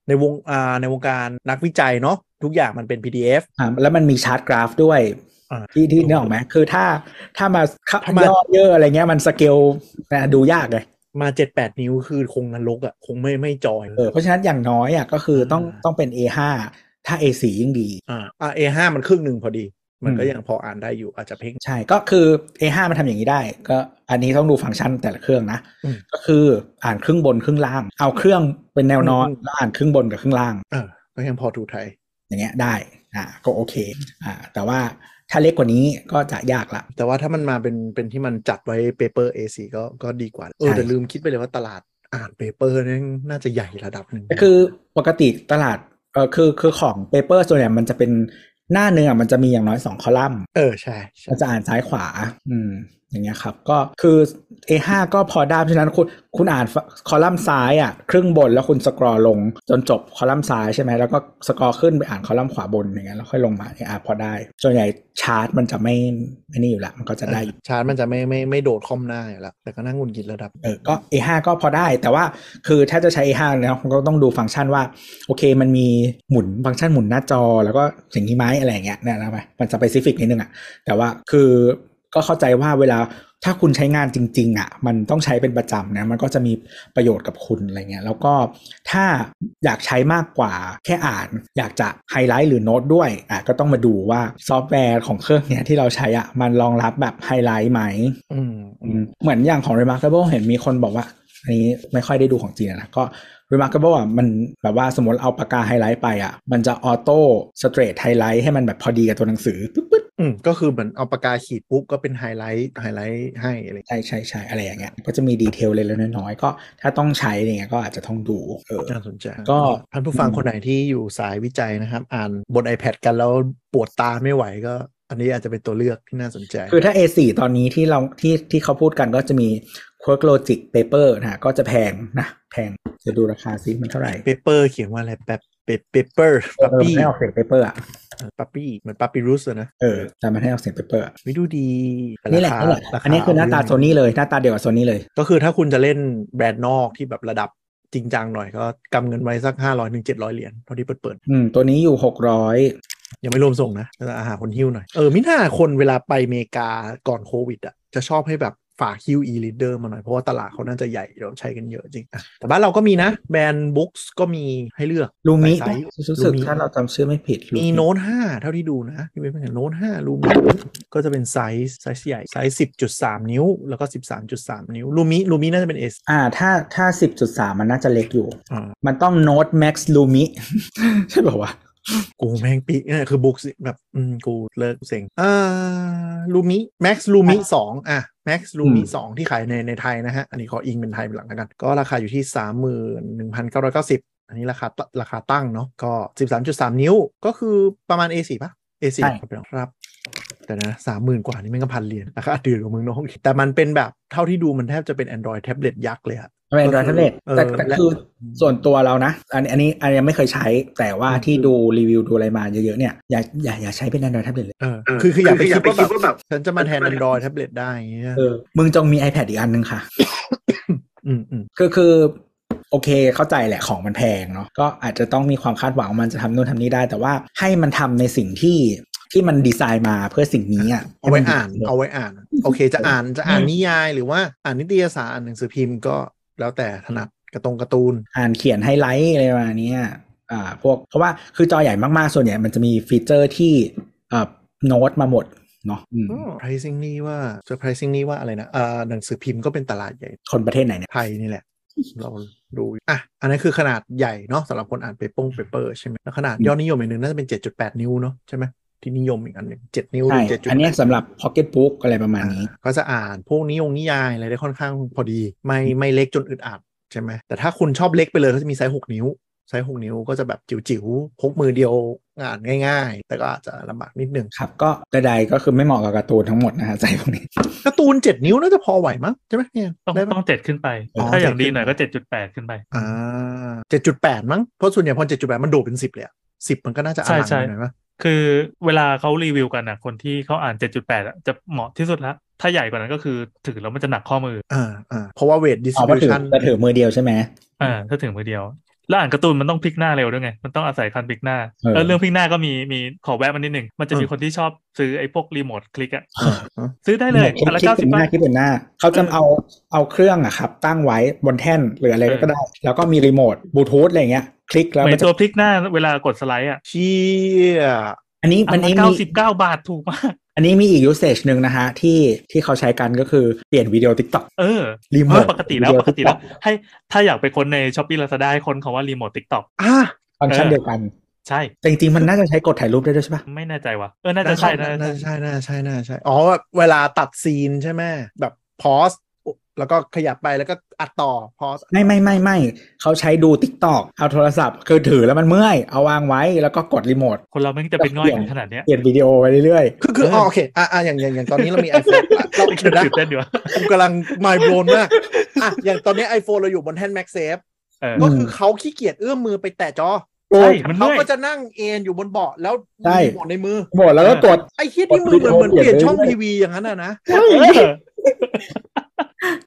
[SPEAKER 3] ในวงอ่าในวงการนักวิจัยเนาะทุกอย่างมันเป็น PDF
[SPEAKER 2] อ่า แล้วมันมีชาร์ตกราฟด้วย
[SPEAKER 3] อ่า
[SPEAKER 2] ที่ที่นึกออกไหมคือถ้าถ้ามาขับ
[SPEAKER 3] ถ้ามา
[SPEAKER 2] ย่อเยอะอะไรเงี้ยมันสเกลนะดูยากเลย
[SPEAKER 3] มา 7-8 นิ้วคือคงนรกอ่ะคงไม่ไม่จอย
[SPEAKER 2] เออ เพราะฉะนั้นอย่างน้อยอ่ะก็คือต้องต้องเป็น A5 ถ้า A4 ยิ่งดี
[SPEAKER 3] อ่าอ่า A5 มันครึ่งหนึ่งพอดี มันก็
[SPEAKER 2] อืม
[SPEAKER 3] ยังพออ่านได้อยู่อาจจะเพ่ง
[SPEAKER 2] ใช่ ก็คือ A5 มันทำอย่างนี้ได้ ก็อันนี้ต้องดูฟังก์ชันแต่ละเครื่องนะ
[SPEAKER 3] อืม
[SPEAKER 2] ก็คืออ่านครึ่งบนครึ่งล่าง เอาเครื่องเป็นแนวนอน
[SPEAKER 3] อืม
[SPEAKER 2] แล้วอ่านครึ่งบนกับครึ่งล่าง
[SPEAKER 3] เออก็ยังพอถูไทย
[SPEAKER 2] อย่างเงี้ยได้ อ่ะก็โอเคอ่ะแต่ว่าถ้าเล็กกว่านี้ก็จะยากละ
[SPEAKER 3] แต่ว่าถ้ามันมาเป็นเป็นที่มันจัดไว้เปเปอร์ A4 ก็ก็ดีกว่า เออ
[SPEAKER 2] ใช่
[SPEAKER 3] แต่ลืมคิดไปเลยว่าตลาดอ่านเปเปอร์นี่น่าจะใหญ่ระดับหนึ่ง
[SPEAKER 2] คือปกติตลาดเออคือคือของเปเปอร์ส่วนใหญ่มันจะเป็นหน้าหนึ่งอ่ะมันจะมีอย่างน้อยสองคอลัมน์
[SPEAKER 3] เออใช่ใช่
[SPEAKER 2] เราจะอ่านซ้ายขวา อืม อย่างเงี้ยครับ ก็คือ A5 ก็พอได้เพราะฉะนั้นคุณคุณอ่านฝคอลัมน์ซ้ายอ่ะครึ่งบนแล้วคุณสครอลงจนจบคอลัมน์ซ้ายใช่ไหมแล้วก็สครอขึ้นไปอ่านคอลัมน์ขวาบนอย่างเงี้ยแล้วค่อยลงมาเนี่ยอ่ะพอได้ ส่วนใหญ่ชาร์ตมันจะไม่ไม่นี่อยู่ละมันก็จะได้อยู่
[SPEAKER 3] ชาร์จมันจะไม่ไม่ไม่โดดคอมหน้าอยู่แล้วแต่ก็นั่งหงุนกิดระดับ
[SPEAKER 2] เออก็ A5 ก็พอได้ แต่ว่าคือถ้าจะใช้ A5 แล้วก็ต้องดูฟังก์ชันว่า โอเคมันมีหมุนฟังก์ชันหมุนหน้าจอ แล้วก็สิ่างนี้ไหมอะไรอย่างเงี้ยเนี่ยนะไหมมันสเปซิฟิกนิดนึงอะ่ะ แต่ว่าคือก็เข้าใจว่าเวลาถ้าคุณใช้งานจริง ๆอะ่ะมันต้องใช้เป็นประจำนะมันก็จะมีประโยชน์กับคุณอะไรเงี้ยแล้วก็ถ้าอยากใช้มากกว่าแค่อ่าน อยากจะไฮไลท์หรือโน้ตด้วยอ่ะก็ต้องมาดูว่าซอฟต์แวร์ของเครื่องเนี้ยที่เราใช้อะ่ะมันรองรับแบบไฮไลท์ไหม
[SPEAKER 3] อืมอืม
[SPEAKER 2] เหมือนอย่างของ Remarkable เห็นมีคนบอกว่า อันนี้ไม่ค่อยได้ดูของจีนอะนะก็ Remarkable อ่ะมันแบบว่าสมมติเอาปากกาไฮไลท์ไปอ่ะ มันจะออโต้สเตรทไฮไลท์ให้มันแบบพอดีกับตัวหนังสือปึ๊บปึ๊บ
[SPEAKER 3] อืมก็คือเหมือนเอาปากกาขีดปุ๊บก็เป็นไฮไลท์ไฮไลท์ให้อะไรอย่างเงี้ย
[SPEAKER 2] ใช่ใช่ใช่อะไรอย่างเงี้ยก็จะมีดีเทลเล็กๆน้อยๆก็ถ้าต้องใช้อะไรเงี้ยก็อาจจะต้องดูเออ
[SPEAKER 3] น่าสนใจ
[SPEAKER 2] ก็
[SPEAKER 3] ท่านผู้ฟังคนไหนที่อยู่สายวิจัยนะครับ อ่านบน iPad กันแล้วปวดตาไม่ไหวก็ อันนี้อาจจะเป็นตัวเลือกที่น่าสนใจ
[SPEAKER 2] คือถ้า A4 ตอนนี้ที่เราที่ที่เขาพูดกันก็จะมี Quark Logic Paper นะฮะก็จะแพงนะแพงจะดูราคาซิมันเท่าไหร่
[SPEAKER 3] เปเปอร์เขียนว่าอะไรแบบเปเปเปอร์
[SPEAKER 2] เอ
[SPEAKER 3] ปั๊ป
[SPEAKER 2] อ
[SPEAKER 3] ปี้
[SPEAKER 2] ไม่ออกเสียง paper อ่ะ
[SPEAKER 3] ปั๊ปปี้เหมือนปั๊ปปี้รูสเลยนะ
[SPEAKER 2] เออแต่มันให้ออกเสียง paper อะ
[SPEAKER 3] ไม่ดูดีแต่
[SPEAKER 2] นี่แหละ
[SPEAKER 3] รา
[SPEAKER 2] นั่
[SPEAKER 3] คาน
[SPEAKER 2] แหละ
[SPEAKER 3] ราา
[SPEAKER 2] อันนี้คือหน้าตา
[SPEAKER 3] เรื่ง
[SPEAKER 2] โซนี่เลย หน้าตาเดียวกับโซนี่เลย
[SPEAKER 3] ก็คือถ้าคุณจะเล่นแบรนด์นอกที่แบบระดับจริงจังหน่อยก็กำเงินไว้สัก 500ถึง700 เหรียญเท่าที่เปิดเปิด
[SPEAKER 2] อืม ตัวนี้อยู่หกร้อย
[SPEAKER 3] ๆยังไม่รวมส่งนะแต่อาหารคนหิ้วหน่อย เออมิน่าคนเวลาไปอเมริกาก่อนโควิดอ่ะจะชอบให้แบบฝากฮิ้ว e-reader มาหน่อย เพราะว่าตลาดเขาน่าจะใหญ่เราใช้กันเยอะจริงอะแต่บ้านเราก็มีนะ แบรนด์บุ๊กส์ก็มีให้เลือก
[SPEAKER 2] ลูมิ
[SPEAKER 3] ใส่ไซส์
[SPEAKER 2] รู้สึก
[SPEAKER 3] ลูมิ
[SPEAKER 2] ถ้าเราจำชื่อไม่ผิด Lumi
[SPEAKER 3] มีโน้ต5เท่าที่ดูนะที่เป็นโน้ต5ลูมิก็จะเป็นไซส์ไซส์ใหญ่ไซส์10.3 นิ้ว แล้วก็ 13.3 นิ้วลูมิลูมิน่าจะเป็น S
[SPEAKER 2] อ่า ถ้าถ้าสิบจุดสามมันน่าจะเล็กอยู่
[SPEAKER 3] อ่า
[SPEAKER 2] มันต้องโน้ตแม็กซ์ลูมิ ใช่ป่าวะ
[SPEAKER 3] กูแม่งปีเนี่ยคือบุกสิแบบอืมกูเลิกเซ็งอ่าลูมิแม็กซ์ลูมิสองอ่ะแม็กซ์ลูมิสองที่ขายในในไทยนะฮะ อันนี้ขออิงเป็นไทยเป็นหลักแล้วกัน ก็ราคาอยู่ที่ 31,990 อันนี้ราคาตราคาตั้งเนาะก็ 13.3 นิ้วก็คือประมาณ A4 ปะ A4 ครับพี่น้องครับ แต่นะสามหมื่นกว่านี่แม่งก็พันเหรียญราคาถือกว่าเมืองนอกอีกแต่มันเป็นแบบเท่าที่ดูมันแทบจะเป็น Android แท็บเล็ตยักษ์เลยอะ
[SPEAKER 2] เป็น Android
[SPEAKER 3] ก็คือ
[SPEAKER 2] Tablet แต่
[SPEAKER 3] เออ
[SPEAKER 2] แต่
[SPEAKER 3] และ
[SPEAKER 2] คือส่วนตัวเรานะ อันนี้อันนี้อันนี้ไม่เคยใช้ แต่ว่าที่ดูรีวิวดูอะไรมาเยอะๆเนี่ย อย่าอย่าอย่าใช้เป็น Android Tablet เลย
[SPEAKER 3] เออ
[SPEAKER 1] เออ
[SPEAKER 3] คือคืออยากไป
[SPEAKER 1] คืออ
[SPEAKER 3] คิ
[SPEAKER 1] ยา
[SPEAKER 3] ด
[SPEAKER 1] กไปคิด
[SPEAKER 3] ว่า
[SPEAKER 1] ว่า
[SPEAKER 3] แบ
[SPEAKER 1] แบบ บ
[SPEAKER 3] ฉันจะมาแทน Android แท็บเล็ตได้อย่างเงี้ย
[SPEAKER 2] เออ มึงจงมี iPad อีกอันนึงค่ะ
[SPEAKER 3] อืมอืม
[SPEAKER 2] คือคือโอเคเข้าใจแหละของมันแพงเนาะก็อาจจะต้องมีความคาดหวังว่ามันจะทำนู่นทำนี่ได้ แต่ว่าให้มันทำในสิ่งที่ที่มันดีไซน์มาเพื่อสิ่งนี้อ่ะ
[SPEAKER 3] เอาไว้อ่าน
[SPEAKER 2] ให้มัดี
[SPEAKER 3] เอาไว้อ่าน โอเคจะอ่านจะอ่านนิยาย หรือว่าอ่านนิตยสารอ่านหนังสือพิมพ์ก็แล้วแต่ถนัดกระตรงการ์ตูน
[SPEAKER 2] อ่านเขียนไฮไลท์อะไรประมาณเนี้ยอ่าพวกเพราะว่าคือจอใหญ่มาก ๆ ส่วนใหญ่มันจะมีฟีเจอร์ที่เอ่อโน้ตมาหมดเนาะอืม
[SPEAKER 3] surprisingly ว่า surprisingly ว่าอะไรนะเอ่อหนังสือพิมพ์ก็เป็นตลาดใหญ่
[SPEAKER 2] คนประเทศไหนเนี่ย
[SPEAKER 3] ไทยนี่แหละ เราดูอยู่อ่ะ อันนั้นคือขนาดใหญ่เนาะสำหรับคนอ่านเปเปอร์เปเปอร์ใช่ไหมแล้วขนาดยอดนิยมอีกหนึ่งน่าจะเป็น 7.8 นิ้วเนาะใช่ไหมที่นิยมอีกอันหนึ่ง7นิ้วห
[SPEAKER 2] ใช่
[SPEAKER 3] รือ7.8
[SPEAKER 2] อันเนี้ยสำหรับ Pocket Book อะไรประมาณนี้
[SPEAKER 3] อ่าก็จะอ่านพวกนิยงนิยายอะไรได้ค่อนข้างพอดี ไม่ไม่เล็กจนอึดอัดใช่ไหมแต่ถ้าคุณชอบเล็กไปเลยก็จะมีไซส์6นิ้ว ไซส์6นิ้วก็จะแบบจิ๋วๆพกมือเดียวอ่านง่าย ๆ แต่ก็อาจจะลำบากนิดนึง
[SPEAKER 2] ครับก็ใดๆก็คือไม่เหมาะกับการ์ตูนทั้งหมดนะฮะใจพวกนี้
[SPEAKER 3] การ์ตูน 7 นิ้วน่าจะพอไหวมั้งใช่ไหมเนี่ย
[SPEAKER 4] ต้อง
[SPEAKER 3] ได้ปะ
[SPEAKER 4] ต้องเจ็ดขึ้นไป
[SPEAKER 3] อ๋อ
[SPEAKER 4] ถ้าอย่างดี
[SPEAKER 3] 7
[SPEAKER 4] หน่อยก็เจ็ดจุดแปดขึ้นไป
[SPEAKER 3] อ่าเจ็ดจุดแปดมั้งเพราะส่วนใหญ่พอเจ็ดจุดแปดมันโดดเป็นสิบเลยสิบมันก็น่าจะอ่าน
[SPEAKER 4] ใช่ใช่
[SPEAKER 3] หน่อยมั้ย
[SPEAKER 4] คือเวลาเขารีวิวกันนะคนที่เขาอ่าน 7.8อะจะเหมาะที่สุดละถ้าใหญ่กว่านั้นก็คือถือแล้วมันจะหนักข้อมือ
[SPEAKER 3] อ่าอ่าเพราะว่าเวทดิส
[SPEAKER 2] เอา
[SPEAKER 3] ติ
[SPEAKER 2] ว่าถือ
[SPEAKER 3] ชัน
[SPEAKER 2] จะถือมือเดียวใช่ไหม
[SPEAKER 4] อ่าถ้าถึงมือเดียว แล้วอ่านการ์ตูนมันต้องพลิกหน้าเร็วด้วยไง มันต้องอาศัยการพลิกหน้า
[SPEAKER 2] เออ
[SPEAKER 4] เออเรื่องพลิกหน้าก็มีมีขอแวะมันนิดหนึ่งมันจะมี
[SPEAKER 3] เออ
[SPEAKER 4] คนที่ชอบซื้อไอ้พวกรีโมทคลิกอะ
[SPEAKER 3] อ่า
[SPEAKER 4] ซื้อได้เลย
[SPEAKER 2] คิ
[SPEAKER 4] อันละ
[SPEAKER 2] ด
[SPEAKER 4] เก้า
[SPEAKER 2] เป็
[SPEAKER 4] สิ
[SPEAKER 2] นห
[SPEAKER 4] บบา
[SPEAKER 2] น้า
[SPEAKER 4] ท
[SPEAKER 2] คิดเป็นหน้า เขาจะเอาเอาเครื่องอะครับตั้งไว้บนแท่นหรืออะไร
[SPEAKER 4] เออ
[SPEAKER 2] ก็ได้ แล้วก็มีรีโมทบลูทูธอะไรเงี้ย คลิกแล้ว
[SPEAKER 4] เหมื
[SPEAKER 2] มั
[SPEAKER 4] อน
[SPEAKER 2] นจะ
[SPEAKER 4] ตัวพลิกหน้าเวลากดสไลด์อะ
[SPEAKER 3] เชี่ย
[SPEAKER 2] อันนี้
[SPEAKER 4] อั
[SPEAKER 2] มัน น
[SPEAKER 4] ละ
[SPEAKER 2] นี้
[SPEAKER 4] เก้า
[SPEAKER 2] มี
[SPEAKER 4] สิบเก้าบาทถูกมาก
[SPEAKER 2] อันนี้มีอีกยูเซจหนึ่งนะฮะที่ที่เขาใช้กันก็คือเปลี่ยนวิดีโอทิกต็อก
[SPEAKER 4] เออ
[SPEAKER 2] รีโม
[SPEAKER 4] เอ
[SPEAKER 2] ท
[SPEAKER 4] อปกติแล้ว
[SPEAKER 2] วิดีโอ
[SPEAKER 4] ปกติแล้ว
[SPEAKER 2] TikTok
[SPEAKER 4] ให้ถ้าอยากไปค้นในช้อปปี้ลาซาด้าให้ค้นคำว่ารีโมทติ๊กต็อก
[SPEAKER 3] อ่ะ
[SPEAKER 2] ฟังก์ชัน
[SPEAKER 4] เออ
[SPEAKER 2] เดียวกัน
[SPEAKER 4] ใช่
[SPEAKER 2] แต่จริงๆมันน่าจะใช้กดถ่ายรูปได้ด้วยใช่ปะ
[SPEAKER 4] ไม่แน่ใจว่ะเออน่าจะใช่น่าจะ
[SPEAKER 3] น่า
[SPEAKER 4] ใช่
[SPEAKER 3] จะใช่น่าจะใช่น่าจะใช่อ๋อแบบเวลาตัดซีนใช่ไหมแบบพอสแล้วก็ขยับไปแล้วก็อัดต่อพอส
[SPEAKER 2] ไม่ไม่ไม่ไม่เขาใช้ดูทิกตอกเอาโทรศัพท์ คือถือแล้วมันเมื่อย เอาวางไว้แล้วก็กดรีโมท
[SPEAKER 4] คนเราไม่งจะเป็นง่อยกันขนาดเนี้ย
[SPEAKER 2] เปลี่ยนวิดีโอไปเรื่อย
[SPEAKER 3] คือคืออ๋อโอเคอ่ะอ่ะอย่างอย่างอย่างตอนนี้เรามี iPhone อ่ะ เรา
[SPEAKER 4] ไอ้
[SPEAKER 3] เดี๋ยว
[SPEAKER 4] เกิด
[SPEAKER 3] นะ
[SPEAKER 4] ตื่นเต้นอยู่วะ
[SPEAKER 3] ผมกำลัง mind blown มากอ่ะอย่างตอนนี้ iPhone เราอยู่บนแท่น MagSafe
[SPEAKER 4] เออ
[SPEAKER 3] ก็คือเขาขี้เกียจเอื้อมมือไปแตะจอ
[SPEAKER 2] ๆโอ้
[SPEAKER 4] ใช่
[SPEAKER 2] ย
[SPEAKER 4] มันเมื่
[SPEAKER 3] เขา
[SPEAKER 4] อย
[SPEAKER 3] ก็จะนั่งเอนอยู่บนเบาะแล้ว
[SPEAKER 2] ใช่
[SPEAKER 3] มีหมดในมือ
[SPEAKER 2] หมดแล้วก็กด
[SPEAKER 3] ไอ้เฮียนี่มือเหมือนเหมือนเปลี่ยนช่องทีวีอย่างนั้นอ่ะนะ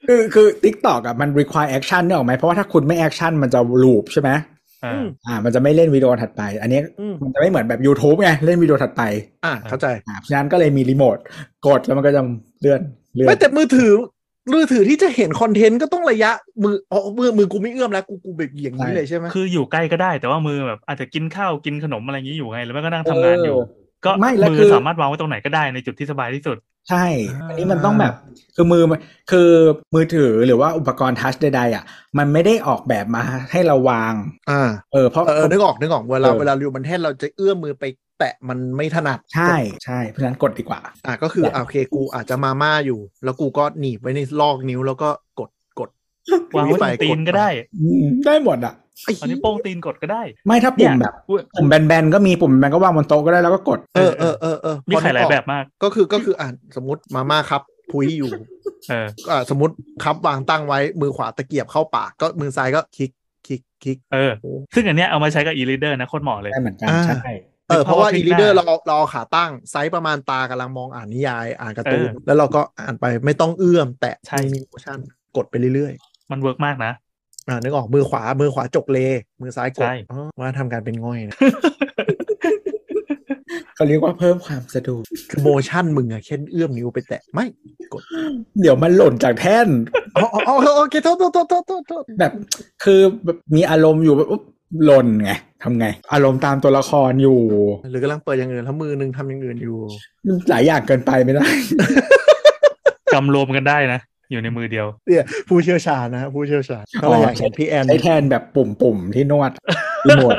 [SPEAKER 4] เออ
[SPEAKER 2] คือคือ Tik t o k อ่ะมัน require action เนี่ยออกไหมเพราะว่าถ้าคุณไม่ action มันจะ loop ใช่ไหม
[SPEAKER 4] เอ
[SPEAKER 3] อื
[SPEAKER 4] อ
[SPEAKER 3] ม
[SPEAKER 2] อ่า มันจะไม่เล่นวิดีโอถัดไป อันนี้
[SPEAKER 3] อืม
[SPEAKER 2] มันจะไม่เหมือนแบบ YouTube ไง เล่นวิดีโอถัดไป
[SPEAKER 3] อ่ะเข้าใจ
[SPEAKER 2] อ่าฉะนั้นก็เลยมีรีโมทกดแล้วมันก็จะเลื่อนเลื่อ
[SPEAKER 3] ไม่
[SPEAKER 2] น
[SPEAKER 3] แต่มือถือมือถือที่จะเห็นคอนเทนต์ก็ต้องระยะมืออ๋อมือมือกูไม่เอื้อมแล้วกูกูแบบอย่างนี้เลยใช่ไหม
[SPEAKER 4] คืออยู่ใกล้ก็ได้ แต่ว่ามือแบบอาจจะกินข้าวกินขนมอะไรอย่างนี้อยู่ไงหรือไม่ก็นั่งทำงานอยู่ก็
[SPEAKER 2] เไม่แล้ว
[SPEAKER 4] มื
[SPEAKER 2] คือ อ
[SPEAKER 4] สามารถวางไว้ตรงไหนก็ได้ในจุดที่สบายที่สุด
[SPEAKER 2] ใช่ อันนี้มันต้องแบบ คือมือมันคือมือถือหรือว่าอุปกรณ์ทัชใดๆอ่ะ มันไม่ได้ออกแบบมาให้เราวาง
[SPEAKER 3] อ่า
[SPEAKER 2] เออ เพราะ
[SPEAKER 3] เออนึกออกนึกออกเวลา
[SPEAKER 2] เออ
[SPEAKER 3] เวลาอยู่บนแท่นเราจะเอื้อมมือไปแตะมันไม่ถนัด
[SPEAKER 2] ใช่ใช่เพราะฉะนั้นกดดีกว่า
[SPEAKER 3] อ่ะก็คือ
[SPEAKER 2] แบบ
[SPEAKER 3] อ่ะโอเคกูอาจจะมาม่าอยู่ แล้วกูก็หนีบไว้ในลอกนิ้วแล้วก็กดกด
[SPEAKER 4] วางไว้ตรงตีนก็ได้
[SPEAKER 2] อืมได้หมดอ่ะ
[SPEAKER 3] ไอ้
[SPEAKER 4] ตอน
[SPEAKER 3] เหี้
[SPEAKER 4] นี้
[SPEAKER 3] ย
[SPEAKER 4] โป้งตีนกดก็ได้
[SPEAKER 2] ไม่ถ้าปุ่ม
[SPEAKER 4] เนี่ย
[SPEAKER 2] แบบ
[SPEAKER 4] อุ๊ย
[SPEAKER 2] ปุ่มแบนๆก็มีปุ่มแบนก็วางบนโต๊ะก็ได้แล้วก็กด
[SPEAKER 3] เออเออเออเออ
[SPEAKER 4] มีขายหลายแบบมาก
[SPEAKER 3] ก็คือก็คืออ่ะสมมติมาม่าครับพุยอยู่
[SPEAKER 4] เออ
[SPEAKER 3] อ่ะสมมติครับวางตั้งไว้มือขวาตะเกียบเข้าปากก็มือซ้ายก็คลิกคลิกคลิก
[SPEAKER 4] เออ
[SPEAKER 3] โอ้
[SPEAKER 4] ซึ่งอันเนี้ยเอามาใช้กับ e-reader นะโคตรเหมาะเลย
[SPEAKER 2] ได้เหมือนกัน
[SPEAKER 3] อ่า
[SPEAKER 2] ใช่
[SPEAKER 3] เออเพราะว่า
[SPEAKER 4] เพราะว่า
[SPEAKER 3] อี
[SPEAKER 4] คลิ
[SPEAKER 3] ลี
[SPEAKER 4] กหน้า
[SPEAKER 3] เดอร์เราเอาเราเอาขาตั้งไซส์ประมาณตากำลังมองอ่านนิยาย อ่านการ์ตูน
[SPEAKER 4] เออ
[SPEAKER 3] แล้วเราก็อ่านไปไม่ต้องเอื้อม แตะ
[SPEAKER 4] ใช่
[SPEAKER 3] มีโมชั่นกดไปเรื่อย
[SPEAKER 4] มันเวิร์กมากนะ
[SPEAKER 3] ๆอ่านึกออกมือขวามือขวาจกเล มือซ้ายกด
[SPEAKER 4] ใช่
[SPEAKER 3] อ๋อว่าทำการเป็นง่อยนะ
[SPEAKER 2] เขาเรียกว่าเพิ่มความสะดวก
[SPEAKER 3] คือโมชั่นมึงอะแค่เอื้อมนิ้วไปแตะ ไม่กด
[SPEAKER 2] เดี๋ยวมันหล่นจากแท่น
[SPEAKER 3] อ๋ออ๋ออ๋อโอเคโทษโทษโทษโทษโทษโทษ
[SPEAKER 2] แบบคือแบบมีอารมณ์อยู่แบบอุ๊บหล่นไงทำไง อารมณ์ตามตัวละครอยู่
[SPEAKER 3] หรือกำลังเปิดอย่างอื่นแล้วมือนึงทำอย่างอื่นอยู่
[SPEAKER 2] มันหลายอย่างเกินไปไม่ได้
[SPEAKER 4] กำรวมกันได้นะ อยู่ในมือเดียว
[SPEAKER 3] เนี่ยผู้เชี่ยวชาญนะผู้เชี่ยวชาญ
[SPEAKER 2] อ๋
[SPEAKER 3] ก็
[SPEAKER 2] อ
[SPEAKER 3] อยากเห็นพี่แอน
[SPEAKER 2] ใช้แทนแบบปุ่มปุ่มๆที่น วดรีโมท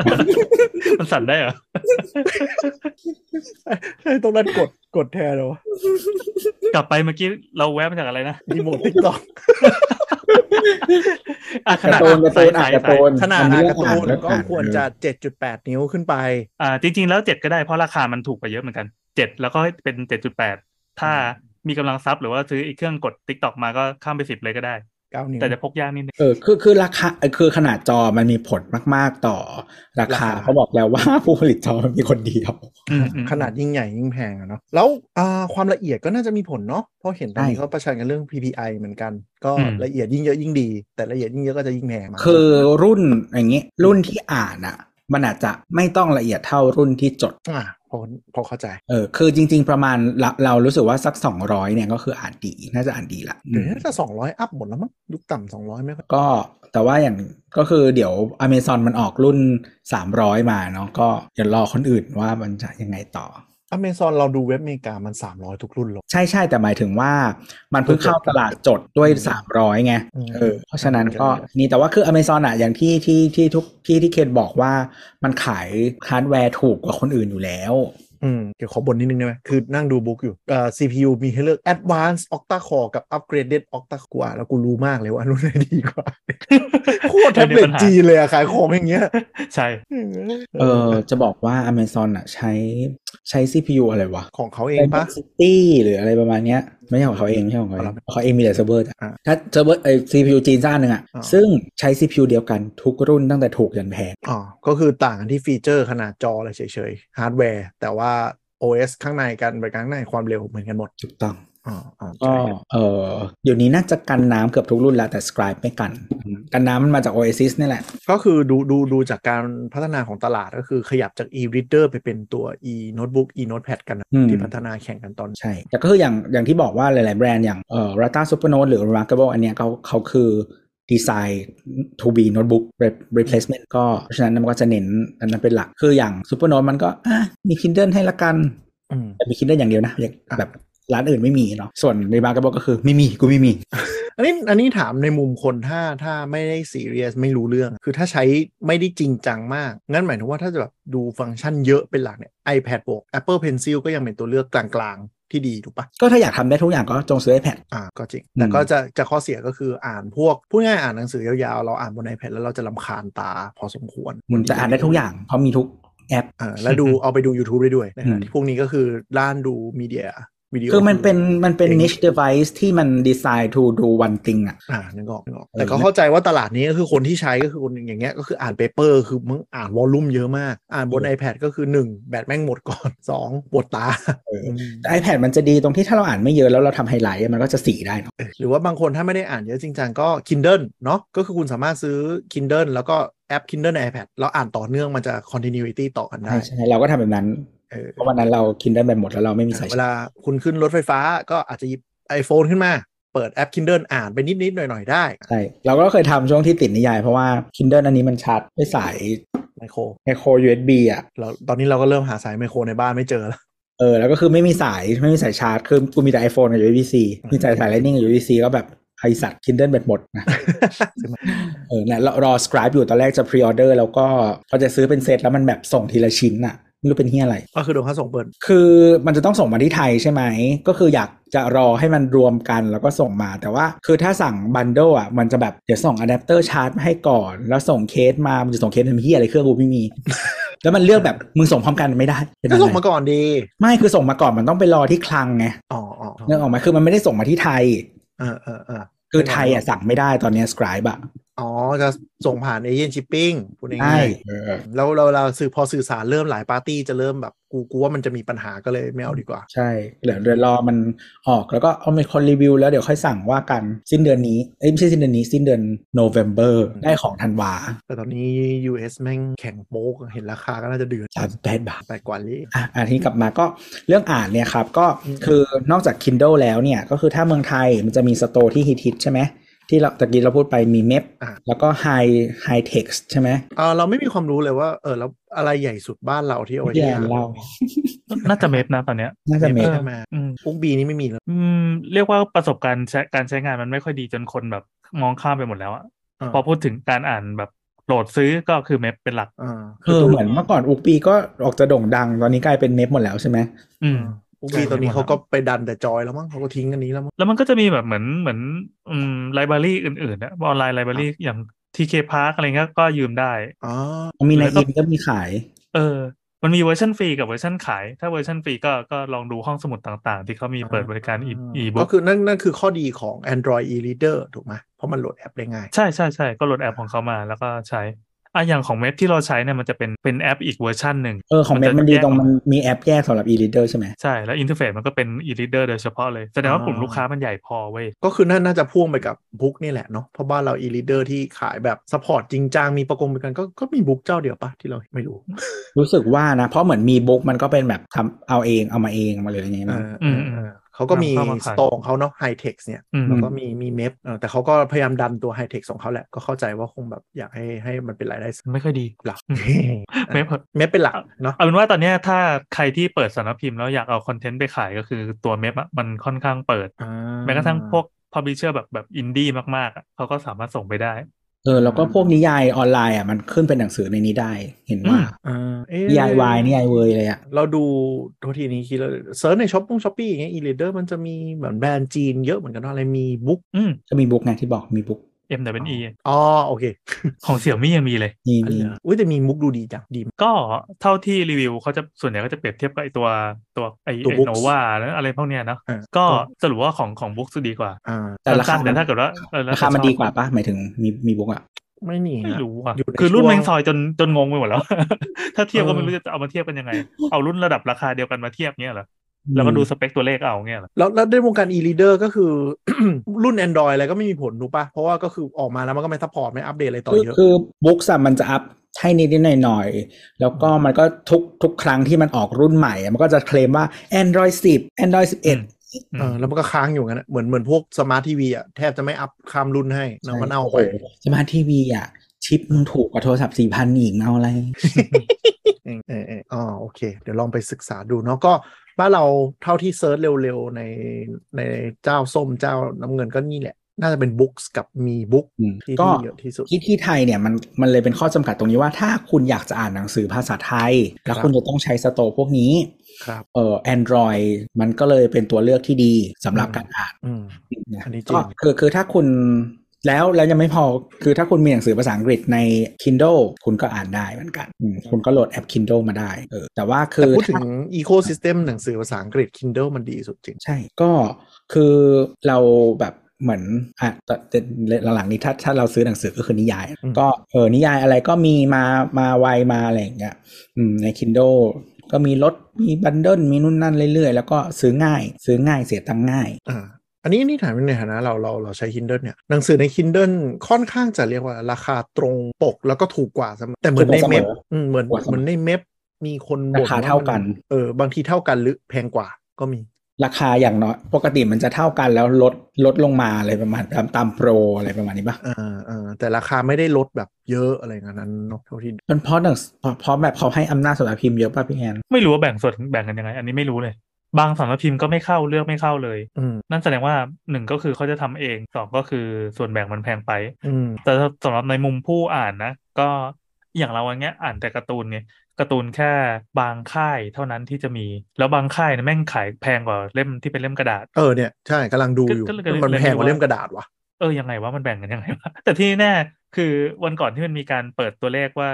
[SPEAKER 4] มันสั่นได้เหรอ
[SPEAKER 3] ให้ตรงนั้นกดกดแทนเหรอวะ
[SPEAKER 4] กลับไปเมื่อกี้เราแวะมาจากอะไรนะ
[SPEAKER 3] รีโมทติ๊กต็อก
[SPEAKER 4] อ่ะขนาด
[SPEAKER 2] การ์ตูนการ์ตูน
[SPEAKER 4] สาย
[SPEAKER 2] อ่ะการ์ตูน
[SPEAKER 3] ขนาด
[SPEAKER 2] มันเลื
[SPEAKER 3] อ่าน
[SPEAKER 2] อก
[SPEAKER 3] การ์ตูน
[SPEAKER 2] อ่านแล้ว
[SPEAKER 3] ก็
[SPEAKER 2] อ่าน
[SPEAKER 3] ควรจะ
[SPEAKER 2] เล
[SPEAKER 3] 7.8 นิ้วขึ้นไป
[SPEAKER 4] อ่าจริง ๆ แล้วเจ็ดก็ได้เพราะราคามันถูกกว่าเยอะเหมือนกันเจ็ดแล้วก็เป็นเจ็ดจุดแปดถ้ามีกำลังทรัพย์หรือว่าซื้ออีกเครื่องกด TikTok มาก็ข้ามไปสิบเลยก็ได้
[SPEAKER 3] 9 นิ้ว
[SPEAKER 4] แต่จะพกยากนิดนึง
[SPEAKER 2] เออคือคือราคาเออคือขนาดจอมันมีผลมาก ๆ ต่อ รา
[SPEAKER 3] ราคา
[SPEAKER 2] คาเขาบอกแล้วว่าผู้ผลิตจอมันมีคนเดียว
[SPEAKER 4] อืมอืม
[SPEAKER 3] ขนาดยิ่งใหญ่ยิ่งแพงอะเนาะแล้วอ่าความละเอียดก็น่าจะมีผลเนาะเพราะเห็นตอนนี้
[SPEAKER 2] ใช่
[SPEAKER 3] เขาประชันกันเรื่อง PPI เหมือนกัน ก็
[SPEAKER 4] อืม
[SPEAKER 3] ละเอียดยิ่งเยอะยิ่งดี แต่ละเอียดยิ่งเยอะก็จะยิ่งแพงมาก
[SPEAKER 2] คือรุ่นอย่างเงี้ยรุ่นที่อ่านอ่ะ มันอาจจะไม่ต้องละเอียดเท่ารุ่นที่จด
[SPEAKER 3] อ่าพอพอเข้าใจ
[SPEAKER 2] เออคือจริง ๆ ประมาณเราเรารู้สึกว่าสักสองร้อยเนี่ยก็คืออ่านดีน่าจะอ่านดีละอื
[SPEAKER 3] เดี๋ย
[SPEAKER 2] ม
[SPEAKER 3] วนี้น่าจะสองร้อยอัพหมดแล้วมั้งยุคต่ำสองร้อยไม่ค่อย
[SPEAKER 2] ก็แต่ว่าอย่างก็คือเดี๋ยว Amazon มันออกรุ่น 300 มาเนาะก็เดี๋ยวรอคนอื่นว่ามันจะยังไงต่อ
[SPEAKER 3] อเมซอนเราดูเว็บอเมริกามันสามร้อยทุกรุ่นหรอก
[SPEAKER 2] ใช่ใช่แต่หมายถึงว่ามันเพิ่งเข้าตลาดจดด้วย 300ไง
[SPEAKER 3] อืม
[SPEAKER 2] เออเพราะฉะนั้นก็นี่แต่ว่าคือ Amazon อะอย่างที่ที่ที่ทุกที่ที่เคนบอกว่ามันขายฮาร์ดแวร์ถูกกว่าคนอื่นอยู่แล้ว
[SPEAKER 3] ืมเดี๋ยวขอบนนิดนึงได้ไหมคือนั่งดูบุ๊กอยู่เอ่อ CPU มีให้เลือก Advanced Octa Core กับ Upgraded Octa Core แล้วกูรู้มากเลยว่าอันรุ่นไหนดีกว่า โคตรแท็บเล็ตจีนเลยอะขายของอย่างเงี้ย
[SPEAKER 4] ใช่
[SPEAKER 2] เออจะบอกว่า Amazon อะใช้ใช้ CPU อะไรวะ
[SPEAKER 3] ของเขาเองปะ
[SPEAKER 2] ซิตี้หรืออะไรประมาณเนี้ย ไม่ใช่ของเขาเองไม่ใช่ของเขาเองเขาเองมีแต่เซิร์ฟเวอร์จ้ะ
[SPEAKER 3] อ่า
[SPEAKER 2] ถ้าเซิร์ฟเวอร์ไอซีพียูจีนเจ้าหนึ่งอ่ะ
[SPEAKER 3] อ่า
[SPEAKER 2] ซึ่งใช้ซีพียูเดียวกันทุกรุ่นตั้งแต่ถูกยันแพง
[SPEAKER 3] อ๋อ ก็คือต่างกันที่ฟีเจอร์ขนาดจอเลยเฉยๆฮาร์ดแวร์แต่ว่า OS ข้างในการบริการข้างในความเร็วเหมือนกันหมด
[SPEAKER 2] ถูกต้อง
[SPEAKER 3] อ๋ออ๋อ
[SPEAKER 2] ก็
[SPEAKER 3] ใช่ครับ
[SPEAKER 2] เออเดี๋ยวนี้น่าจะกันน้ำเกือบทุกรุ่นแล้วแต่ Scribe ไม่กัน กันน้ำมันมาจาก Oasis นี่แหละ
[SPEAKER 3] ก็คือดูดูดูจากการพัฒนาของตลาดก็คือขยับจาก e-reader ไปเป็นตัว e-notebook e-notepad กันนะ
[SPEAKER 2] อืม
[SPEAKER 3] ที่พัฒนาแข่งกันตอนนี้
[SPEAKER 2] ใช่ แต่ก็คืออย่างอย่างที่บอกว่าหลาย ๆ แบรนด์อย่างเอ่อ Rata Supernote หรือ Remarkable อันเนี้ยเขาเขาคือดีไซน์ to be notebook re- replacement ก็เพราะฉะนั้นมันก็จะเน้นอันนั้นเป็นหลักคืออย่าง Supernote มันก็อ่ะมี Kindle ให้ละกัน
[SPEAKER 3] อืม
[SPEAKER 2] แต่มีคิดได้อย่างเดียวนะอย่างแบบร้านอื่นไม่มีเนาะส่วนในบาร์กระบอกก็คือไม่มีกูไม่มี
[SPEAKER 3] อันนี้อันนี้ถามในมุมคนถ้าถ้าไม่ได้ซีเรียสไม่รู้เรื่อง คือถ้าใช้ไม่ได้จริงจังมาก งั้นหมายถึงว่าถ้าจะแบบดูฟังก์ชันเยอะเป็นหลักเนี่ย iPad บวก Apple Pencil ก็ยังเป็นตัวเลือกกลางๆ ที่ดีถูกปะ
[SPEAKER 2] ก็ถ้าอยากทำได้ทุกอย่างก็จงซื้อ iPad
[SPEAKER 3] อ่าก็จริง
[SPEAKER 2] อืม
[SPEAKER 3] แต่ก็จะจะข้อเสียก็คืออ่านพวกพูดง่ายๆอ่านหนังสือยาวๆ เราอ่านบน iPad แล้วเราจะลำคาญตาพอสมควร
[SPEAKER 2] มันจะอ่านได้ทุกอย่างเพราะมีทุกแอป
[SPEAKER 3] อ่าแล้วดู เอาไปดู YouTube ได้ด้วยนะ
[SPEAKER 2] อื
[SPEAKER 3] ฮะ
[SPEAKER 2] ม
[SPEAKER 3] ที่พวกนี้ก็คือด้านดูมีเดียวิดีโอ
[SPEAKER 2] คือมันเป็นมันเป็น
[SPEAKER 3] อง
[SPEAKER 2] niche device ที่มัน design to do one thing อ่ะ
[SPEAKER 3] อ่านึกออกนึกออก
[SPEAKER 2] เออ
[SPEAKER 3] แต่ก็เข้าใจว่าตลาดนี้ก็คือคนที่ใช้ก็คือคนอย่างเงี้ยก็คืออ่านเปเปอร์คือมึงอ่านวอลลุ่มเยอะมาก อ่านบน iPad ก็คือ 1 แบตแม่งหมดก่อน 2ปวดตาม
[SPEAKER 2] แต่ iPad มันจะดีตรงที่ถ้าเราอ่านไม่เยอะแล้วเราทำไฮไลท์มันก็จะสีได้เนอะ
[SPEAKER 3] เอ อหรือว่าบางคนถ้าไม่ได้อ่านเยอะจริงจังก็ Kindle เนาะก็คือคุณสามารถซื้อ Kindle แล้วก็แอป Kindle ใน iPad แล้วอ่านต่อเนื่องมันจะ continuity ต่อกันได้
[SPEAKER 2] ใช่ใช่เราก็ทำแบบนั้น
[SPEAKER 3] เออ
[SPEAKER 2] เพราะวันนั้นเราคินได้แบบหมดแล้วเราไม่มีสาย
[SPEAKER 3] เวลาคุณขึ้นรถไฟฟ้าก็อาจจะหยิบ iPhone ขึ้นมา เปิดแอป Kindle อ่านไปนิด ๆ หน่อย ๆ ได้
[SPEAKER 2] ใช่เราก็เคยทำช่วงที่ติดนิยาย เพราะว่า Kindle อันนี้มันชาร์จด้วยสาย
[SPEAKER 3] ไมโคร
[SPEAKER 2] ไมโคร USB อ่ะ
[SPEAKER 3] เราตอนนี้เราก็เริ่มหาสายไมโครในบ้านไม่เจอแล้ว
[SPEAKER 2] เออแล้วก็คือไม่มีสายไม่มีสายชาร์จ คือกูมีแต่ iPhone กับ USB C มีสายสาย Lightning กับ USB C ก็แบบไอสัตว์ Kindle แบบหมดนะ เออเนี่ยรอรอ scribe อยู่ตอนแรกจะ pre order แล้วก็พอจะซื้อเป็นเซตแล้วมันแบบส่งทีละชิ้นอ่ะไม่รู้เป็นเฮียอะไร
[SPEAKER 3] ก็คือโดนค่าส่งเบิร์น
[SPEAKER 2] คือมันจะต้องส่งมาที่ไทยใช่ไหม ก็คืออยากจะรอให้มันรวมกันแล้วก็ส่งมา แต่ว่าคือถ้าสั่งบันเดิลอ่ะ มันจะแบบเดี๋ยวส่งอะแดปเตอร์ชาร์จมาให้ก่อน แล้วส่งเคสมา มันจะส่งเคสเป็นที่อะไรเครื่องกูไม่ มี แล้วมันเลือกแบบมึงส่งพร้อมกันไม่ได้เป็น
[SPEAKER 3] ก็
[SPEAKER 2] อะไร
[SPEAKER 3] ส่งมาก่อนดี
[SPEAKER 2] ไม่คือส่งมาก่อนมันต้องไปรอที่คลังไง
[SPEAKER 3] อ๋ออ๋ออ๋อ
[SPEAKER 2] เนื่องออกไหมาคือมันไม่ได้ส่งมาที่ไทย
[SPEAKER 3] เออเออเออ
[SPEAKER 2] คือไทยอ่ะสั่งไม่ได้ตอนเนี้สครายอะ
[SPEAKER 3] อ๋อ จะส่งผ่านเอเย่นชิปปิ้งพูด
[SPEAKER 2] ใช่
[SPEAKER 3] ง่าย
[SPEAKER 2] เออ
[SPEAKER 3] ๆแล้วเราเราสื่อพอสื่อสารเริ่มหลายปาร์ตี้จะเริ่มแบบกูกูว่ามันจะมีปัญหาก็เลยไม่เอาดีกว่า
[SPEAKER 2] ใช่เดี๋ยวเดี๋ยวรอมันออกแล้วก็เอามีคนรีวิวแล้วเดี๋ยวค่อยสั่งว่ากันสิ้นเดือนนี้เอ้ยไม่ใช่สิ้นเดือนนี้สิ้นเดือนโนเวมเบอร์ได้ของธันวา
[SPEAKER 3] แต่ตอนนี้ US แม่งแข่งโป๊กเห็นราคาก็น่าจะเดือด
[SPEAKER 2] สามแปดบาท
[SPEAKER 3] แต่กว่านี้
[SPEAKER 2] อ่ะอันที่กลับมาก็เรื่องอ่านเนี่ยครับ ก็
[SPEAKER 3] อืม
[SPEAKER 2] คือนอกจาก Kindle แล้วเนี่ย ก็คือถ้าเมืองไทยมันจะมีสโตร์ที่ฮิตๆใช่ไหม ที่เราตะกี้เราพูดไปมีเมพแล้วก็ High High Text ใช่ไหม
[SPEAKER 3] เออเราไม่มีความรู้เลยว่าเออแล้วอะไรใหญ่สุดบ้านเราที่เอาไว้
[SPEAKER 2] ที่
[SPEAKER 3] ที่
[SPEAKER 2] อ่านเรา
[SPEAKER 4] น่าจะเมฟนะตอนเนี้ย
[SPEAKER 2] น่าจะเมพ
[SPEAKER 4] เออ
[SPEAKER 3] ใช่ไหม
[SPEAKER 4] อืม
[SPEAKER 3] พวกบีนี่ไม่มีเลย
[SPEAKER 4] อืมเรียกว่าประสบการณ์ใช้การใช้งานมันไม่ค่อยดีจนคนแบบมองข้ามไปหมดแล้วอะ
[SPEAKER 3] า
[SPEAKER 4] พอพูดถึงการอ่านแบบโหลดซื้อก็คือเมพเป็นหลัก
[SPEAKER 3] อ่า
[SPEAKER 2] คือเหมือนเมื่อก่อนอุกปีก็ออกจะโด่งดัง ตอนนี้กลายเป็นเมพหมดแล้วใช่ไหม
[SPEAKER 4] อืม
[SPEAKER 3] พวกบีตอนนี้เขาก็ไปดันแต่จอยแล้วมั้งเขาก็ทิ้งกันนี้แล้วมั้ง
[SPEAKER 4] แล้วมันก็จะมีแบบเหมือนเหมือนอืมไลบรารีอื่นๆนะออนไลน์ไลบรารีอย่าง TK Park อะไรเงี้ยก็ยืมได้
[SPEAKER 3] อ๋อ
[SPEAKER 2] มีใน
[SPEAKER 4] แล้วก็
[SPEAKER 2] อินก็มีขาย
[SPEAKER 4] เออ มันมีเวอร์ชันฟรีกับเวอร์ชันขาย ถ้าเวอร์ชันฟรีก็ก็ลองดูห้องสมุดต่างๆ ที่เขามีเปิดบริการอีอีบุ๊
[SPEAKER 3] ก็คือนั่นนั่นคือข้อดีของ Android e-reader ถูกไหมเพราะมันโหลดแอปได้ง่าย
[SPEAKER 4] ใช่ใช่ใช่ก็โหลดแอปของเขามาแล้วก็ใช้อ่ะอย่างของเมพที่เราใช้เนี่ยมันจะเป็นเป็นแอปอีกเวอร์ชันหนึ่ง
[SPEAKER 2] เออของเมพ
[SPEAKER 4] มั
[SPEAKER 2] มัน
[SPEAKER 4] นจะ
[SPEAKER 2] ดี
[SPEAKER 4] แยก
[SPEAKER 2] ตรง
[SPEAKER 4] ออก
[SPEAKER 2] มันมีแอปแยกสำหรับ e-reader ใช่ไหม
[SPEAKER 4] ใช่แล้วอินเทอร์เฟซมันก็เป็น e-reader โดยเฉพาะเลย แสดงว่า
[SPEAKER 3] อ๋อ
[SPEAKER 4] กลุ่มลูกค้ามันใหญ่พอเว้ย
[SPEAKER 3] ก็คือน่าน่าจะพ่วงไปกับบุ๊กนี่แหละเนาะเพราะบ้านเรา e-reader ที่ขายแบบสปอร์ตจริงจังมีประกงเหมือนกันก็ก็มีบุ๊กเจ้าเดียวปะที่เราไม่รู้
[SPEAKER 2] รู้สึกว่านะ เพราะเหมือนมีบุ๊กมันก็เป็นแบบทำเอาเองเอามาเองมาเลยอะไรอย่างเงี้ย
[SPEAKER 3] เอ
[SPEAKER 2] มั้ง
[SPEAKER 3] อ
[SPEAKER 4] อืม
[SPEAKER 3] เออเขาก็มี
[SPEAKER 4] นำเข้ามาขา
[SPEAKER 3] ส
[SPEAKER 4] ย
[SPEAKER 3] โตร์ของเขาเนาะไฮเทคเนี่ย
[SPEAKER 4] อืม
[SPEAKER 3] แล้วก็มีมีเมฟเออแต่เขาก็พยายามดันตัวไฮเทคของเขาแหละ ก็เข้าใจว่าคงแบบอยากให้ให้มันเป็นรายได้
[SPEAKER 4] ไม่ค่อยดี
[SPEAKER 3] หลัก
[SPEAKER 4] เมพ
[SPEAKER 3] เมฟเป็นหลักเนาะ
[SPEAKER 4] เอาเป็นว่าตอนเนี้ยถ้าใครที่เปิดสำนักพิมพ์แล้วอยากเอาคอนเทนต์ไปขายก็คือตัวเมพอะมันค่อนข้างเปิด แม้กระทั่งพวกพ u b บิเชอร์แบบแบบอินดี้มากๆอะเขาก็สามารถส่งไปได้
[SPEAKER 2] เออแล้วก็พวกนิยายออนไลน์อ่ะมันขึ้นเป็นหนังสือในนี้ได้ เห็นว่า
[SPEAKER 3] อ่
[SPEAKER 4] อืม
[SPEAKER 3] าเอ๊ะ
[SPEAKER 2] DIY นิยายเวยเลยอ่ะ
[SPEAKER 3] เราดูโทษทีนี้คิดแล้วเซิร์ชในช้อปปงช้อปปี้อย่างเงี้ยอีเลเดอร์มันจะมีเหมือนแบรนด์จีนเยอะเหมือนกันเนอะอะไรมีบุ๊ก
[SPEAKER 4] อืม
[SPEAKER 2] ก็มีบุ๊กไงที่บอกมีบุ๊ก
[SPEAKER 4] M W E
[SPEAKER 3] อ๋อโอเค
[SPEAKER 4] ของเสี่ยมี่ยังมีเลย
[SPEAKER 2] มี
[SPEAKER 3] อัน
[SPEAKER 2] มี
[SPEAKER 3] เหลืออุ้ยแต่มีมุกดูดีจังดีมาก
[SPEAKER 4] ก็เท่าที่รีวิวเขาจะส่วนใหญ่ก็จะเปรียบเทียบกับไอตัวตัวไอ
[SPEAKER 3] ตัว
[SPEAKER 4] ไอ
[SPEAKER 3] Books
[SPEAKER 4] โนวานะอะไรพวกเนี้ยเนอะ
[SPEAKER 3] เออ
[SPEAKER 4] ก็
[SPEAKER 3] ตัว
[SPEAKER 4] สรุปว่าของของบุ๊กจะดีกว่า
[SPEAKER 3] อ่า
[SPEAKER 2] แต่ราคา
[SPEAKER 4] สั้นๆแต่ถ้าเกิดว่าเออแล้ว
[SPEAKER 2] ราคามัน
[SPEAKER 4] แต่ชอบ
[SPEAKER 2] ดีกว่าปะหมายถึงมีมีบุ๊กอ่ะ
[SPEAKER 3] ไม่หนี
[SPEAKER 4] ไม่
[SPEAKER 3] นะ
[SPEAKER 4] รู้อ่ะ
[SPEAKER 3] อยู่ใน
[SPEAKER 4] คือรุ่น
[SPEAKER 3] ช่วง
[SPEAKER 4] แมงซอยจนจนงงไปหมดแล้ว ถ้าเทียบก็ไม่รู้จะเอามาเทียบกันยังไง เอารุ่นระดับราคาเดียวกันมาเทียบเนี้ยเหรอแล้วก็ดูสเปคตัวเลขเอาเงี้ยเหรอ
[SPEAKER 3] แล้วแล้วในวงการ e-reader ก็คือ รุ่น Android อะไรก็ไม่มีผลถูกปะเพราะว่าก็คือออกมาแล้วมันก็ไม่ซัพพอร์ตไม่อัปเดตอะไรต่อ
[SPEAKER 2] คือ
[SPEAKER 3] เยอะ
[SPEAKER 2] คือบุ๊กอะมันจะอัพให้นิดนิดหน่อยหน่อยๆแล้วก็มันก็ทุกทุกครั้งที่มันออกรุ่นใหม่อะมันก็จะเคลมว่า Android 10 Android
[SPEAKER 4] อืม
[SPEAKER 3] เออแล้วมันก็ค้างอยู่งั้นอะเหมือนเหมือนพวกสมาร์ททีวีอ่ะแทบจะไม่อัพข้ามรุ่นให้
[SPEAKER 2] 11
[SPEAKER 3] นะมันเอาไป
[SPEAKER 2] สมาร์ททีวีอ่ะ ชิปมึงถูกกว่าโทรศัพท์สี่พันอีกมึงเอาอะไร
[SPEAKER 3] เออเออเอออ๋อโอเค เดี๋ยวลองไปศึกษาดูเนาะก็บ้านเราเท่าที่เซิร์ชเร็วๆ ในในเจ้าส้มเจ้าน้ำเงินก็นี่แหละ น่าจะเป็นบุ๊กกับมีบุ๊ก
[SPEAKER 2] อื ม
[SPEAKER 3] ที่
[SPEAKER 2] ก็
[SPEAKER 3] ที่เยอะที่สุด
[SPEAKER 2] ที่ที่ไทยเนี่ยมันมันเลยเป็นข้อจำกัดตรงนี้ว่าถ้าคุณอยากจะอ่านหนังสือภาษาไทย แล้ว
[SPEAKER 3] ครับ
[SPEAKER 2] คุณจะต้องใช้สโตร์พวกนี้
[SPEAKER 3] ครับ
[SPEAKER 2] เอ่อแอนดรอยมันก็เลยเป็นตัวเลือกที่ดีสำหรับ
[SPEAKER 3] อืม
[SPEAKER 2] การอ่าน
[SPEAKER 3] อืม
[SPEAKER 2] นะ
[SPEAKER 3] อันนี้จริง
[SPEAKER 2] ก็คือคือถ้าคุณแล้วแล้วยังไม่พอคือถ้าคุณมีหนังสือภาษาอังกฤษใน Kindle คุณก็อ่านได้เหมือนกันอืมคุณก็โหลดแอป Kindle มาได้เออแต่ว่าคื
[SPEAKER 3] แต่
[SPEAKER 2] อ
[SPEAKER 3] พูดถึงอีโค y ิสเต็มหนังสือภาษาอังกฤษ Kindle มันดีสุดจริง
[SPEAKER 2] ใช่ก็คือเราแบบเหมือนอ่ะตอนหลังๆนี้ถ้าถ้าเราซื้อหนังสือก็คือนิยาย
[SPEAKER 3] อืม
[SPEAKER 2] ก็เออนิยายอะไรก็มีมามาไวมาอะไรอย่างเงี้ยอืมใน Kindle ก็มีลดมีบันเดิลมีนู่นนั่นเรื่อยๆ แล้วก็ซื้อง่าย ซื้อง่ายเสียตังค์ง่าย
[SPEAKER 3] อ่าอันนี้นี่ถามในฐานะเราเราเราใช้ Kindle เนี่ยหนังสือใน Kindle ค่อนข้างจะเรียกว่าราคาตรงปกแล้วก็ถูกกว่าเสมอแต่เหมือนใน
[SPEAKER 2] ถูกกว่า
[SPEAKER 3] เม
[SPEAKER 2] เสมอ
[SPEAKER 3] พอืมเหมือน
[SPEAKER 2] ถูกกว่าเสมอ
[SPEAKER 3] เหมือนในเมพมีคนบ่
[SPEAKER 2] ราคาเท่ากัน
[SPEAKER 3] ว่มัเออบางทีเท่ากันหรือแพงกว่าก็มี
[SPEAKER 2] ราคาอย่างน้อยปกติมันจะเท่ากันแล้วลดลดลงมาอะไรประมาณตามตามโปรอะไรประมาณนี้ปะ
[SPEAKER 3] อ่าอ่าแต่ราคาไม่ได้ลดแบบเยอะอะไรเงี้ยนั้นเนอะเท่าที่
[SPEAKER 2] มันเพราะหนังเพราะเพราะแบบเขาให้อำนาจสำนักพิมพ์เยอะป่ะพี่แอน
[SPEAKER 4] ไม่รู้ว่าแบ่งส่วนแบ่งกันยังไง อันนี้ไม่รู้เลย บางสำนักพิมพ์ก็ไม่เข้าเลือกไม่เข้าเลย
[SPEAKER 3] อืม
[SPEAKER 4] นั่นแสดงว่าหนึ่งก็คือเขาจะทำเองสองก็คือส่วนแบ่งมันแพงไป
[SPEAKER 3] อืม
[SPEAKER 4] แต่สำหรับในมุมผู้อ่านนะ ก็อย่างเราอย่างเงี้ยอ่านแต่การ์ตูนไงการ์ตูนแค่บางค่ายเท่านั้นที่จะมี แล้วบางค่ายเนี่ยแม่งขายแพงกว่าเล่มที่เป็นเล่มกระดาษ
[SPEAKER 3] เออเนี่ยใช่กำลังดูอยู่
[SPEAKER 4] ก็ก็เลย
[SPEAKER 3] มัน
[SPEAKER 4] เลย
[SPEAKER 3] แพงกว่า
[SPEAKER 4] ไม่รู้ว่า
[SPEAKER 3] เล่มกระดาษวะ
[SPEAKER 4] เออยังไงวะมันแบ่งกันยังไงวะ แต่ที่แน่คือวันก่อนที่มันมีการเปิดตัวเลขว่า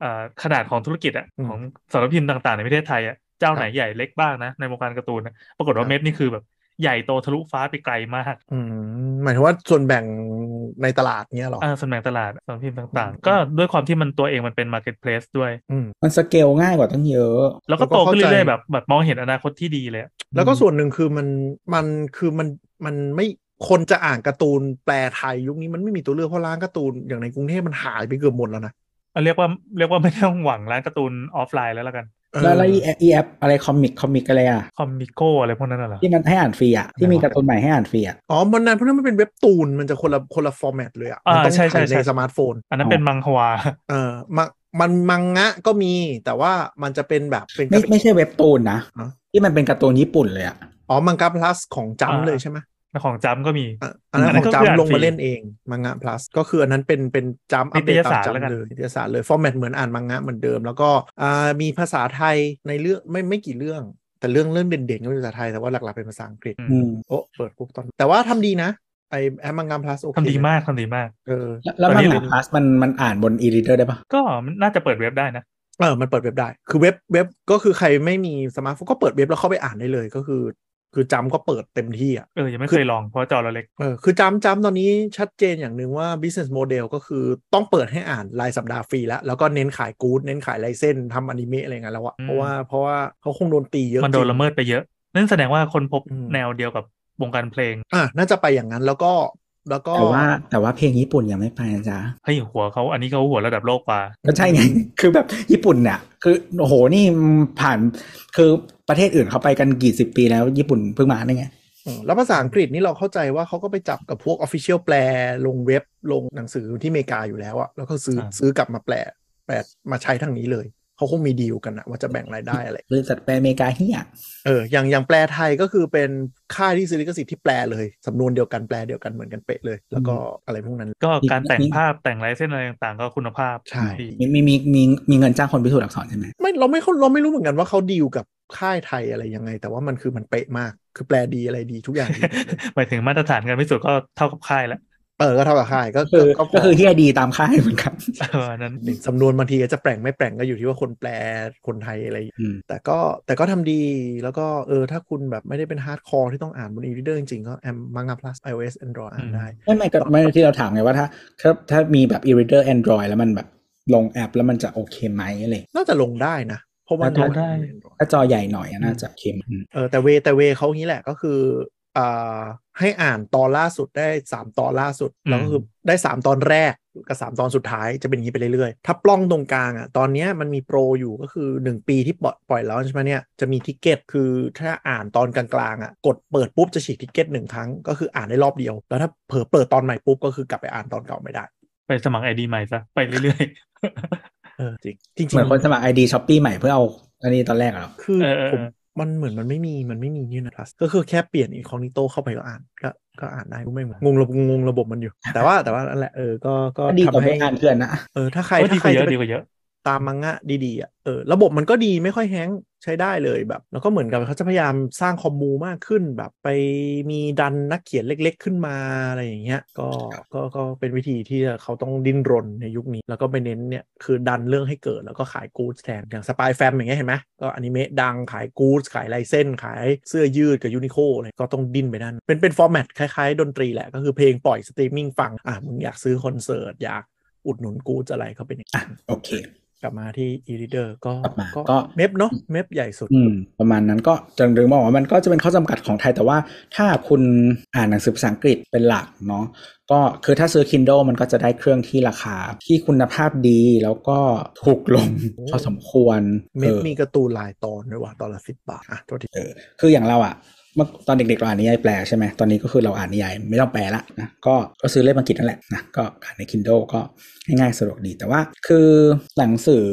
[SPEAKER 4] เอ่อขนาดของธุรกิจอะของสำนักพิมพ์ต่างๆในประเทศไทยอะเจ้าไหนใหญ่เล็กบ้างนะในวงการการ์ตูนนะปรากฏว่าเม็ดนี่คือแบบใหญ่โตทะลุฟ้าไปไกลมาก
[SPEAKER 3] อืมหมายถึงว่าส่วนแบ่งในตลาดเนี้ยเหรอ
[SPEAKER 4] อ่าส่วนแบ่งตลาดสำนักพิมพ์ต่าง
[SPEAKER 3] อืม
[SPEAKER 4] ๆ ก็ด้วยความที่มันตัวเองมันเป็น marketplace ด้วย
[SPEAKER 3] อืม
[SPEAKER 2] มันสเกลง่ายกว่าตั้งเยอะ
[SPEAKER 4] แล้วก็
[SPEAKER 3] แล้วก็
[SPEAKER 4] โตขึ้น
[SPEAKER 3] เข้า
[SPEAKER 4] เรื่อย
[SPEAKER 3] ใจ
[SPEAKER 4] ๆแบบแบบมองเห็นอนาคตที่ดีเลยอะ
[SPEAKER 3] แล้วก็ส่วนหนึ่งคือมันมันคือมันมันไม่คนจะอ่านการ์ตูนแปลไทยยุคนี้มันไม่มีตัวเลือกเพราะร้านการ์ตูนอย่างในกรุงเทพมันหายไปเกือบหมดแล้วนะ
[SPEAKER 4] เอาเรียกว่าเรียกว่าไม่ต้องหวังร้านการ์ตูนออฟไลน์แล้วละกัน
[SPEAKER 3] เออ
[SPEAKER 2] แล้วแล้วอีแอปอีแอปอะไรคอมิกคอมิกอะไรอ่ะ
[SPEAKER 4] คอมมิโกอะไรพวกนั้นน่ะเหรอ
[SPEAKER 2] ที่มันให้อ่านฟรีอ่ะ ที่มีการ์ตูนใหม่ให้อ่านฟรีอ่ะ
[SPEAKER 3] อ๋อมันนั้นเพราะนั้นมันเป็นเว็บตูนมันจะคนละคนละฟอร์แมตเลยอ่ะมัน
[SPEAKER 4] อ่า
[SPEAKER 3] ต้อง
[SPEAKER 4] ใช่
[SPEAKER 3] ถ่ายใน
[SPEAKER 4] ใช่ใช่
[SPEAKER 3] สมาร์ทโฟน
[SPEAKER 4] อันนั้นเป็นมังฮวา
[SPEAKER 3] เออมันมันมังงะก็มีแต่ว่ามันจะเป็นแบบเป็น
[SPEAKER 2] ไม่
[SPEAKER 3] การ์ตูน
[SPEAKER 2] ไม่ใช่เว็บตูนนะ
[SPEAKER 3] ฮะ
[SPEAKER 2] ที่มันเป็นการ์ตูนญี่ปุ่นเลยอ่ะ
[SPEAKER 3] อ๋อมังกะพลัสของจัม
[SPEAKER 4] อ่า
[SPEAKER 3] เลยใช่ไหม
[SPEAKER 4] แล้วของจัมก็มี
[SPEAKER 3] อ่ะอันนั้น
[SPEAKER 4] อันนั้
[SPEAKER 3] ข
[SPEAKER 4] น
[SPEAKER 3] อง
[SPEAKER 4] ก็
[SPEAKER 3] จัม
[SPEAKER 4] คืออ่าน
[SPEAKER 3] ลง
[SPEAKER 4] ฟรี
[SPEAKER 3] มาเล่นเองมังงะพลัสก็คืออันนั้นเป็นเป็นจัมอัปเดตตามจัม
[SPEAKER 4] นิตยสารแล้วกัน
[SPEAKER 3] เลยนิตยสารเลยฟอร์แมตเหมือนอ่านมังงะเหมือนเดิม แล้วก็อ่ามีภาษาไทยในเรื่องไม่ไม่กี่เรื่อง แต่เรื่องเรื่องเด่นๆก็เป็นภาษาไทยแต่ว่าหลักๆเป็นภาษาอังกฤษ
[SPEAKER 2] อืม
[SPEAKER 3] โอ้เปิดปุ๊บตอน แต่ว่าทำดีนะไอแอปมังงะพลัสโอเค
[SPEAKER 4] ทำดีมากทำดีมาก
[SPEAKER 3] เออ
[SPEAKER 2] แล้วแล้ว
[SPEAKER 4] ตอน
[SPEAKER 2] มั
[SPEAKER 4] นี้
[SPEAKER 2] น
[SPEAKER 4] เรี
[SPEAKER 2] อ่าย น
[SPEAKER 4] น
[SPEAKER 2] พาสมันมันอ่านบน e-reader ได้ปะ
[SPEAKER 4] ก็น่าจะเปิดเว็บได้นะ
[SPEAKER 3] เออมันเปิดเว็บได้ คือเว็บเว็บก็คือใครไม่มีสมาร์ทโฟนก็เปิดเว็บแล้วเข้าไปอ่านได้เลยก็คือ คือจัมก็เปิดเต็มที่อ่ะ
[SPEAKER 4] เออ ยังไม่
[SPEAKER 3] คื
[SPEAKER 4] เค
[SPEAKER 3] อ
[SPEAKER 4] ยลองเพราะจอเราเล็ก
[SPEAKER 3] เออคือจำจำตอนนี้ชัดเจนอย่างหนึ่งว่า business model ก็คือต้องเปิดให้อ่านรายสัปดาห์ฟรีแล้ว แล้วก็เน้นขายกู๊ดเน้นขายลายเส้นทำอนิเมะอะไรเงี้ยแล้วอะ
[SPEAKER 4] อืม
[SPEAKER 3] เพราะว่าเพราะว่าเขาคงโดนตีเยอะ
[SPEAKER 4] มันโด
[SPEAKER 3] จ
[SPEAKER 4] น
[SPEAKER 3] ริง
[SPEAKER 4] ละเมิดไปเยอะ นั่นแสดงว่าคนพบ
[SPEAKER 3] อืม
[SPEAKER 4] แนวเดียวกับวงการเพลง
[SPEAKER 3] อ่ะน่าจะไปอย่างนั้นแล้วก็แล้วก็
[SPEAKER 2] แต่ว่าแต่ว่าเพลงญี่ปุ่นยังไม่ไปนะจ๊ะ
[SPEAKER 4] เฮ้ยหัวเขาอันนี้เขาหัวระดับโลกกว่า
[SPEAKER 2] ก็ใช่ไง คือแบบญี่ปุ่นเนี่ย คือโอ้โหนี่ผ่านคือประเทศอื่นเขาไปกันกี่สิบปีแล้วญี่ปุ่นเพิ่งมาได้ไง
[SPEAKER 3] อืมแล้วภาษาอังกฤษนี่เราเข้าใจว่าเขาก็ไปจับกับพวก official แปลลงเว็บลงหนังสือที่อเมริกาอยู่แล้วอะแล้วก็ซื้อ
[SPEAKER 4] อ่า
[SPEAKER 3] ซื้อกลับมาแปลแปลมาใช้ทางนี้เลยเขาคงมีดีลกันอะว่าจะแบ่งรายได้อะไร
[SPEAKER 2] หรือจัดไปอเมริกาเฮีย
[SPEAKER 3] เออ อย่าง อย่างแปลไทยก็คือเป็นค่ายที่ซื้อลิขสิทธิ์ที่แปลเลย สำนวนเดียวกันแปลเดียวกันเหมือนกันเป๊ะเลย แล้วก็อะไรพวกนั้น
[SPEAKER 4] ก็การแต่งภาพแต่งลายเส้นอะไรต่างๆ ก็คุณภาพ
[SPEAKER 3] ใช่
[SPEAKER 4] ดี
[SPEAKER 2] มีมีมีมีมีเงินจ้างคนพิสูจน์อักษรใช่ไหม
[SPEAKER 3] ไม่ เราไม่เข้าเราไม่รู้เหมือนกันว่าเขาดีลกับค่ายไทยอะไรยังไง แต่ว่ามันคือมันเป๊ะมาก คือแปลดีอะไรดีทุกอย่าง ดี
[SPEAKER 4] หมายถึงมาตรฐานการพิสูจน์ก็เท่ากับค่าย ละ
[SPEAKER 3] เออ ก็เท่ากับค่ายก็
[SPEAKER 2] คือ
[SPEAKER 3] ก็ก็พ
[SPEAKER 2] ก็
[SPEAKER 3] อ
[SPEAKER 2] คือเฮียดีตามค่ายเหมือนกัน
[SPEAKER 4] เอออันนั้น
[SPEAKER 3] สำนวนบางทีก็จะแปลงไม่แปลงก็อยู่ที่ว่าคนแปลคนไทยอะไร
[SPEAKER 2] อืม
[SPEAKER 3] แต่ก็แต่ก็ทำดีแล้วก็เออถ้าคุณแบบไม่ได้เป็นฮาร์ดคอร์ที่ต้องอ่านบนอี e ิเดอร์จริงๆก็แอมมังงะ plus iOS Android อ่านได้
[SPEAKER 2] ไม่ไม่ก็ไม่ที่เราถามไงว่าถ้าถ้าถ้ามีแบบ e-reader Android แล้วมันแบบลงแอปแล้วมันจะโอเคไหมอะไร
[SPEAKER 3] น่าจะลงได้นะเพราะว่า
[SPEAKER 2] น่าจะลงได้ ถ้าจอใหญ่หน่อยอะน่าจะโอเคมย
[SPEAKER 3] เออแต่เวแต่เวเขาอย่างนี้แหละก็คืออ่าให้อ่านตอนล่าสุดได้ 3 ตอนล่าสุด แล้วก็คือได้ 3 ตอนแรกกับ 3 ตอนสุดท้ายจะเป็นอย่างนี้ไปเรื่อยๆ ถ้าปล้องตรงกลางอ่ะตอนเนี้ยมันมีโปรอยู่ก็คือ 1 ปีที่ปล่อยปล่อยแล้วใช่ไหมเนี่ยจะมีทิกเก็ตคือถ้าอ่านตอนกลางๆอ่ะกดเปิดปุ๊บจะฉีกทิกเก็ตหนึ่งครั้งก็คืออ่านได้รอบเดียว แล้วถ้าเผลอเปิดตอนใหม่ปุ๊บก็คือกลับไปอ่านตอนเก่าไม่ได้
[SPEAKER 4] ไปสมัครไอดีใหม่ซะไปเรื่อย
[SPEAKER 3] เออจริงจริงๆ
[SPEAKER 2] เหมือนคนสมัคร ID s h o p ปีใหม่เพื่อเอาอันนี้ตอนแรกอะเหรอ
[SPEAKER 3] คือ
[SPEAKER 4] เออเออ
[SPEAKER 3] ผม
[SPEAKER 4] เออ
[SPEAKER 3] มันเหมือนมันไม่มีมันไม่มีนี่นะพลัสก็คือแค่เปลี่ยนอีคอนิโตเข้าไปก็อ่านก็ก็อ่านได้ไม่เหมือนงงระบบงงระบบมันอยู่ แต่ว่าแต่ว่านั่นแหละเออก็ก็
[SPEAKER 2] ดีกว่า
[SPEAKER 3] ทำให้
[SPEAKER 2] ไม่อ่านเพื่อนนะ
[SPEAKER 3] เออถ้าใคร
[SPEAKER 4] โอ้ย
[SPEAKER 3] ถ้าใคร
[SPEAKER 4] ดีก
[SPEAKER 3] จะไป
[SPEAKER 4] ว่าเยอะดีกว่าเยอะ
[SPEAKER 3] ตามมังงะดีๆอ่ะเออระบบมันก็ดีไม่ค่อยแฮงก์ใช้ได้เลยแบบ แล้วก็เหมือนกับเขาจะพยายามสร้างคอมมูมากขึ้นแบบไปมีดันนักเขียนเล็ก ๆ ขึ้นมาอะไรอย่างเงี้ยก็ก็ก็เป็นวิธีที่เขาต้องดิ้นรนในยุคนี้ แล้วก็ไปเน้นเนี่ยคือดันเรื่องให้เกิดแล้วก็ขายกู๊ดแทนอย่างสปายแฟมอย่างเงี้ยเห็นไหมก็อนิเมะดังขายกู๊ดขายลายเส้น ขายเสื้อยืดกับยูนิโคอะไรก็ต้องดิ้นไปด้านเป็นเป็นฟอร์แมตคล้ายๆ ดนตรีแหละก็คือเพลงปล่อยสตรีมมิ่งฟังอ่ะมึงอยากซื้อคอนเสิร์ตอยากอุดหนุนกู๊ดอะไรก็เป็นอย่าง
[SPEAKER 2] อ่ะ
[SPEAKER 3] นั้น
[SPEAKER 2] โอเค
[SPEAKER 3] กลับมาที่ e-reader ก็
[SPEAKER 2] กลับมาก็
[SPEAKER 3] เมฟเนาะเมฟใหญ่สุด
[SPEAKER 2] อืมประมาณนั้นก็จนถึงบอกว่ามันก็จะเป็นข้อจำกัดของไทยแต่ว่าถ้าคุณอ่านหนังสือภาษาอังกฤษเป็นหลักเนาะก็คือถ้าซื้อ Kindle มันก็จะได้เครื่องที่ราคา ที่คุณภาพดีแล้วก็ถูกลง
[SPEAKER 3] โอ้
[SPEAKER 2] พอสมควร
[SPEAKER 3] เม
[SPEAKER 2] อ
[SPEAKER 3] ฟ
[SPEAKER 2] อ
[SPEAKER 3] มีการ์ตูนหลายตอนด้วยว่ะตอนละสิบบาทอ่ะโทษที
[SPEAKER 2] เออคืออย่างเราอะเมื่อตอนเด็กๆเราอ่านนิยายแปลใช่ไหมตอนนี้ก็คือเราอ่านนิยายไม่ต้องแปลละนะก็ก็ซื้อเล่มอังกฤษนั่นแหละนะก็อ่านใน Kindle ก็ง่ายๆสะดวกดีแต่ว่าคือหนังสือ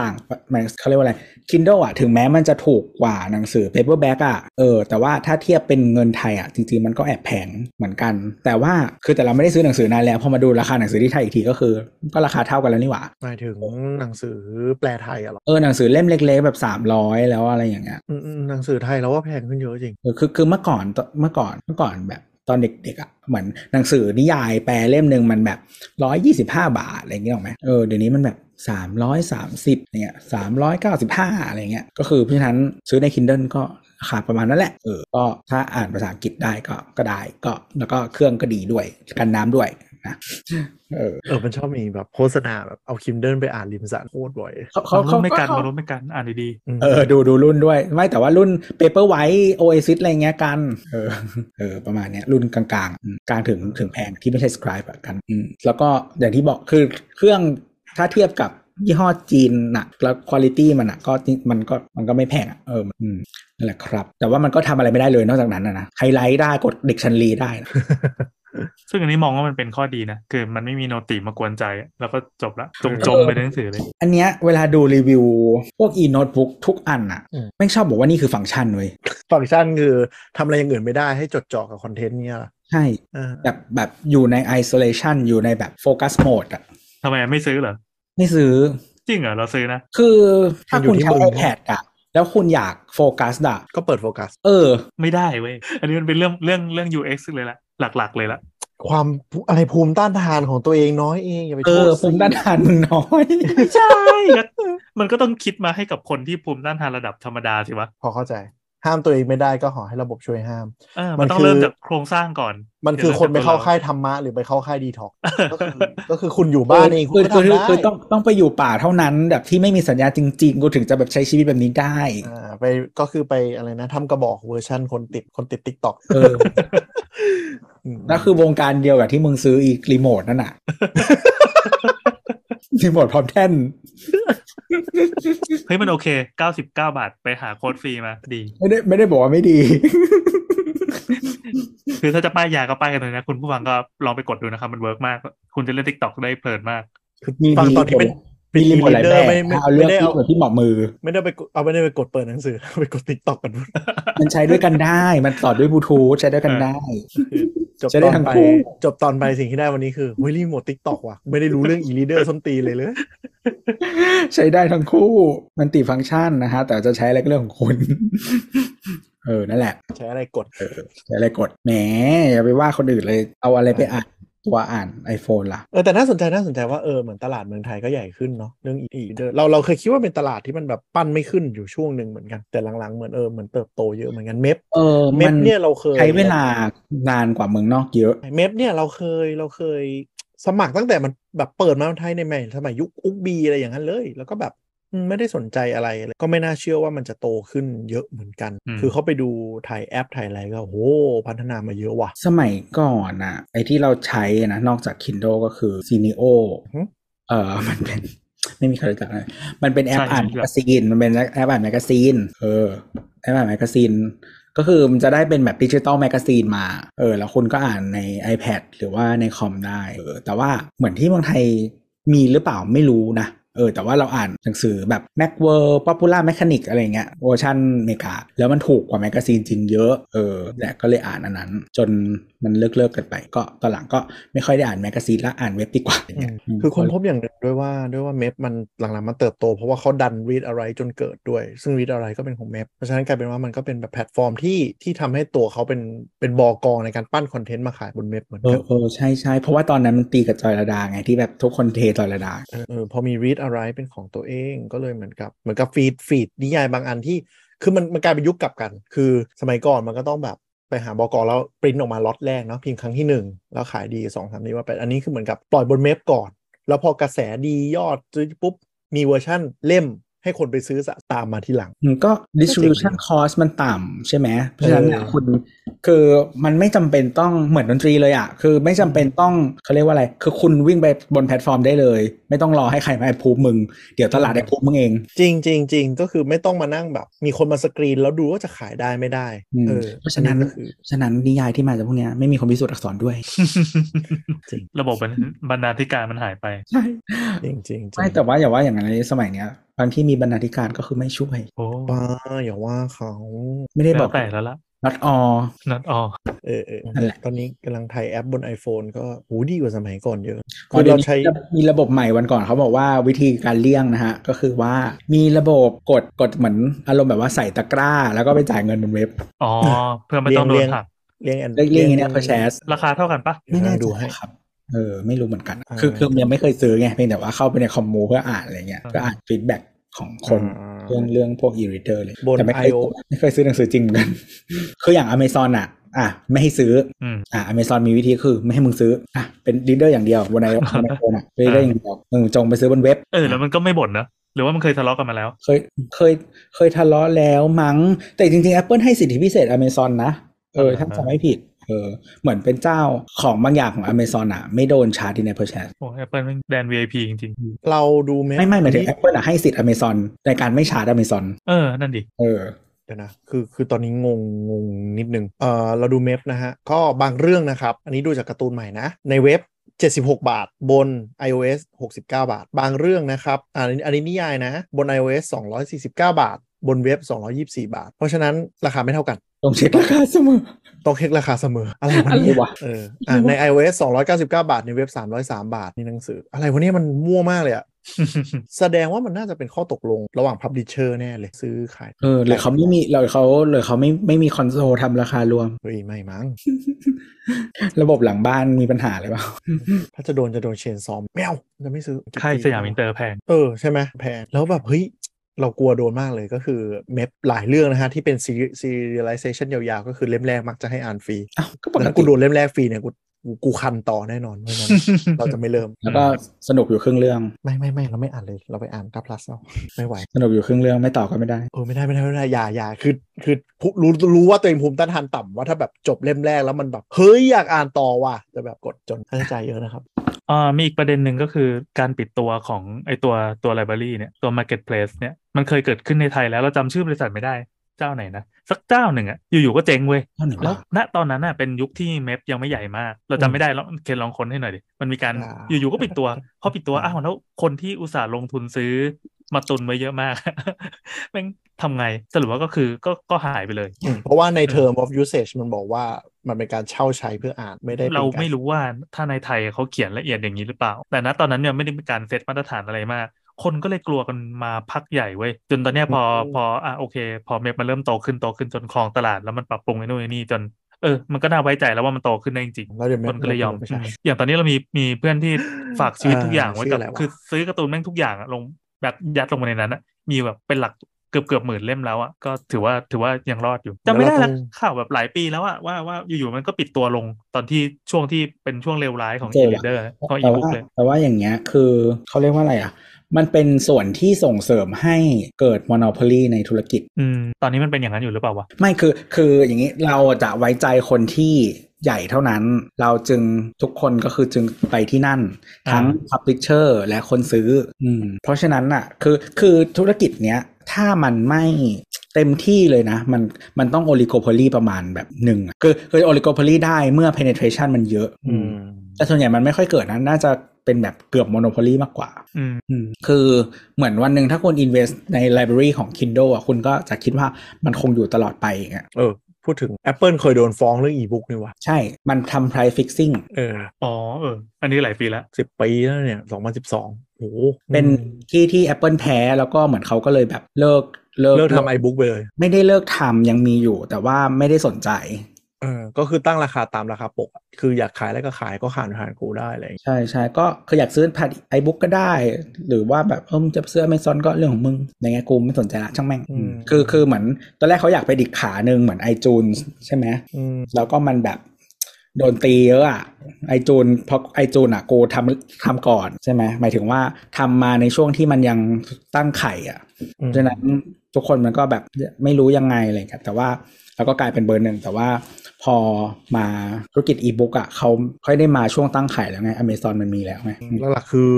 [SPEAKER 2] ต่างหมายเขาเรียกว่าอะไร Kindle อะถึงแม้มันจะถูกกว่าหนังสือ paperback อะเออแต่ว่าถ้าเทียบเป็นเงินไทยอะจริงๆมันก็แอบแพงเหมือนกัน แต่ว่าคือแต่เราไม่ได้ซื้อหนังสือนานแล้วพอมาดูราคาหนังสือที่ไทยอีกทีก็คือ ก็ราคาเท่ากันแล้วนี่หว่า
[SPEAKER 3] หมายถึงหนังสือแปลไทยอะเหรอ
[SPEAKER 2] เออหนังสือเล่มเล็ก ๆ แบบ300แล้วอะไรอย่างเงี้ย
[SPEAKER 3] อืมๆหนังสือไทยแล้วว่าแพงขึ้นเยอะจริง
[SPEAKER 2] เออคือคือเมื่อก่อนตเมื่อก่อนเมื่อก่อนแบบตอนเด็กๆอะ่ะเหมือนหนังสือนิยายแปลเล่มหนึ่งมันแบบร้อยยี่สิบห้าบาทอะไรอย่างเงี้ยหรอกไหมเออเดี๋ยวนี้มันแบบสามร้อยสามสิบเนี่ยสามร้อยเก้าสิบห้าอะไรเงี้ยก็คือเพราะฉะนั้นซื้อใน Kindle ก็ราคาประมาณนั้นแหละเออก็ถ้าอ่านภาษาอังกฤษได้ก็ก็ได้ก็แล้วก็เครื่องก็ดีด้วยกันน้ำด้วยนะเออ
[SPEAKER 3] เออมันชอบมีแบบโฆษณาแบบเอาคิมเดิลไปอ่านริมสระโคตรบ่อย
[SPEAKER 2] เขาเขา
[SPEAKER 4] มารุ่
[SPEAKER 2] เขา
[SPEAKER 4] นไม่กัน
[SPEAKER 2] เขา
[SPEAKER 4] มารุ่นไม่กันอ่านดี
[SPEAKER 3] อืม
[SPEAKER 2] เออดูดูรุ่นด้วย ไม่แต่ว่ารุ่น Paper White Oasis อะไรเงี้ยกันเออ เออประมาณเนี้ยรุ่นกลางๆอืมกลางถึงถึงแพงที่ไม่ใช่สครายแบบกันอืมแล้วก็อย่างที่บอกคือเครื่องถ้าเทียบกับยี่ห้อจีนนะแล้วคุณภาพมันอ่ะก็จริงมันก็มันก็ไม่แพงอ่ะเอออืมนั่นแหละครับ แต่ว่ามันก็ทำอะไรไม่ได้เลยนอกจากนั้นนะนะไฮไลท์ได้กดเด็กชันรีได้นะ
[SPEAKER 4] ๆ ซึ่งอันนี้มองว่ามันเป็นข้อดีนะ คือมันไม่มีโนติมากวนใจ แล้วก็จบละจมจมๆไปในหนังสือเลย
[SPEAKER 2] อันเนี้ยเวลาดูรีวิว พวกอีโน้ตบุ๊กทุกอันอ่ะแม่งชอบบอกว่านี่คือฟังก์ชันเว้ย
[SPEAKER 3] ฟังก์ชันคือทำอะไรอย่างอื่นไม่ได้ให้จดจ่อกับคอนเทนต์เนี่ยเหรอ
[SPEAKER 2] ใช่
[SPEAKER 3] อ่า
[SPEAKER 2] แบบแบบอยู่ใน isolation อยู่ในแบบโฟกัสโหมดอ่ะ
[SPEAKER 4] ทำไมไม่ซื้อเหรอ
[SPEAKER 2] ไม่ซื้อ
[SPEAKER 4] จริงเหรอเราซื้อนะ
[SPEAKER 2] คือถ้าคุณใช้ iPad อะแล้วคุณอยากโฟกัสอะ
[SPEAKER 3] ก็เปิดโฟกัส
[SPEAKER 2] เออ
[SPEAKER 4] ไม่ได้เว้ย อันนี้มันเป็นเรื่องเรื่องเรื่อง UX เลยละหลักๆ เลยละ
[SPEAKER 3] ความอะไรภูมิต้านทานของตัวเองน้อยเองอย่าไป
[SPEAKER 2] เอ
[SPEAKER 3] โทษ
[SPEAKER 2] อ
[SPEAKER 3] สิ
[SPEAKER 2] ภูมิต้านทานมึงน้อย
[SPEAKER 4] ไม่ใช่ก็มันก็ต้องคิดมาให้กับคนที่ภูมิต้านทานระดับธรรมดาสิวะ
[SPEAKER 3] พอเข้าใจ ห้ามตัวเองไม่ได้ก็ขอให้ระบบช่วยห้าม
[SPEAKER 4] เออ
[SPEAKER 3] มั
[SPEAKER 4] มัน
[SPEAKER 3] น
[SPEAKER 4] ต้อง
[SPEAKER 3] คือ
[SPEAKER 4] เริ่มจากโครงสร้างก่อน
[SPEAKER 3] มันคือ
[SPEAKER 4] ดี๋ยว
[SPEAKER 3] คนไปเข้า
[SPEAKER 4] ริ่มจก
[SPEAKER 3] ค่ายธรรมะหรือไปเข้าค่ายดีท็อกซ์
[SPEAKER 4] ตั
[SPEAKER 3] ก็
[SPEAKER 4] ว
[SPEAKER 3] คือ
[SPEAKER 4] เรา
[SPEAKER 3] ก็คือคุณ อยู่บ้านเองคุณ
[SPEAKER 2] คือ
[SPEAKER 3] ก็
[SPEAKER 2] คือคือ
[SPEAKER 3] ทำได้
[SPEAKER 2] ต้องต้องไปอยู่ป่าเท่านั้นแบบที่ไม่มีสัญญาจริง ๆ กูถึงจะแบบใช้ชีวิตแบบนี้ได้
[SPEAKER 3] อ่าไปก็คือไปอะไรนะทำกระบอกเวอร์ชันคนติดคนติดติ๊กต็อก
[SPEAKER 2] เอ อนั่นคือวงการเดียวกับที่มึงซื้ออีกรีโมทนั่นน่ะ รีโมทพร้อมแท่น
[SPEAKER 4] เฮ้ยมันโอเค 99 บาทไปหาโค้ดฟรีมาดี
[SPEAKER 2] ไม่ได้ไม่ได้บอกว่าไม่ดี
[SPEAKER 4] คือถ้าจะป้ายยาก็ป้ายกันเลยนะ คุณผู้ฟังก็ลองไปกดดูนะครับ มันเวิร์กมาก คุณจะเล่น t ิ k กต k อกได้เพลินมาก
[SPEAKER 2] มี
[SPEAKER 3] ฟัง
[SPEAKER 2] มี
[SPEAKER 3] ตอนนี้เป็น
[SPEAKER 2] มีรีโมทหลายแบบ
[SPEAKER 3] ไม่ไม่
[SPEAKER 2] เอาเลือก
[SPEAKER 3] ไม่ได้เอา
[SPEAKER 2] ที่เหมาะมือ
[SPEAKER 3] ไม่ได้ไปกดเอาไม่ได้ไปกดเปิดหนังสือ ไปกดติ๊กต็อกกันหมด
[SPEAKER 2] มันใช้ด้วยกันได้ มันต่อด้วยบลูทูธใช้ด้วยกันได้
[SPEAKER 3] จบ
[SPEAKER 2] จะ
[SPEAKER 3] ต
[SPEAKER 2] ได้
[SPEAKER 3] อน
[SPEAKER 2] ทั้ง
[SPEAKER 3] ไป
[SPEAKER 2] คู่
[SPEAKER 3] จบตอนไปสิ่งที่ได้วันนี้คือเฮ้ยรีโมทติ๊กต็อกว่ะไม่ได้รู้เรื่องอีลีเดอร์ส้นตีนเลยเลย
[SPEAKER 2] ใช้ได้ทั้งคู่ มันติฟังก์ชันนะฮะ แต่จะใช้อะไรก็เรื่องของคุณ เออ นั่นแหละ
[SPEAKER 3] ใช้อะไรกด
[SPEAKER 2] เออ ใช้อะไรกด แหม อย่าไปว่าคนอื่นเลย เอาอะไรไปอ่าน ตัวอ่าน iPhone ล่ะ
[SPEAKER 3] เออแต่น่าสนใจน่าสนใจว่าเออเหมือนตลาดเมืองไทยก็ใหญ่ขึ้นเนาะเรื่องอีเดอร์เราเราเคยคิดว่าเป็นตลาดที่มันแบบปั้นไม่ขึ้นอยู่ช่วงหนึ่งเหมือนกันแต่หลังๆเหมือนเออเหมือนเติบโตเยอะเหมือนกันเมฟ
[SPEAKER 2] เออ
[SPEAKER 3] เม
[SPEAKER 2] มั
[SPEAKER 3] ฟ
[SPEAKER 2] น
[SPEAKER 3] เนี่ยเราเคย
[SPEAKER 2] ใช้เวลานานกว่าเมืองนอกเยอะ
[SPEAKER 3] เมฟเนี่ยเราเคยเราเคยสมัครตั้งแต่มันแบบเปิดมาในไทยในใหม่สมัยยุคอุกบีอะไรอย่างนั้นเลย แล้วก็แบบอืมไม่ได้สนใจอะไรเลยก็ไม่น่าเชื่อว่ามันจะโตขึ้นเยอะเหมือนกัน
[SPEAKER 4] อืม
[SPEAKER 3] คือเขาไปดูไทยแอปไทยอะไรก็โหพัฒนามาเยอะว่ะ
[SPEAKER 2] สมัยก่อนอะไอที่เราใช้นะ นอกจาก Kindle ก็คือ c i n e o
[SPEAKER 3] หึ
[SPEAKER 2] เออ มันเป็น ไม่มีใครรู้จักนะมันเป็นแอป
[SPEAKER 4] ใช่
[SPEAKER 2] อ่าน
[SPEAKER 4] ใช่
[SPEAKER 2] แมกกาซีนมันเป็นแอปอ่านแมกกาซีนเออแอปอ่านแมกกาซีนก็คือมันจะได้เป็นแบบดิจิตอลแมกกาซีนมาเออแล้วคุณก็อ่านใน iPad หรือว่าในคอมได้เออแต่ว่าเหมือนที่เมืองไทยมีหรือเปล่าไม่รู้นะ เออแต่ว่าเราอ่านหนังสือแบบ m a c w o r l d Popular Mechanic อะไรเงี้ยเวอร์ชันอเมริกา แล้วมันถูกกว่าแมกกาซีนจริงเยอะเออแต่ก็เลยอ่านอันนั้น จนมันเลิกเลิกๆกันไป ก็ตอนหลังก็ไม่ค่อยได้อ่านแมกกาซีนละอ่านเว็บดีกว่าอย่างเงี้ยม
[SPEAKER 3] คือคนพบอย่างหนึ่งด้วยว่าด้วยว่าเมพมันหลังๆมันเติบโต เพราะว่าเขาดัน read อะไรจนเกิดด้วย ซึ่ง read อะไรก็เป็นของเมพเพราะฉะนั้นกลายเป็นว่ามันก็เป็นแบบแพลตฟอร์มที่ที่ทำให้ตัวเขาเป็นเป็นบอกอในการปั้นคอนเทนต์มาขายบนเมพเหมือน
[SPEAKER 2] เอ
[SPEAKER 3] กั
[SPEAKER 2] อนเออใช่ใช่เพราะว่าตอนนั้นมันตีกับจอยระดาไงที่แบบทุกคนเทจอยระดา
[SPEAKER 3] เออพอมี read อะไรเป็นของตัวเองก็เลยเหมือนกับเหมือนกับฟีดฟีดนิยายบางอันที่ คือมันมันกลายเป็นยุคกลับกัน คือสมัยก่อนมันก็ต้องแบบไปหาบอกอแล้วปริ้นออกมาล็อตแรกเนาะเพียงครั้งที่หนึ่งแล้วขายดีสองสามนี้ว่าไปอันนี้คือเหมือนกับปล่อยบนเมพก่อน แล้วพอกระแสดียอดซื้อปุ๊บ มีเวอร์ชั่นเล่มให้คนไปซื้อสะตามมาทีหลัง
[SPEAKER 2] มันก็ distribution cost มันต่ำใช่ไหม เพราะฉะนั้นเนี่ย
[SPEAKER 3] เออ
[SPEAKER 2] คุณคือมันไม่จำเป็นต้องเหมือนดนตรีเลยอะคือไม่จำเป็นต้องเขาเรียกว่าอะไร คือคุณวิ่งไปบนแพลตฟอร์มได้เลย ไม่ต้องรอให้ใครมาแอปพูมึง เดี๋ยวตลาดแอปพูมึงเอง
[SPEAKER 3] จริงจริงจริงก็คือไม่ต้องมานั่งแบบ มีคนมาสกรีนแล้วดูว่าจะขายได้ไม่ได้
[SPEAKER 2] อืม
[SPEAKER 3] ออ
[SPEAKER 2] เพราะฉะนั้น
[SPEAKER 3] อัก็คือ
[SPEAKER 2] ฉะนั้นนิยายที่มาจากพวกเนี้ยไม่มีคนพิสูจน์อักษรด้วย
[SPEAKER 3] จริง
[SPEAKER 4] ระบบบรรบรรณาธิการมันหายไป
[SPEAKER 2] ใช่
[SPEAKER 3] จริงจริงจริง
[SPEAKER 2] ใช่แต่ว่าอย่าว่าอย่างนั้นเลยสมัยเนี้ยบางที่มีบรรณาธิการก็คือไม่ช่วย
[SPEAKER 4] โอ้
[SPEAKER 3] ป้าอย่าว่าเขา
[SPEAKER 2] ไม่ได้บ
[SPEAKER 4] แล้
[SPEAKER 2] อ
[SPEAKER 4] ว
[SPEAKER 2] ก
[SPEAKER 4] แต่แล้วล่ะ
[SPEAKER 2] not all
[SPEAKER 4] นัดออ
[SPEAKER 3] เออเออ
[SPEAKER 2] นั่นแหละ
[SPEAKER 3] ตอนนี้กำลังถ่ายแอปบน iPhone ก็หูดีกว่าสมัยก่อนเยอะ
[SPEAKER 2] อ๋อ
[SPEAKER 3] คือ
[SPEAKER 2] ดี๋ยว
[SPEAKER 3] เรา
[SPEAKER 2] นี้
[SPEAKER 3] ใช้
[SPEAKER 2] มีระบบใหม่วันก่อนเขาบอกว่าวิธีการเลี่ยงนะฮะ ก็คือว่ามีระบบกดกดเหมือนอารมณ์แบบว่าใส่ตะกร้า แล้วก็ไปจ่ายเงินบนเว็บ
[SPEAKER 4] อ๋อ เพื่อไม่ต้องโด
[SPEAKER 3] เรีย
[SPEAKER 4] น
[SPEAKER 3] ง
[SPEAKER 4] หัก
[SPEAKER 3] เลี้ยงแอน
[SPEAKER 2] เรียกเรียกอย่างเนี้ย purchase
[SPEAKER 4] ราคาเท่ากันปะ
[SPEAKER 3] เดี๋ยว
[SPEAKER 2] แน่
[SPEAKER 3] นะ
[SPEAKER 2] ใจ
[SPEAKER 3] ดูให้
[SPEAKER 2] ครับเออไม่รู้เหมือนกัน
[SPEAKER 3] อ่า
[SPEAKER 2] คือคือยังไม่เคยซื้อไงเพียงแต่ว่าเข้าไปในคอมมูเพื่ออ่านอะไรเงี้ยก็อ่านฟีดแบ็กของคน
[SPEAKER 3] อ่า
[SPEAKER 2] เรื่องเรื่องพวก e-reader เลย
[SPEAKER 3] บน
[SPEAKER 2] แต่ไม่เคย
[SPEAKER 3] IO
[SPEAKER 2] ไม่เคยซื้อหนังสือจริงเหมือน กัน คืออย่าง Amazon อ่ะ อ่ะ ไม่ให้ซื้อ
[SPEAKER 4] อืม
[SPEAKER 2] อ่ะ Amazon มีวิธีคือไม่ให้มึงซื้อ อ่ะ เป็น reader อย่างเดียวบน IO บน iPhone อ่ะ reader อย่างเดียวมึงจงไปซื้อบนเว็บ
[SPEAKER 4] เออแล้วมันก็ไม่บ่นนะหรือว่ามันเคยทะเลาะกันมาแล้ว
[SPEAKER 2] เคยเคยเคยทะเลาะแล้วมั้ง แต่จริงๆ Apple ให้สิทธิพิเศษ Amazon นะ เออ ถ้า
[SPEAKER 4] อ่าฮะ
[SPEAKER 2] จำไม่ผิด เออ เหมือนเป็นเจ้าของบางอย่างของ Amazon อ่ะ ไม่โดนชาร์จใน purchase
[SPEAKER 4] โอ้แอปเปิลเป็นแดน VIP จริง
[SPEAKER 3] เราดูเม
[SPEAKER 2] ไม่ไม่หมายถึง
[SPEAKER 3] นี่
[SPEAKER 2] Apple อ่ะให้สิทธิ์ Amazon ในการไม่ชาร์จ Amazon
[SPEAKER 4] ๆ เออ นั่นดิ
[SPEAKER 2] เออ
[SPEAKER 3] เดี๋ยวนะคือคือตอนนี้งงงงนิดนึงเออเราดูเมพนะฮะ ก็บางเรื่องนะครับ อันนี้ดูจากการ์ตูนใหม่นะ ในเว็บ 76 บาท บน iOS 69 บาท บางเรื่องนะครับอันนี้อันนี้นิยายนะ บน iOS 249 บาท บนเว็บ 224 บาท เพราะฉะนั้นราคาไม่เท่ากัน
[SPEAKER 2] ต้องเช็คราคาเสมอ
[SPEAKER 3] ต้องเช็คราคาเสมอ อะไร
[SPEAKER 2] อะ
[SPEAKER 3] วะ
[SPEAKER 2] ไร
[SPEAKER 3] เนี่ยว
[SPEAKER 2] ะ
[SPEAKER 3] เอออ่ะใน iOS 299 บาท ในเว็บ 303 บาทในหนังสือ อะไรวะเนี่ยมันมั่วมากเลย อะแสดงว่ามันน่าจะเป็นข้อตกลงระหว่างพับลิเชอร์แน่เลยซื้อขาย
[SPEAKER 2] เออหรือเขาไม่มีหรือเขาหรือเขาไม่ไม่มีคอนโซลทำราคารวม
[SPEAKER 3] เฮ้ยไม่มั้ง
[SPEAKER 2] ระบบหลังบ้านมีปัญหาหรือเปล่า
[SPEAKER 3] ถ้าจะโดนจะโดนเชนซอมแมวจะไม่ซื้อ
[SPEAKER 4] ค่ายสยามอินเตอร์แพง
[SPEAKER 3] เออใช่ไหมแพงแล้วแบบ เฮ้ย เรากลัวโดนมากเลยก็คือเมปหลายเรื่องนะฮะ ที่เป็นซีซีเรียลไลเซชันยาวๆ ก็คือเล่มแรกมักจะให้อ่านฟรี
[SPEAKER 2] อ้าวก็ปก
[SPEAKER 3] แต่ถ้า
[SPEAKER 2] ติ
[SPEAKER 3] กูโดนเล่มแรกฟรีเนี่ยกูกูกูคันต่อแน่นอนเพ ราะฉะนั้น เราจะไม่เริ่ม
[SPEAKER 2] แล้วก็สนุกอยู่ครึ่งเรื่อง
[SPEAKER 3] ไม่ไม่ไม่เราไม่อ่านเลยเราไปอ่านกับพลัสเอาไม่ไหว
[SPEAKER 2] สนุกอยู่ครึ่งเรื่องไม่ต่อก็ไม่ได้
[SPEAKER 3] เออไม่ได้ไม่ได้ไม่ได้อย่าอย่าคือคือผู้รู้รู้ว่าตัวเองภูมิต้านทานต่ำว่าถ้าแบบจบเล่มแรกแล้วมันแบบเฮ้ยอยากอ่านต่อว่ะจะแบบกดจนค่าใช้จ่ายเยอะนะครับ
[SPEAKER 4] อ่ามีอีกประเด็นหนึ่งก็คือการปิดตัวของไอตัวตัว library เนี่ยตัว marketplace เนี่ยมันเคยเกิดขึ้นในไทยแล้วเราจำชื่อบริษัทไม่ได้เจ้าไหนนะสักเจ้าหนึ่งอะอยู่ๆก็เจ๊งเว้ย
[SPEAKER 2] เท่าไห
[SPEAKER 4] แล้ว
[SPEAKER 2] ร่ะ
[SPEAKER 4] วณตอนนั้นน่ะเป็นยุคที่เมฟยังไม่ใหญ่มาก เราจำไม่ได้แล้วเคนลองค้นให้หน่อยดิมันมีการ
[SPEAKER 3] อ่า
[SPEAKER 4] อยู่ๆก็ปิดตัวพอปิดตัวอ้าวแล้วคนที่อุตส่าห์ลงทุนซื้อมาตุนไว้เยอะมาก แม่งทำไงสรุปว่าก็คือก็ก็หายไปเลย
[SPEAKER 3] เพราะว่าใน term of usage มันบอกว่ามันเป็นการเช่าใช้เพื่ออ่านไม่ได้ป็นก
[SPEAKER 4] เราไม่รู้ว่าถ้าในไทยเขาเขียนละเอียดอย่างนี้หรือเปล่า แต่ณตอนนั้นเนี่ยไม่ได้มีการเซตมาตรฐานอะไรมาก คนก็เลยกลัวกันมาพักใหญ่เว้ย จนตอนเนี้ยพอพออ่ะโอเค พอเมกมันเริ่มโตขึ้นโตขึ้นจนคลองตลาดแล้วมันปรับปรุงไอ้นู่นไอ้นี่จนเออมันก็น่าไว้ใจแล้วว่ามันโตขึ้นได้จริง
[SPEAKER 3] แล้วเดี๋ยว
[SPEAKER 4] ๆ
[SPEAKER 3] แง
[SPEAKER 4] คนก็เลยยอม
[SPEAKER 3] ไม่ใช่
[SPEAKER 4] อืมอย่างตอนนี้เรามีมีเพื่อนที่ฝากชีวิตทุกอย่างไว้กับ
[SPEAKER 3] เออชื่ออะไรวะ
[SPEAKER 4] คือซื้อการ์ตูนแม่งทุกอย่างอะลงแบบยัดลงมาในนั้นอะมีแบบเป็นหลักเกือบเกือบหมื่นเล่มแล้วอะก็ถือว่าถือว่ายังรอดอยู่ จำไม่ได้
[SPEAKER 3] แล้
[SPEAKER 4] แล้
[SPEAKER 3] เรา
[SPEAKER 4] ว ว
[SPEAKER 3] ต้อง
[SPEAKER 4] ข่าวแบบหลายปีแล้วอะว่าว่าอยู่ๆมันก็ปิดตัวลงตอนที่ช่วงที่เป็นช่วงเลวร้ายของ
[SPEAKER 2] เจ
[SPEAKER 4] e
[SPEAKER 2] อ
[SPEAKER 4] r e a d e r ของ
[SPEAKER 2] แต่
[SPEAKER 4] e-book
[SPEAKER 2] ว่า
[SPEAKER 4] เลย
[SPEAKER 2] แต่ว่าอย่างเงี้ยคือเขาเรียกว่าอะไรอ่ะ มันเป็นส่วนที่ส่งเสริมให้เกิด monopoly ในธุรกิจ
[SPEAKER 4] อืมตอนนี้มันเป็นอย่างนั้นอยู่หรือเปล่าวะ
[SPEAKER 2] ไม่คือคืออย่างนี้เราจะไว้ใจคนที่ใหญ่เท่านั้น เราจึงทุกคนก็คือจึงไปที่นั่น
[SPEAKER 4] า
[SPEAKER 2] ทั้ง publisher และคนซื้ออืมเพราะฉะนั้นอ่ะคือคือธุรกิจเนี้ยถ้ามันไม่เต็มที่เลยนะ มันมันต้อง oligopoly ประมาณแบบหนึ่งอะคือคือ oligopoly ได้เมื่อ penetration มันเยอะ
[SPEAKER 3] อืม
[SPEAKER 2] แต่ส่วนใหญ่มันไม่ค่อยเกิดนะ น่าจะ เป็นแบบเกือบโมโนโพลีมากกว่า
[SPEAKER 4] อืม
[SPEAKER 2] อืมคือเหมือนวันหนึ่งถ้าคุณ invest ใน library ของ Kindle อ่ะคุณก็จะคิดว่ามันคงอยู่ตลอดไปอย่างเงี้ย
[SPEAKER 3] เออ พูดถึง Apple เคยโดนฟ้องเรื่องอีบุ๊กนี่วะ
[SPEAKER 2] ใช่ มันทำ price fixing
[SPEAKER 3] เออ
[SPEAKER 4] อ๋อเออ อันนี้หลายปีแล้ว
[SPEAKER 3] สิบปีแล้วเนี่ยสองพันสิบสองโอ้โห
[SPEAKER 2] เป็นที่ที่ Apple แพ้แล้วก็เหมือนเขาก็เลยแบบเลิกเลิก
[SPEAKER 3] เลิกทำไอบุ๊กไปเลย
[SPEAKER 2] ไม่ได้เลิกทำยังมีอยู่ แต่ว่าไม่ได้สนใจ
[SPEAKER 3] เออ ก็คือตั้งราคาตามราคาปกอะคืออยากขายแล้วก็ขายก็ขานผ่านกูได้อะไรอย่างเงี้ย
[SPEAKER 2] ใช่ใช่ก็คืออยากซื้อผ่านไอบุ๊กก็ได้ หรือว่าแบบเออมงจะซื้อ Amazon ก็เรื่องของมึงในไงกูไม่สนใจละช่างแม่งอืมคือคือเหมือนตอนแรกเขาอยากไปดิกขาหนึ่งเหมือน iTunes ใช่ไหม
[SPEAKER 3] อืม
[SPEAKER 2] แล้วก็มันแบบโดนตีเยอะอ่ะไอจูนเพราะไอจูนอ่ะกูทำทำก่อนใช่ไหมหมายถึงว่าทำมาในช่วงที่มันยังตั้งไข่อ่ะ
[SPEAKER 3] อืม
[SPEAKER 2] ฉะนั้นทุกคนมันก็แบบไม่รู้ยังไงอะไรกันแต่ว่าแล้วก็กลายเป็นเบอร์หนึ่งแต่ว่าพอมาธุรกิจอีบุ๊กอ่ะเขาค่อยได้มาช่วงตั้งไข่แล้วไงอเมซอนมันมีแล้วไง
[SPEAKER 3] หลักๆคือ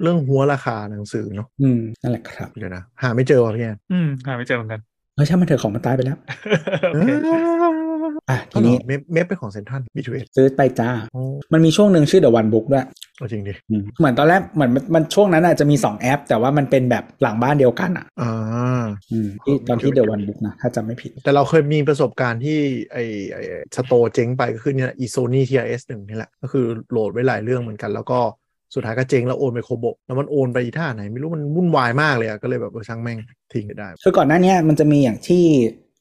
[SPEAKER 3] เรื่องหัวราคาหนังสือเนาะ
[SPEAKER 2] อืมนั่นแหละครับ
[SPEAKER 3] เดี๋ยวนะ หาไม่เจอวะพี่แอน
[SPEAKER 4] อืมหาไม่เจอเหมือน กัน
[SPEAKER 2] เออใช่มันเถอะของมันตายไปแล้ว
[SPEAKER 4] โอเค
[SPEAKER 2] อ่ะ
[SPEAKER 3] ก็
[SPEAKER 2] ที
[SPEAKER 3] เหร
[SPEAKER 2] นี้
[SPEAKER 3] อเมฟเมฟเป็นของเซนทันบีทูเอส
[SPEAKER 2] ซื้อไปจ้า มันมีช่วงหนึ่งชื่อ The One Book ด้วย
[SPEAKER 3] จริงดิ
[SPEAKER 2] เหมือนตอนแรกเหมือนมันมันช่วงนั้นอาจจะมี 2 แอป แต่ว่ามันเป็นแบบหลังบ้านเดียวกันอ่ะ
[SPEAKER 3] อ่า
[SPEAKER 2] อืมที่ตอนที่เดวันบุ๊กนะ ถ้าจำไม่ผิด
[SPEAKER 3] แต่เราเคยมีประสบการณ์ที่ไอ้ไอ้สโตร์เจ๊งไปก็คือเนี่ยอีโซนี่ทีเอสหนึ่งนี่แหละ ก็คือโหลดไว้หลายเรื่องเหมือนกัน แล้วก็สุดท้ายก็เจ๊งแล้วโอนไปโคโบะแล้วมันโอนไปอีท่าไหน ไม่รู้มันวุ่นวายมากเลยอะก็เลยแบบเออช่างแม่งทิ้งไปได้
[SPEAKER 2] คือก่อนหน้าเนี้ยมันจะมีอย่างที่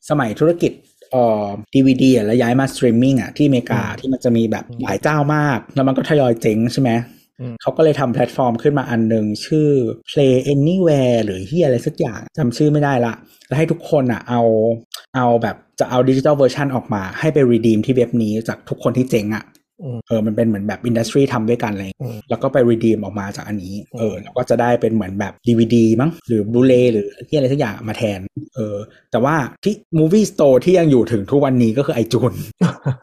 [SPEAKER 2] สมัยธุรกิจเอ่อดีวดีแล้วย้ายมาสตรีมมิ่งอ่ะที่อเมริกา
[SPEAKER 3] อืม
[SPEAKER 2] ที่มันจะมีแบบหลายเจ้ามาก แล้วมันก็ทยอยเจ๊งใช่ไหม
[SPEAKER 3] อืม
[SPEAKER 2] เขาก็เลยทำแพลตฟอร์มขึ้นมาอันหนึ่งชื่อ Play Anywhere หรือที่อะไรสักอย่างจำชื่อไม่ได้ละ แล้วให้ทุกคนอ่ะเอาเอาแบบจะเอาดิจิ t a ลเวอร์ชันออกมาให้ไปรีดีมที่เว็บนี้จากทุกคนที่เจ๊งอ่ะ
[SPEAKER 3] อืม
[SPEAKER 2] เออมันเป็นเหมือนแบบอินดัสทรีทำด้วยกันอะไรอย่างเลย
[SPEAKER 3] อืม
[SPEAKER 2] แล้วก็ไปรีดีมออกมาจากอันนี้เออแล้วก็จะได้เป็นเหมือนแบบ DVD มั้งหรือบลูเลหรือที่อะไรสักอย่างมาแทนเออแต่ว่าที่มูฟี่สโตร์ที่ยังอยู่ถึงทุกวันนี้ก็คือไอจูน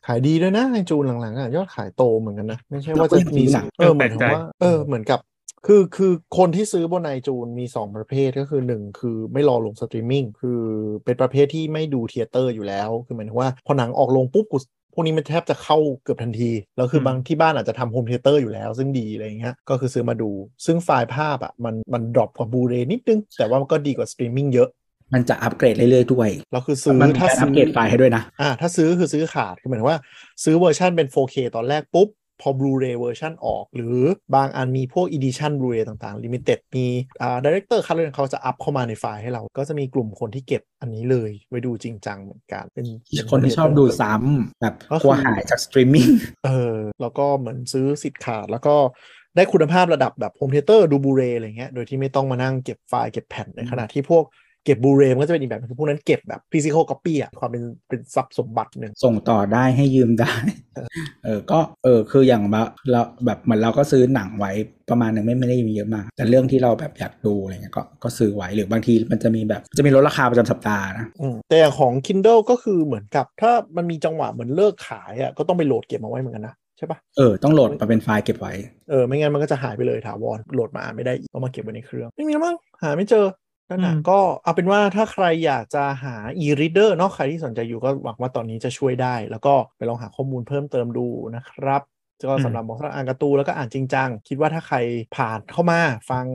[SPEAKER 3] ขายดีด้วยนะไอจูนหลังๆอะยอดขายโตเหมือนกันนะ ไม่ใช่ว่าจะมี
[SPEAKER 2] หลัง
[SPEAKER 3] เออเหมือนกับว่าเออเหมือนกับ คือคือคนที่ซื้อบนไอจูนมีสองประเภทก็คือหนึ่งคือไม่รอลงสตรีมมิ่งคือเป็นประเภทที่ไม่ดูเทยเตอร์อยู่แล้ว คือหมายถึงว่าพอหนังออกลงปุ๊บกูพวกนี้มันแทบจะเข้าเกือบทันที แล้วคือ
[SPEAKER 4] ม
[SPEAKER 3] บางที่บ้านอาจจะทำโฮมเทยเตอร์อยู่แล้ว ซึ่งดีอะไรอย่างเงี้ยก็คือซื้อมาดู ซึ่งไฟล์ภาพอ่ะมันมันดรอปกว่าบูเรนิดนึง แต่ว่ามันก็ดีกว่าสตรีมมิ่งเยอะ
[SPEAKER 2] มันจะอัปเกรดเรื่อยๆด้วย
[SPEAKER 3] แล้วคือซื้อ
[SPEAKER 2] มันมี
[SPEAKER 3] ถ้า
[SPEAKER 2] การอั
[SPEAKER 3] ซื้
[SPEAKER 2] ป
[SPEAKER 3] อ
[SPEAKER 2] เกรดไฟล์ให้ด้วยนะ
[SPEAKER 3] อ่าถ้าซื้อคือซื้อขาดคือหมายถึงว่า ซื้อเวอร์ชันเป็น 4K ตอนแรกปุ๊บ พอ Blu-ray เวอร์ชันออก หรือบางอันมีพวก Edition Blu-ray ต่างๆ Limited มีอ่า Director Cut เลยเขาจะอัพเข้ามาในไฟล์ให้เรา ก็จะมีกลุ่มคนที่เก็บอันนี้เลยไว้ดูจริงจังเหมือนกันเป็น
[SPEAKER 2] คนที่ชอบดูซ้ำแบบกลัวหายจากสตรีมมิ่ง
[SPEAKER 3] เออแล้วก็เหมือนซื้อสิทธิ์ขาด แล้วก็ได้คุณภาพระดับแบบโฮมเทเตอร์ดูบูเรอะไรเงี้ยโดยที่ไม่ต้องมานั่งเก็บไฟล์เก็บแผ่นในขณะที่พวกเก็บบูเรมันก็จะเป็นอีกแบบคือพวกนั้นเก็บแบบฟิสิกอลก๊อปปี้อะความเป็นเป็นทรัพย์สมบัติหนึ่ง
[SPEAKER 2] ส่งต่อได้ให้ยืมได้ เออ ก็ เออ คืออย่างแบบเราแบบเหมือนเราก็ซื้อหนังไว้ประมาณหนึงไม่ไม่ได้มีเยอะมาก แต่เรื่องที่เราแบบอยากดูอะไรเงี้ย ก็ก็ซื้อไว้ หรือบางทีมันจะมีแบบ จะมีลดราคาประจำสัปดาห์นะ
[SPEAKER 3] อืมแต่อย่างของ Kindle ก็คือเหมือนกับ ถ้ามันมีจังหวะเหมือนเลิกขายอ่ะก็ต้องไปโหลดเก็บมาไว้เหมือนกันนะ ใช่ปะ
[SPEAKER 2] เออ ต้องโหลดมาเป็นไฟล์เก็บไว้
[SPEAKER 3] เออไม่งั้นมันก็จะหายไปเลยถาวรโหลดมาอ่านไม่ได้อีกก็มาเก็บไว้ในเครื่อง ไม่มีแล้วมั้งหาไม่เจอนั่นนะ
[SPEAKER 4] อืม
[SPEAKER 3] ก็เอาเป็นว่าถ้าใครอยากจะหา e-reader เนาะใครที่สนใจอยู่ก็หวังว่าตอนนี้จะช่วยได้ แล้วก็ไปลองหาข้อมูลเพิ่มเติมดูนะครับก็สำหรับบอกสำหรับอ่านการ์ตูนแล้วก็อ่านจริงจังคิดว่าถ้าใครผ่านเข้ามาฟัง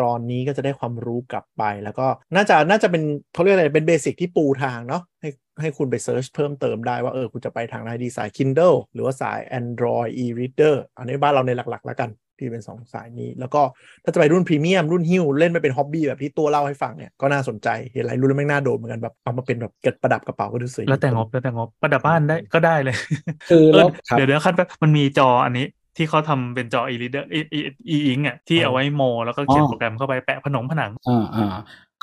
[SPEAKER 3] ตอนนี้ก็จะได้ความรู้กลับไป แล้วก็น่าจะน่าจะเป็นเขาเรียกอะไรเป็นเบสิกที่ปูทางเนาะให้ ให้คุณไปเซิร์ชเพิ่มเติมได้ว่า เออ คุณจะไปทางไหนดีสาย Kindle หรือว่าสาย Android e-reader อันนี้บ้านเราในหลัก ๆ แล้วกันที่เป็น 2 สายนี้ แล้วก็ถ้าจะไปรุ่นพรีเมียม รุ่นฮิ้วเล่นไม่เป็นฮ็อบบี้แบบที่ตัวเล่าให้ฟังเนี่ย ก็น่าสนใจ เห็นหลายรุ่นแล้วแม่งน่าโดนเหมือนกันแบบเอามาเป็นแบบเกิดประดับกระเป๋าก็ดูสวย
[SPEAKER 4] แล้วแต่งบแล้วแต่งบประดับบ้านได้ก็ได้เลย
[SPEAKER 2] คือ
[SPEAKER 4] เอ
[SPEAKER 2] แล้
[SPEAKER 4] อ
[SPEAKER 2] วครับ
[SPEAKER 4] เดี๋ยวเดี๋ยวขั้นแป๊บมันมีจออันนี้ที่เขาทำเป็นจอ e-reader เอ e- e- e-ink อ่ะที่เอาไว้โม แล้วก็เขียน
[SPEAKER 2] อ๋อ
[SPEAKER 4] โปรแกรมเข้าไปแปะผนงผนัง
[SPEAKER 2] อ่าอ่า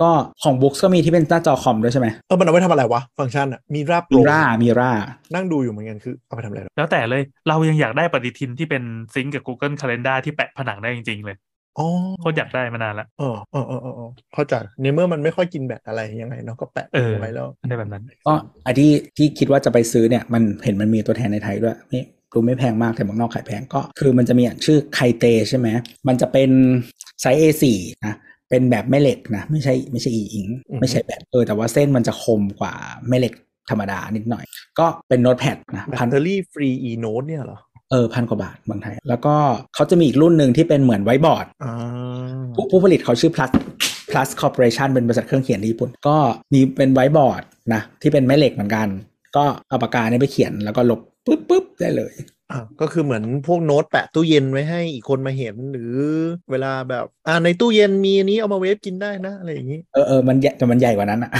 [SPEAKER 2] ก็ของบุ๊กก็มีที่เป็นหน้าจอคอมด้วยใช่ไหม
[SPEAKER 3] เออมันเอาไว้ทำอะไรวะ ฟังก์ชันอะมีราบโป
[SPEAKER 2] มี
[SPEAKER 3] ร่ง
[SPEAKER 2] ร่ามีร่า
[SPEAKER 3] นั่งดูอยู่เหมือนกันคือเอาไปทำอะไรหรอ
[SPEAKER 4] แล้วแต่เลยเรายังอยากได้ปฏิทินที่เป็นซิงก์กับ Google Calendar ที่แปะผนังได้จริงๆเลย
[SPEAKER 3] อ๋อ
[SPEAKER 4] โคตรอยากได้มานานละ
[SPEAKER 3] เออเออเออเออเออเข้าใจในเมื่อมันไม่ค่อยกินแบตอะไรยังไงเนาะก็แปะ
[SPEAKER 4] เออ
[SPEAKER 3] ไว้แล้ว
[SPEAKER 4] ได้แบบนั้น
[SPEAKER 2] ก็อันที่ที่คิดว่าจะไปซื้อเนี่ยมันเห็นมันมีตัวแทนในไทยด้วยนี่ดูไม่แพงมากแต่เมืองนอกขายแพงก็คือมันจะมีอ่ะชื่อไคเตใช่ไหมมันจะเป็นไซส์ A4 นะเป็นแบบแม่เหล็กนะไม่ใช่ไม่ใช่อีอิง
[SPEAKER 3] อืม
[SPEAKER 2] ไม่ใช่แบบเออแต่ว่าเส้นมันจะคมกว่าแม่เหล็กธรรมดานิดหน่อย ก็เป็นโน้ตแพดนะ
[SPEAKER 3] แบ
[SPEAKER 2] พั
[SPEAKER 3] ต
[SPEAKER 2] น
[SPEAKER 3] เตอรี่ฟรี e-note เนี่ยเหรอ
[SPEAKER 2] เ เออพันกว่าบาทเมืองไทย แล้วก็เขาจะมีอีกรุ่นหนึ่งที่เป็นเหมือนไวบอร์ด
[SPEAKER 3] อ่า
[SPEAKER 2] ผู้ผู้ผลิตเขาชื่อ plus plus corporation เป็นบริษัทเครื่องเขียนที่ญี่ปุ่น ก็มีเป็นไวท์บอร์ดนะ ที่เป็นแม่เหล็กเหมือนกัน ก็เอาปากกาเนี่ยไปเขียนแล้วก็ลบปุ๊บปุ๊บได้เลย
[SPEAKER 3] อ่าก็คือเหมือนพวกโน้ตแปะตู้เย็นไว้ให้อีกคนมาเห็นหรือ เวลาแบบ อ่าในตู้เย็นมีอันนี้เอามาเวฟกินได้นะอะไรอย่างนี้
[SPEAKER 2] เออเออมันใหญ่แต่มันใหญ่กว่านั้นอะ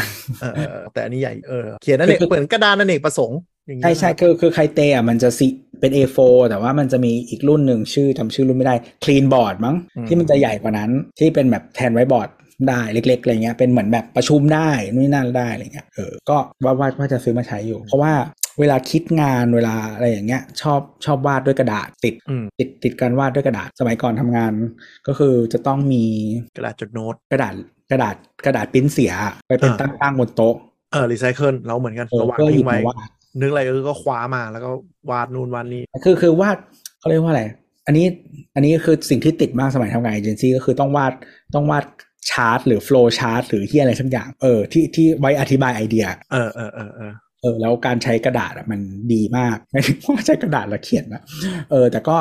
[SPEAKER 3] เออเออเออแต่อันนี้ใหญ่เออเขียนนั่นเองเหมือนกระดานนั่นเองประสงค์อย่างนี้
[SPEAKER 2] ใช่ใช่คือคือไคเตอะมันจะสิเป็น A4 แต่ว่ามันจะมีอีกรุ่นหนึ่งชื่อจำชื่อรุ่นไม่ได้ Clean Board มั้งที่มันจะใหญ่กว่านั้นที่เป็นแบบแทนไว้บอร์ดได้เล็กๆอะไรเงี้ยเป็นเหมือนแบบประชุมได้นู่นนนั่นได้อะไรเงี้ยเออก็ว่าว่าว่าจะซื้อมาใช้อยู่ เพราะว่าเวลาคิดงานเวลาอะไรอย่างเงี้ยชอบชอบวาดด้วยกระดาษติด
[SPEAKER 3] อืม
[SPEAKER 2] ติดติดการวาดด้วยกระดาษสมัยก่อนทำงาน ก็คือจะต้องมี
[SPEAKER 3] กระดาษจดโน้ต
[SPEAKER 2] กระดาษกระดาษกระดาษปริ้นเสียไปเป็น
[SPEAKER 3] อ่า
[SPEAKER 2] ตั้งๆบนโต๊ะ
[SPEAKER 3] เออรีไซเคิลเราเหมือนกัน
[SPEAKER 2] เออ
[SPEAKER 3] เราวาง
[SPEAKER 2] เพื่อหยิ
[SPEAKER 3] ทิ้
[SPEAKER 2] บ
[SPEAKER 3] งไว้
[SPEAKER 2] มาวาด
[SPEAKER 3] นึกอะไรเออก็คว้ามาแล้วก็วาดนู่นวาดนี่
[SPEAKER 2] คือคือวาดเขาเรียกว่าอะไร อันนี้อันนี้คือสิ่งที่ติดมากสมัยทำงานเอเจนซี่ก็คือต้องวาดต้องวาดชาร์ตหรือโฟล์ชาร์ตหรือที่อะไรสักอย่างเออที่ที่ไว้อธิบายไอเดีย
[SPEAKER 3] เออเออเออเออ
[SPEAKER 2] เออแล้วการใช้กระดาษอะมันดีมาก ไม่ถึงว่าใช้กระดาษแล้วเขียนนะเออแต่ก็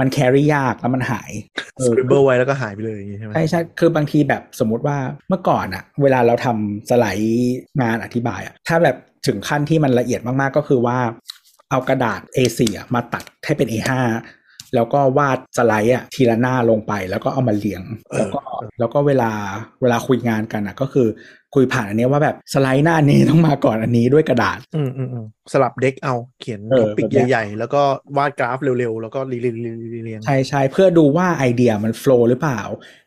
[SPEAKER 2] มันแครี่ยากแล้วมันหายเอ
[SPEAKER 3] ส
[SPEAKER 2] อ
[SPEAKER 3] คริบเบิลไว้แล้วก็หายไปเลยอย่างนี้ใช่ไหม
[SPEAKER 2] ใช่ใช่คือบางทีแบบสมมติว่าเมื่อก่อนอะเวลาเราทำสไลด์งานอธิบายอะถ้าแบบถึงขั้นที่มันละเอียดมากๆก็คือว่า เอากระดาษ A4 อะมาตัดให้เป็น A5 แล้วก็วาดสไลด์อะทีละหน้าลงไปแล้วก็เอามาเรียง แล้วก็แล้วก็เวลาเวลาคุยงานกันอะก็คือคุยผ่านอันเนี้ยว่าแบบสไลด์หน้านี้ ต้องมาก่อนอันนี้ด้วยกระดาษ
[SPEAKER 3] อืมอืมอืมสลับเด็กเอาเขียน
[SPEAKER 2] เออ
[SPEAKER 3] ท็อปิก
[SPEAKER 2] แบบเนี้ย
[SPEAKER 3] ใหญ่ๆ แล้วก็วาดกราฟเร็วๆ แล้วก็เรียงเรียงเรียงเรียงเรียง
[SPEAKER 2] ใช่ใช่เพื่อดูว่าไอเดียมันโฟล์หรือเปล่า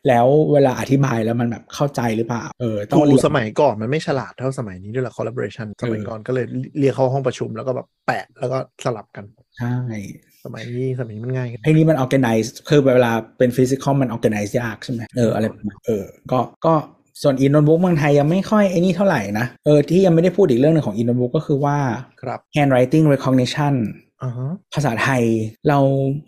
[SPEAKER 2] แล้วเวลาอธิบายแล้วมันแบบเข้าใจหรือเปล่าเออต้อง
[SPEAKER 3] ครู
[SPEAKER 2] เรียน
[SPEAKER 3] สมัยก่อนมันไม่ฉลาดเท่าสมัยนี้ด้วยละ collaboration สมัยก่อนก็เลยเรียกเข้าห้องประชุมแล้วก็แบบแปะแล้วก็สลับกัน
[SPEAKER 2] ใช่
[SPEAKER 3] สมัยนี้สมัยนี้มันง่ายขึ้น
[SPEAKER 2] ไอ้นี่มัน organize คือเวลาเป็นฟิสิกอลมัน organize ยากใช่ไหมเอออะไรประมาณเออ ก็ก็ส่วนอินโนบุ๊กเมืองไทยยังไม่ค่อยไอ้นี่เท่าไหร่นะ เออที่ยังไม่ได้พูดอีกเรื่องหนึงของอินโนบุ๊กก็คือว่า
[SPEAKER 3] ครับ
[SPEAKER 2] handwriting recognition
[SPEAKER 3] อ่าฮะ
[SPEAKER 2] ภาษาไทยเรา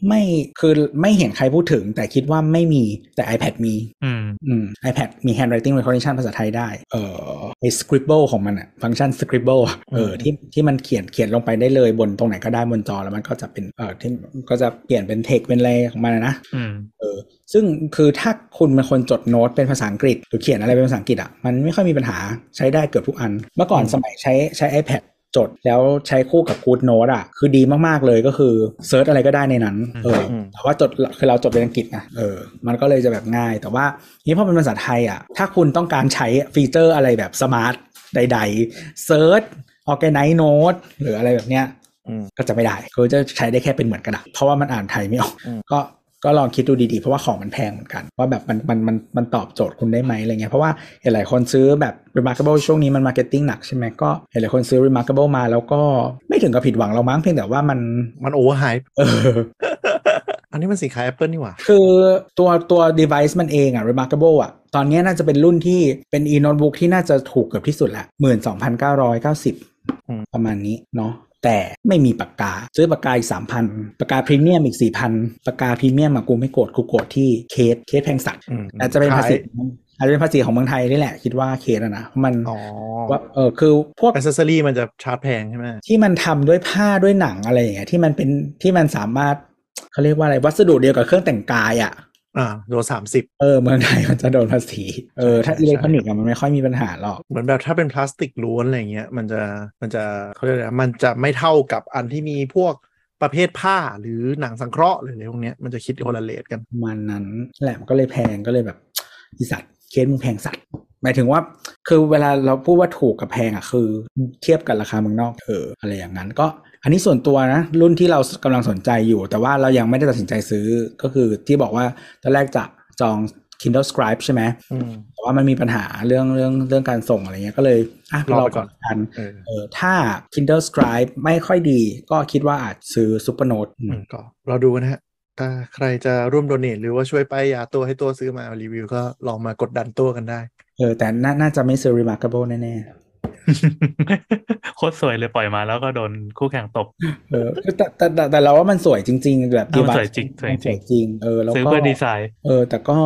[SPEAKER 2] ไม่คือไม่เห็นใครพูดถึง แต่คิดว่าไม่มีแต่ iPad มี
[SPEAKER 4] อืม
[SPEAKER 2] อืม iPad มี handwriting recognition ภาษาไทยได้ เออไอ scribble ของมันอะฟังก์ชัน scribble อะเออที่ที่มันเขียนเขียนลงไปได้เลยบนตรงไหนก็ได้บนจอแล้วมันก็จะเป็นเออที่ก็จะเปลี่ยนเป็น text เป็นอะไรของมันอะนะ
[SPEAKER 4] อืม
[SPEAKER 2] เออซึ่งคือถ้าคุณเป็นคนจดโน้ตเป็นภาษาอังกฤษ หรือเขียนอะไรเป็นภาษาอังกฤษอ่ะมันไม่ค่อยมีปัญหาใช้ได้เกือบทุกอัน เมื่อก่อนสมัยใช้ใช้ iPad จดแล้วใช้คู่กับ Good Note อ่ะคือดีมาก ๆ เลยก็คือเซิร์ชอะไรก็ได้ในนั้นเอออแต่ว่าจดคือเราจดเป็นอังกฤษนะเออมันก็เลยจะแบบง่าย แต่ว่านี่พอเป็นภาษาไทยอ่ะถ้าคุณต้องการใช้ฟีเจอร์อะไรแบบสมาร์ทใดๆเซิร์ชออแกไนโน้ตหรืออะไรแบบเนี้ย
[SPEAKER 3] อืม
[SPEAKER 2] ก็จะไม่ได้ก็จะใช้ได้แค่เป็นเหมือนกระดาษ เพราะว่ามันอ่านไทยไม่ออก
[SPEAKER 3] อืม
[SPEAKER 2] ก็ ก็ลองคิดดูดีๆ เพราะว่าของมันแพงเหมือนกัน ว่าแบบมัน มัน มัน มันตอบโจทย์คุณได้ไหมอะไรเงี้ย เพราะว่าเห็นหลายคนซื้อแบบ remarkable ช่วงนี้มันมาร์เก็ตติ้งหนักใช่ไหม ก็เห็นหลายคนซื้อ remarkable มาแล้วก็ไม่ถึงกับผิดหวังเรามั้งเพียงแต่ว่ามัน
[SPEAKER 3] มันโอเวอร์ไฮ
[SPEAKER 2] เออ
[SPEAKER 3] อันนี้มันสินค้า Apple นี่หว่า
[SPEAKER 2] คือตัวตัว device มันเองอะ remarkable อะตอนเนี้ยน่าจะเป็นรุ่นที่เป็น e notebook ที่น่าจะถูกเกือบที่สุดละหมื่นสองพันเก้าร้อยเก้าสิบ
[SPEAKER 3] อืม
[SPEAKER 2] ประมาณนี้เนาะแต่ไม่มีปากกา ซื้อปากกาอีกสามพันปากกาพรีเมียมอีกสี่พันปากกาพรีเมียมอะกูไม่โกรธกูโกรธที่เคสเคสแพงสัตว์
[SPEAKER 3] อืม
[SPEAKER 2] อาจจะเป็นภาษี
[SPEAKER 3] ขย
[SPEAKER 2] อาจจะเป็นภาษีของเมืองไทยนี่แหละคิดว่าเคสอะนะเพราะมัน
[SPEAKER 3] อ๋อ
[SPEAKER 2] ว่าเออคือพวก
[SPEAKER 3] อ c เซสซอรี่มันจะชาร์จแพงใช่ไหม
[SPEAKER 2] ที่มันทำด้วยผ้าด้วยหนังอะไรอย่างเงี้ยที่มันเป็นที่มันสามารถเขาเรียกว่าอะไรวัสดุเดียวกับเครื่องแต่งกายอะ
[SPEAKER 3] อ่าโดนสามสิบ
[SPEAKER 2] เออเมืองไทยมันจะโดนภาษีเออถ้า
[SPEAKER 3] ใช่
[SPEAKER 2] อิ
[SPEAKER 3] ใช่
[SPEAKER 2] เล็กทรอนิกส์อะมันไม่ค่อยมีปัญหาหรอก
[SPEAKER 3] เหมือนแบบถ้าเป็นพลาสติกล้วนอะไรเงี้ยมันจะมันจะเขาเรียกอะไรนะมันจะไม่เท่ากับอันที่มีพวกประเภทผ้าหรือหนังสังเคราะห์หรืออะไรพวกเนี้ยมันจะคิดคนละเลทกัน
[SPEAKER 2] ประมาณนั้นแหละมันก็เลยแพงก็เลยแบบอีสัตว์เคสมึงแพงสัตว์หมายถึงว่า คือเวลาเราพูดว่าถูกกับแพงอ่ะคือ เทียบกับราคาเมืองนอกเอออะไรอย่างนั้นก็อันนี้ส่วนตัวนะ รุ่นที่เรากำลังสนใจอยู่ แต่ว่าเรายังไม่ได้ตัดสินใจซื้อก็คือที่บอกว่าตอนแรกจะจอง Kindle Scribe ใช่ไหม
[SPEAKER 3] อืม
[SPEAKER 2] แต่ว่ามันมีปัญหาเรื่องเรื่องเรื่องการส่งอะไรเงี้ยก็เลยอ่ะ
[SPEAKER 3] รอไปก่อน
[SPEAKER 2] กัน
[SPEAKER 3] เออ
[SPEAKER 2] เออถ้า Kindle Scribe ไม่ค่อยดี ก็คิดว่าอาจซื้อ Supernote อื
[SPEAKER 3] อื
[SPEAKER 2] ม
[SPEAKER 3] มก็เราดูนะฮะถ้าใครจะร่วมโดเนทหรือว่าช่วยป้ายยาตัวให้ตัวซื้อมารีวิวก็ลองมากดดันตัวกันได้
[SPEAKER 2] เออแต่น่าน่าจะไม่ซื้อ Remarkable แน่
[SPEAKER 4] โคตรสวยเลยปล่อยมาแล้วก็โดนคู่แข่งตบ
[SPEAKER 2] ๆเออแต่แต่แต่แต่เราว่ามันสวยจริง ๆ แบบ
[SPEAKER 4] เออมั
[SPEAKER 2] device
[SPEAKER 4] นสวยจริงสวยจ
[SPEAKER 2] มันส
[SPEAKER 4] ริง
[SPEAKER 2] วยจริงเออแล้ว
[SPEAKER 4] ซื้อ
[SPEAKER 2] ก็
[SPEAKER 4] เพื่อดีไซน์
[SPEAKER 2] เออแต่ก็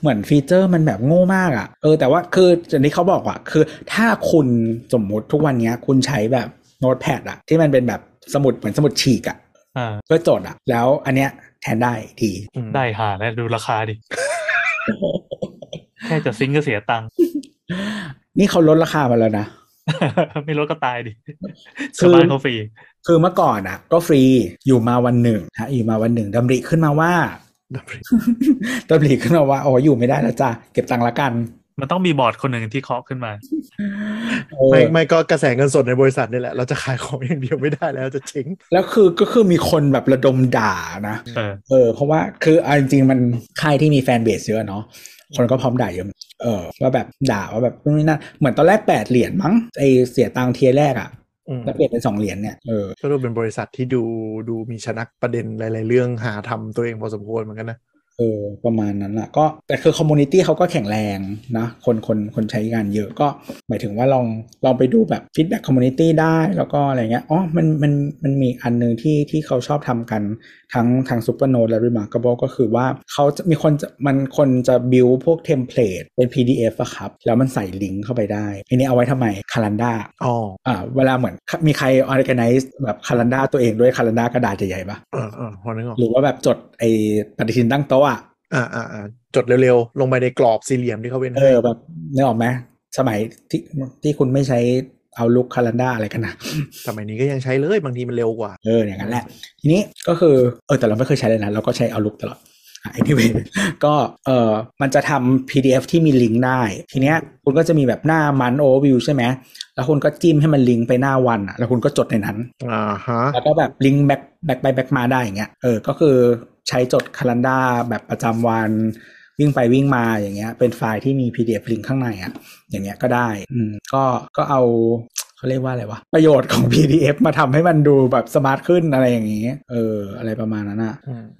[SPEAKER 2] เหมือนฟีเจอร์มันแบบโง่มากอะ่ะเออแต่ว่าคืออย่างที่เขาบอกอ่ะคือถ้าคุณสมมุติทุกวันเนี้ยคุณใช้แบบโน้ตแพดอ่ะที่มันเป็นแบบสมุดเหมือนสมุดฉีกอะ่ะ
[SPEAKER 4] อ่า
[SPEAKER 2] ด้วยโจทย์อะแล้วอันเนี้ยแทนได้ ดี
[SPEAKER 4] ได้หาแล้วดูราคาดิ แค่จะซิงก์ก็เสียตังค์
[SPEAKER 2] นี่เขาลดราคามาแล้วนะ
[SPEAKER 4] ไม่ลดก็ตายดิ
[SPEAKER 2] คื
[SPEAKER 4] ชาว
[SPEAKER 2] อ
[SPEAKER 4] บ้านเขาฟรี
[SPEAKER 2] คือเมื่อก่อนอะก็ฟรีอยู่มาวันหนึ่งฮะอยู่มาวันหนึ่งดำริขึ้นมาว่า ดำริขึ้นมาว่าโอ้อยู่ไม่ได้แล้วจ้ะเก็บตังค์ละกัน
[SPEAKER 4] มันต้องมีบอร์ดคนหนึ่งที่เคาะขึ้นมา
[SPEAKER 2] เออ
[SPEAKER 3] ไม่ไม่ก็กระแสเงินสดในบริษัทนี่แหละ เราจะขายของอย่างเดียวไม่ได้แล้วจะเจ๊ง
[SPEAKER 2] แล้วคือก็คือมีคนแบบระดมด่านะ
[SPEAKER 4] เออ
[SPEAKER 2] เออเพราะว่าคือเอาจริงๆมันค่ายที่มีแฟนเบสเยอะเนาะคนก็พร้อมด่าเยอะเออว่าแบบด่าว่าแบบนู่นนี่นั่นเหมือนตอนแรกแปดเหรียญมั้งไอเสียตังค์เทียร์แรกอะ
[SPEAKER 3] อืม
[SPEAKER 2] แล้วเปลี่ยนเป็นสองเหรียญเนี่ยเออ
[SPEAKER 3] ก็ดูเป็นบริษัทที่ดูดูมีชนักประเด็นหลายๆเรื่องหาทำตัวเองพอสมควรเหมือนกันนะ
[SPEAKER 2] เออประมาณนั้นละก็แต่คือคอมมูนิตี้เขาก็แข็งแรงนะคนคนคนใช้งานเยอะก็หมายถึงว่าลองลองไปดูแบบฟีดแบ็กคอมมูนิตี้ได้แล้วก็อะไรเงี้ยอ๋อมันมันมันมีอันหนึงที่ที่เขาชอบทำกันทั้งทางซูเปอร์โนดและริมาร์กเบิลก็คือว่าเขาจะมีคนจะมันคนจะบิวพวกเทมเพลตเป็น PDF อะครับ แล้วมันใส่ลิงก์เข้าไปได้อันนี้เอาไว้ทำไมคาลันดา
[SPEAKER 3] อ๋อ
[SPEAKER 2] อ่าเวลาเหมือนมีใคร organize แบบคาลันดาตัวเองด้วยคาลันดากระดาษใหญ่ๆปะ
[SPEAKER 3] เออเออพอนึกออก
[SPEAKER 2] หรือว่าแบบจดไอปฏิทินตั้งโต๊ะอะ
[SPEAKER 3] อ่าอ่าอ่าจดเร็วๆ ลงไปในกรอบสี่เหลี่ยมที่เขาเว้น
[SPEAKER 2] เอ
[SPEAKER 3] ให้
[SPEAKER 2] อแบบนึกออกไหมสมัยที่ที่คุณไม่ใช้เอาลุกคาลันดาอะไรกันนะ
[SPEAKER 3] สมัยนี้ก็ยังใช้เลยบางทีมันเร็วกว่า
[SPEAKER 2] เอออย่างนั้นแหละ ทีนี้ก็คือ เออแต่เราไม่เคยใช้เลยนะ เราก็ใช้เอาลุกตลอดอ่ะ anyway ก็เออมันจะทำ PDF ที่มีลิงก์ได้ ทีเนี้ยคุณก็จะมีแบบหน้ามันโอวิวใช่ไหมแล้วคุณก็จิ้มให้มันลิงก์ไปหน้าวันอะแล้วคุณก็จดในนั้น
[SPEAKER 3] อ่าฮะ
[SPEAKER 2] แล้วก็แบบลิงก์แบ็คแบ็คไปแบ็คมาได้อย่างเงี้ย เออ ก็คือใช้จดคาลันดาแบบประจำวันวิ่งไปวิ่งมาอย่างเงี้ย เป็นไฟล์ที่มี PDF ลิงก์ข้างในอ่ะ อย่างเงี้ยก็ได้ อืม ก็ก็เอาเขาเรียกว่าอะไรวะ ประโยชน์ของ PDF มาทำให้มันดูแบบสมาร์ทขึ้นอะไรอย่างงี้ เออ อะไรประมาณนั้นอ่ะ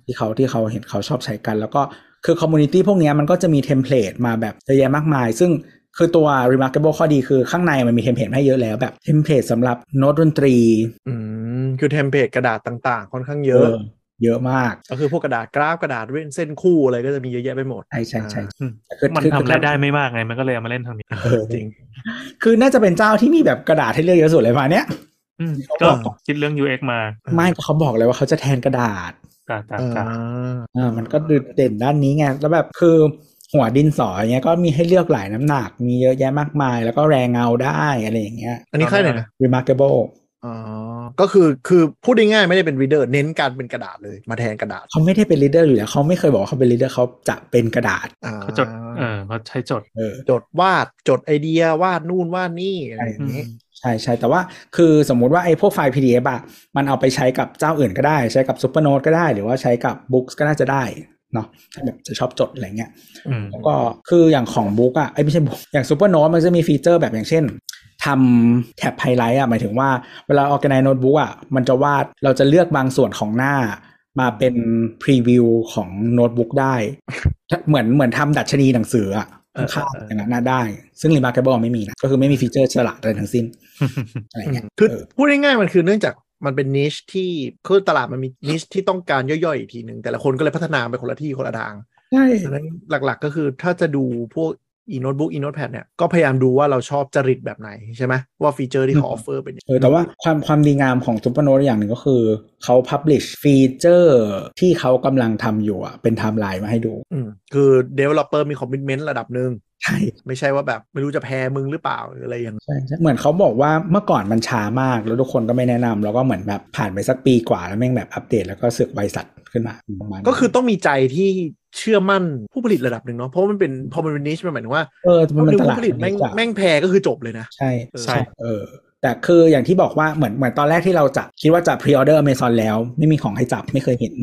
[SPEAKER 2] ที่เขาที่เขาเห็นเขาชอบใช้กัน แล้วก็คือคอมมูนิตี้พวกเนี้ยมันก็จะมีเทมเพลตมาแบบเยอะแยะมากมาย ซึ่งคือตัว remarkable ข้อดีคือข้างในมันมีเทมเพลตให้เยอะแล้วแบบเทมเพลตสำหรับโน้ตดนตรี
[SPEAKER 3] อืมคือเทมเพลตกระดาษต่างๆ ค่อนข้างเยอะ
[SPEAKER 2] เยอะมาก
[SPEAKER 3] ก็คือพวกกระดาษกราฟกระดาษเว้นเส้นคู่อะไรก็จะมีเยอะแยะไปหมด
[SPEAKER 2] ใช่ใช่ใช่
[SPEAKER 4] อืม
[SPEAKER 2] คือ
[SPEAKER 4] มัน
[SPEAKER 2] คือ
[SPEAKER 4] ทำรายได้ไม่มากไง มันก็เลยเอามาเล่นทางนี้
[SPEAKER 2] เออ
[SPEAKER 3] จริง
[SPEAKER 2] คือน่าจะเป็นเจ้าที่มีแบบกระดาษให้เลือกเยอะสุดเลยมาเนี้ย
[SPEAKER 4] อืม
[SPEAKER 2] เขา
[SPEAKER 4] ก็
[SPEAKER 2] บอก
[SPEAKER 4] คิดเรื่อง UX มา
[SPEAKER 2] ไม่ก็เขาบอกเลยว่าเขาจะแทนกระดาษ
[SPEAKER 4] จ้าจ้าจ้า
[SPEAKER 3] อ่า
[SPEAKER 2] อ่ามันก็เด่นด้านนี้ไงแล้วแบบคือหัวดินสออย่างเงี้ยก็มีให้เลือกหลายน้ำหนัก มีเยอะแยะมากมาย แล้วก็แรงเงาได้อะไรอย่างเงี้ย
[SPEAKER 3] อันนี้ค่ายไหนนะ
[SPEAKER 2] remarkable
[SPEAKER 3] อ๋อ ก็คือคือพูดง่ายๆไม่ได้เป็นรีเดอร์เน้นการเป็นกระดาษเลยมาแทนกระดาษ
[SPEAKER 2] เขาไม่ได้เป็น leader อยู่แล้วเขาไม่เคยบอกว่าเขาเป็น leader เขาจะเป็นกระดาษ
[SPEAKER 3] อ่า
[SPEAKER 4] เขาจด เออเขาใช้จด
[SPEAKER 2] เออ
[SPEAKER 3] จดวาดจดไอเดียวาดนู่นวาดนี่อะไรอย่างนี้
[SPEAKER 2] ใช่ใช่แต่ว่าคือสมมุติว่าไอ้พวกไฟล์ PDF อะมันเอาไปใช้กับเจ้าอื่นก็ได้ ใช้กับ Supernode ก็ได้ หรือว่าใช้กับ Books ก็น่าจะได้เนาะถ้าแบบจะชอบจดอะไรเงี้ย
[SPEAKER 4] อืม
[SPEAKER 2] แล้วก็คืออย่างของ Book อะไอ้ยไม่ใช่ Book อย่าง Supernode มันจะมีฟีเจอร์แบบอย่างเช่นทำแท็บไฮไลท์อะหมายถึงว่าเวลา organize notebook อะมันจะวาดเราจะเลือกบางส่วนของหน้า มาเป็นพรีวิวของโน้ตบุ๊กได้ เหมือนเหมือนทำดัชนีหนังสืออะ
[SPEAKER 3] เออเออเออ
[SPEAKER 2] ข้างๆอย่างนั้นนะได้ ซึ่ง Remarkable ไม่มีนะก็คือไม่มีฟีเจอร์ฉลาดอะไรทั้งสิ้น อะไรเงี้ย
[SPEAKER 3] คือ
[SPEAKER 2] เออ
[SPEAKER 3] พูดง่ายๆมันคือเนื่องจากมันเป็นนิชที่คือตลาดมันมีนิชที่ต้องการย่อยๆอีกทีหนึ่งแต่ละคนก็เลยพัฒนาไปคนละที่คนละทาง
[SPEAKER 2] ใช่
[SPEAKER 3] ดังนั้นหลักๆก็คือถ้าจะดูพวกอีโน้ตบุ๊กอีโน้ตแพดเนี่ยก็พยายามดูว่าเราชอบจริตแบบไหนใช่ไหมว่าฟีเจอร์ที่เขาออฟเฟอร์เป็นยังไง
[SPEAKER 2] เออแต่ว่าความความดีงามของซูเปอร์โนอย่างหนึ่งก็คือ เขาพับลิชฟีเจอร์ที่เขากำลังทำอยู่อะเป็นไทม์ไลน์มาให้ดู
[SPEAKER 3] อืมคือ developer มี commitment ระดับหนึ่ง
[SPEAKER 2] ใช่
[SPEAKER 3] ไม่ใช่ว่าแบบไม่รู้จะแพ้มึงหรือเปล่าหรืออะไรอย่าง
[SPEAKER 2] ใช่ใช่เหมือนเขาบอกว่าเมื่อก่อนมันช้ามาก แล้วทุกคนก็ไม่แนะนำแล้วก็เหมือนแบบผ่านไปสักปีกว่าแล้วแม่งแบบอัปเดตแล้วก็เสือกไวสัตว์ขึ้นมาประมาณนั้น
[SPEAKER 3] ก็คือต้องมีใจที่เชื่อมั่นผู้ผลิตระดับหนึ่งเนาะเพราะมันเป็นพอมันเป็นนิชมันหมายถึงว่า
[SPEAKER 2] เออมัน
[SPEAKER 3] มั
[SPEAKER 2] เป็น
[SPEAKER 3] น
[SPEAKER 2] ต
[SPEAKER 3] ผู้
[SPEAKER 2] ลาด
[SPEAKER 3] ผลิตแม่ง
[SPEAKER 2] จ้ะ
[SPEAKER 3] แม่งแพ้ก็คือจบเลยนะ
[SPEAKER 2] ใช่
[SPEAKER 4] ใช่
[SPEAKER 2] เออแต่คืออย่างที่บอกว่าเหมือนเหมือนตอนแรกที่เราจะคิดว่าจะพรีออเดอร์อเมซอนแล้ว ไม่มีของให้จับไม่เคยเห็น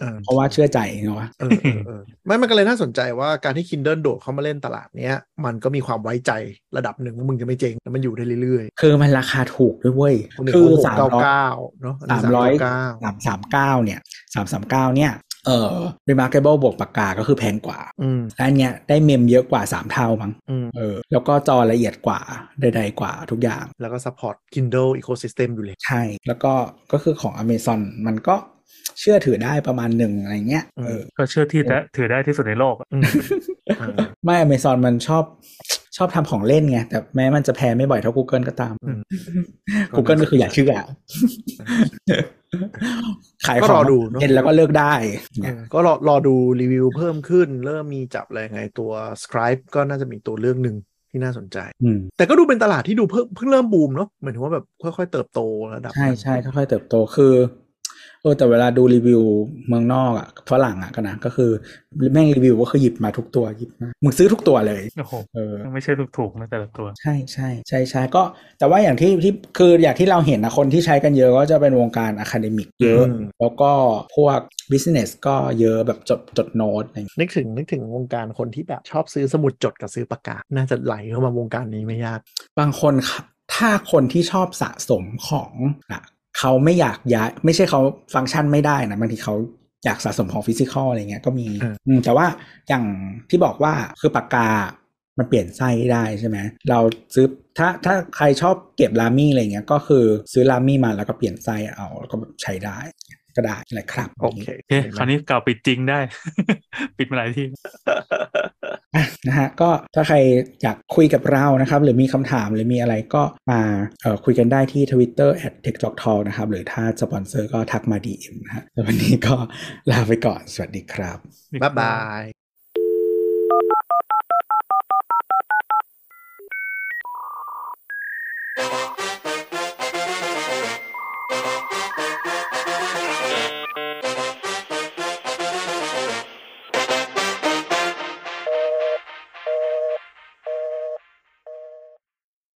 [SPEAKER 3] เออ
[SPEAKER 2] เพราะว่าเชื่อใจเนาะ
[SPEAKER 3] เออเออเออไม่มันก็เลยน่าสนใจว่าการที่ Kindle โดดเข้ามาเล่นตลาดเนี้ยมันก็มีความไว้ใจระดับหนึ่งว่ามึงจะไม่เจ๊งแล้วมันอยู่ได้เรื่อย
[SPEAKER 2] คือมันราคาถูกด้วยเว้ย
[SPEAKER 3] ๆคนหนึ่ง
[SPEAKER 2] คื
[SPEAKER 3] เขาหก
[SPEAKER 2] สาม
[SPEAKER 3] เก้า
[SPEAKER 2] ร้อย
[SPEAKER 3] เก้าเนาะนนี้
[SPEAKER 2] สามร้อย
[SPEAKER 3] เก้า
[SPEAKER 2] สามสามเก้าเนี่ยสามสามเก้าเนี่ยเอ่อ remarkable บวกปากกาก็คือแพงกว่า
[SPEAKER 3] อืม
[SPEAKER 2] และอันเนี้ยได้เมมเยอะกว่า 3 เท่ามั้ง
[SPEAKER 3] อืม
[SPEAKER 2] เออแล้วก็จอละเอียดกว่าใดๆกว่าทุกอย่าง
[SPEAKER 3] แล้วก็ support Kindle ecosystem อยู่เลย
[SPEAKER 2] ใช่ แล้วก็ก็คือของ Amazon มันก็เชื่อถือได้ประมาณหนึ่งอะไรเงี้ยเออ
[SPEAKER 4] ก็เชื่อที่จะถือได้ที่สุดในโลกอะ
[SPEAKER 3] อืมเออ
[SPEAKER 2] ไม่ Amazon มันชอบชอบทำของเล่นไง แต่แม้มันจะแพ้ไม่บ่อยเท่า Google ก็ตาม
[SPEAKER 3] อืม
[SPEAKER 2] Google ก็คืออย่าเชื่อ ขาย
[SPEAKER 3] ก็
[SPEAKER 2] ข
[SPEAKER 3] ร
[SPEAKER 2] อง
[SPEAKER 3] อดูเนอะ
[SPEAKER 2] เย็นแล้วก็เลิกได้
[SPEAKER 3] เอ
[SPEAKER 2] เนี่ย
[SPEAKER 3] อก็รอรอดูรีวิวเพิ่มขึ้น เริ่มมีจับอะไรไงตัว Scribe ก็น่าจะมีตัวเรื่องหนึ่งที่น่าสนใจ
[SPEAKER 2] อืม
[SPEAKER 3] แต่ก็ดูเป็นตลาดที่ดูเพิ่งเพิ่งเริ่มบูมเนาะเหมือนถึงว่าแบบค่อยๆเติบโตระดับ
[SPEAKER 2] ใช่ใช่ค่อยๆเติบโตคือเออแต่เวลาดูรีวิวเมืองนอกอะฝรั่งอะก็นะก็คือแม่งรีวิวก็คือหยิบมาทุกตัวหยิบมามึงซื้อทุกตัวเลย
[SPEAKER 4] โอ้โห
[SPEAKER 2] เออ
[SPEAKER 4] ไม่ใช่ถูกๆนะแต่ละตัว
[SPEAKER 2] ใช่ใช่ใช่ใช่ก็แต่ว่าอย่างที่ที่คืออย่างที่เราเห็นนะคนที่ใช้กันเยอะก็จะเป็นวงการอะคาเดมิกเยอะ
[SPEAKER 3] ม
[SPEAKER 2] แล้วก็พวก business ก็เยอะแบบจดจดโน้ตอะไรอย่างเงี้ย
[SPEAKER 3] นึกถึงนึกถึงวงการคนที่แบบชอบซื้อสมุดจดกับซื้อปากกา น่าจะไหลเข้ามาวงการนี้ไม่ยาก
[SPEAKER 2] บางคนค่ะถ้าคนที่ชอบสะสมของอะเขาไม่อยากย้าย ไม่ใช่เขาฟังก์ชันไม่ได้นะบางทีเขาอยากสะสมของฟิสิกอลอะไรเงี้ยก็มี
[SPEAKER 3] เอออื
[SPEAKER 2] มแต่ว่าอย่างที่บอกว่าคือปากกา มันเปลี่ยนไส้ได้ใช่ไหมเราซื้อถ้าถ้าใครชอบเก็บลามี่อะไรเงี้ยก็คือซื้อลามี่มาแล้วก็เปลี่ยนไส้เอาแล้วก็แบบใช้ได้ก็ได้อะไรครับ
[SPEAKER 3] โอเค
[SPEAKER 4] โอเคคราวนี้กล่าวปิดจริงได้ ปิดมาหลายที่
[SPEAKER 2] อ่ะ นะฮะก็ถ้าใครอยากคุยกับเรานะครับ หรือมีคำถามหรือมีอะไรก็มาเอ่อคุยกันได้ที่ Twitter at t e c h t a l k นะครับ หรือถ้าสปอนเซอร์ก็ทักมา DM นะฮะแล้ววันนี้ก็ ลาไปก่อน สวัสดีครับ
[SPEAKER 3] บ๊ายบาย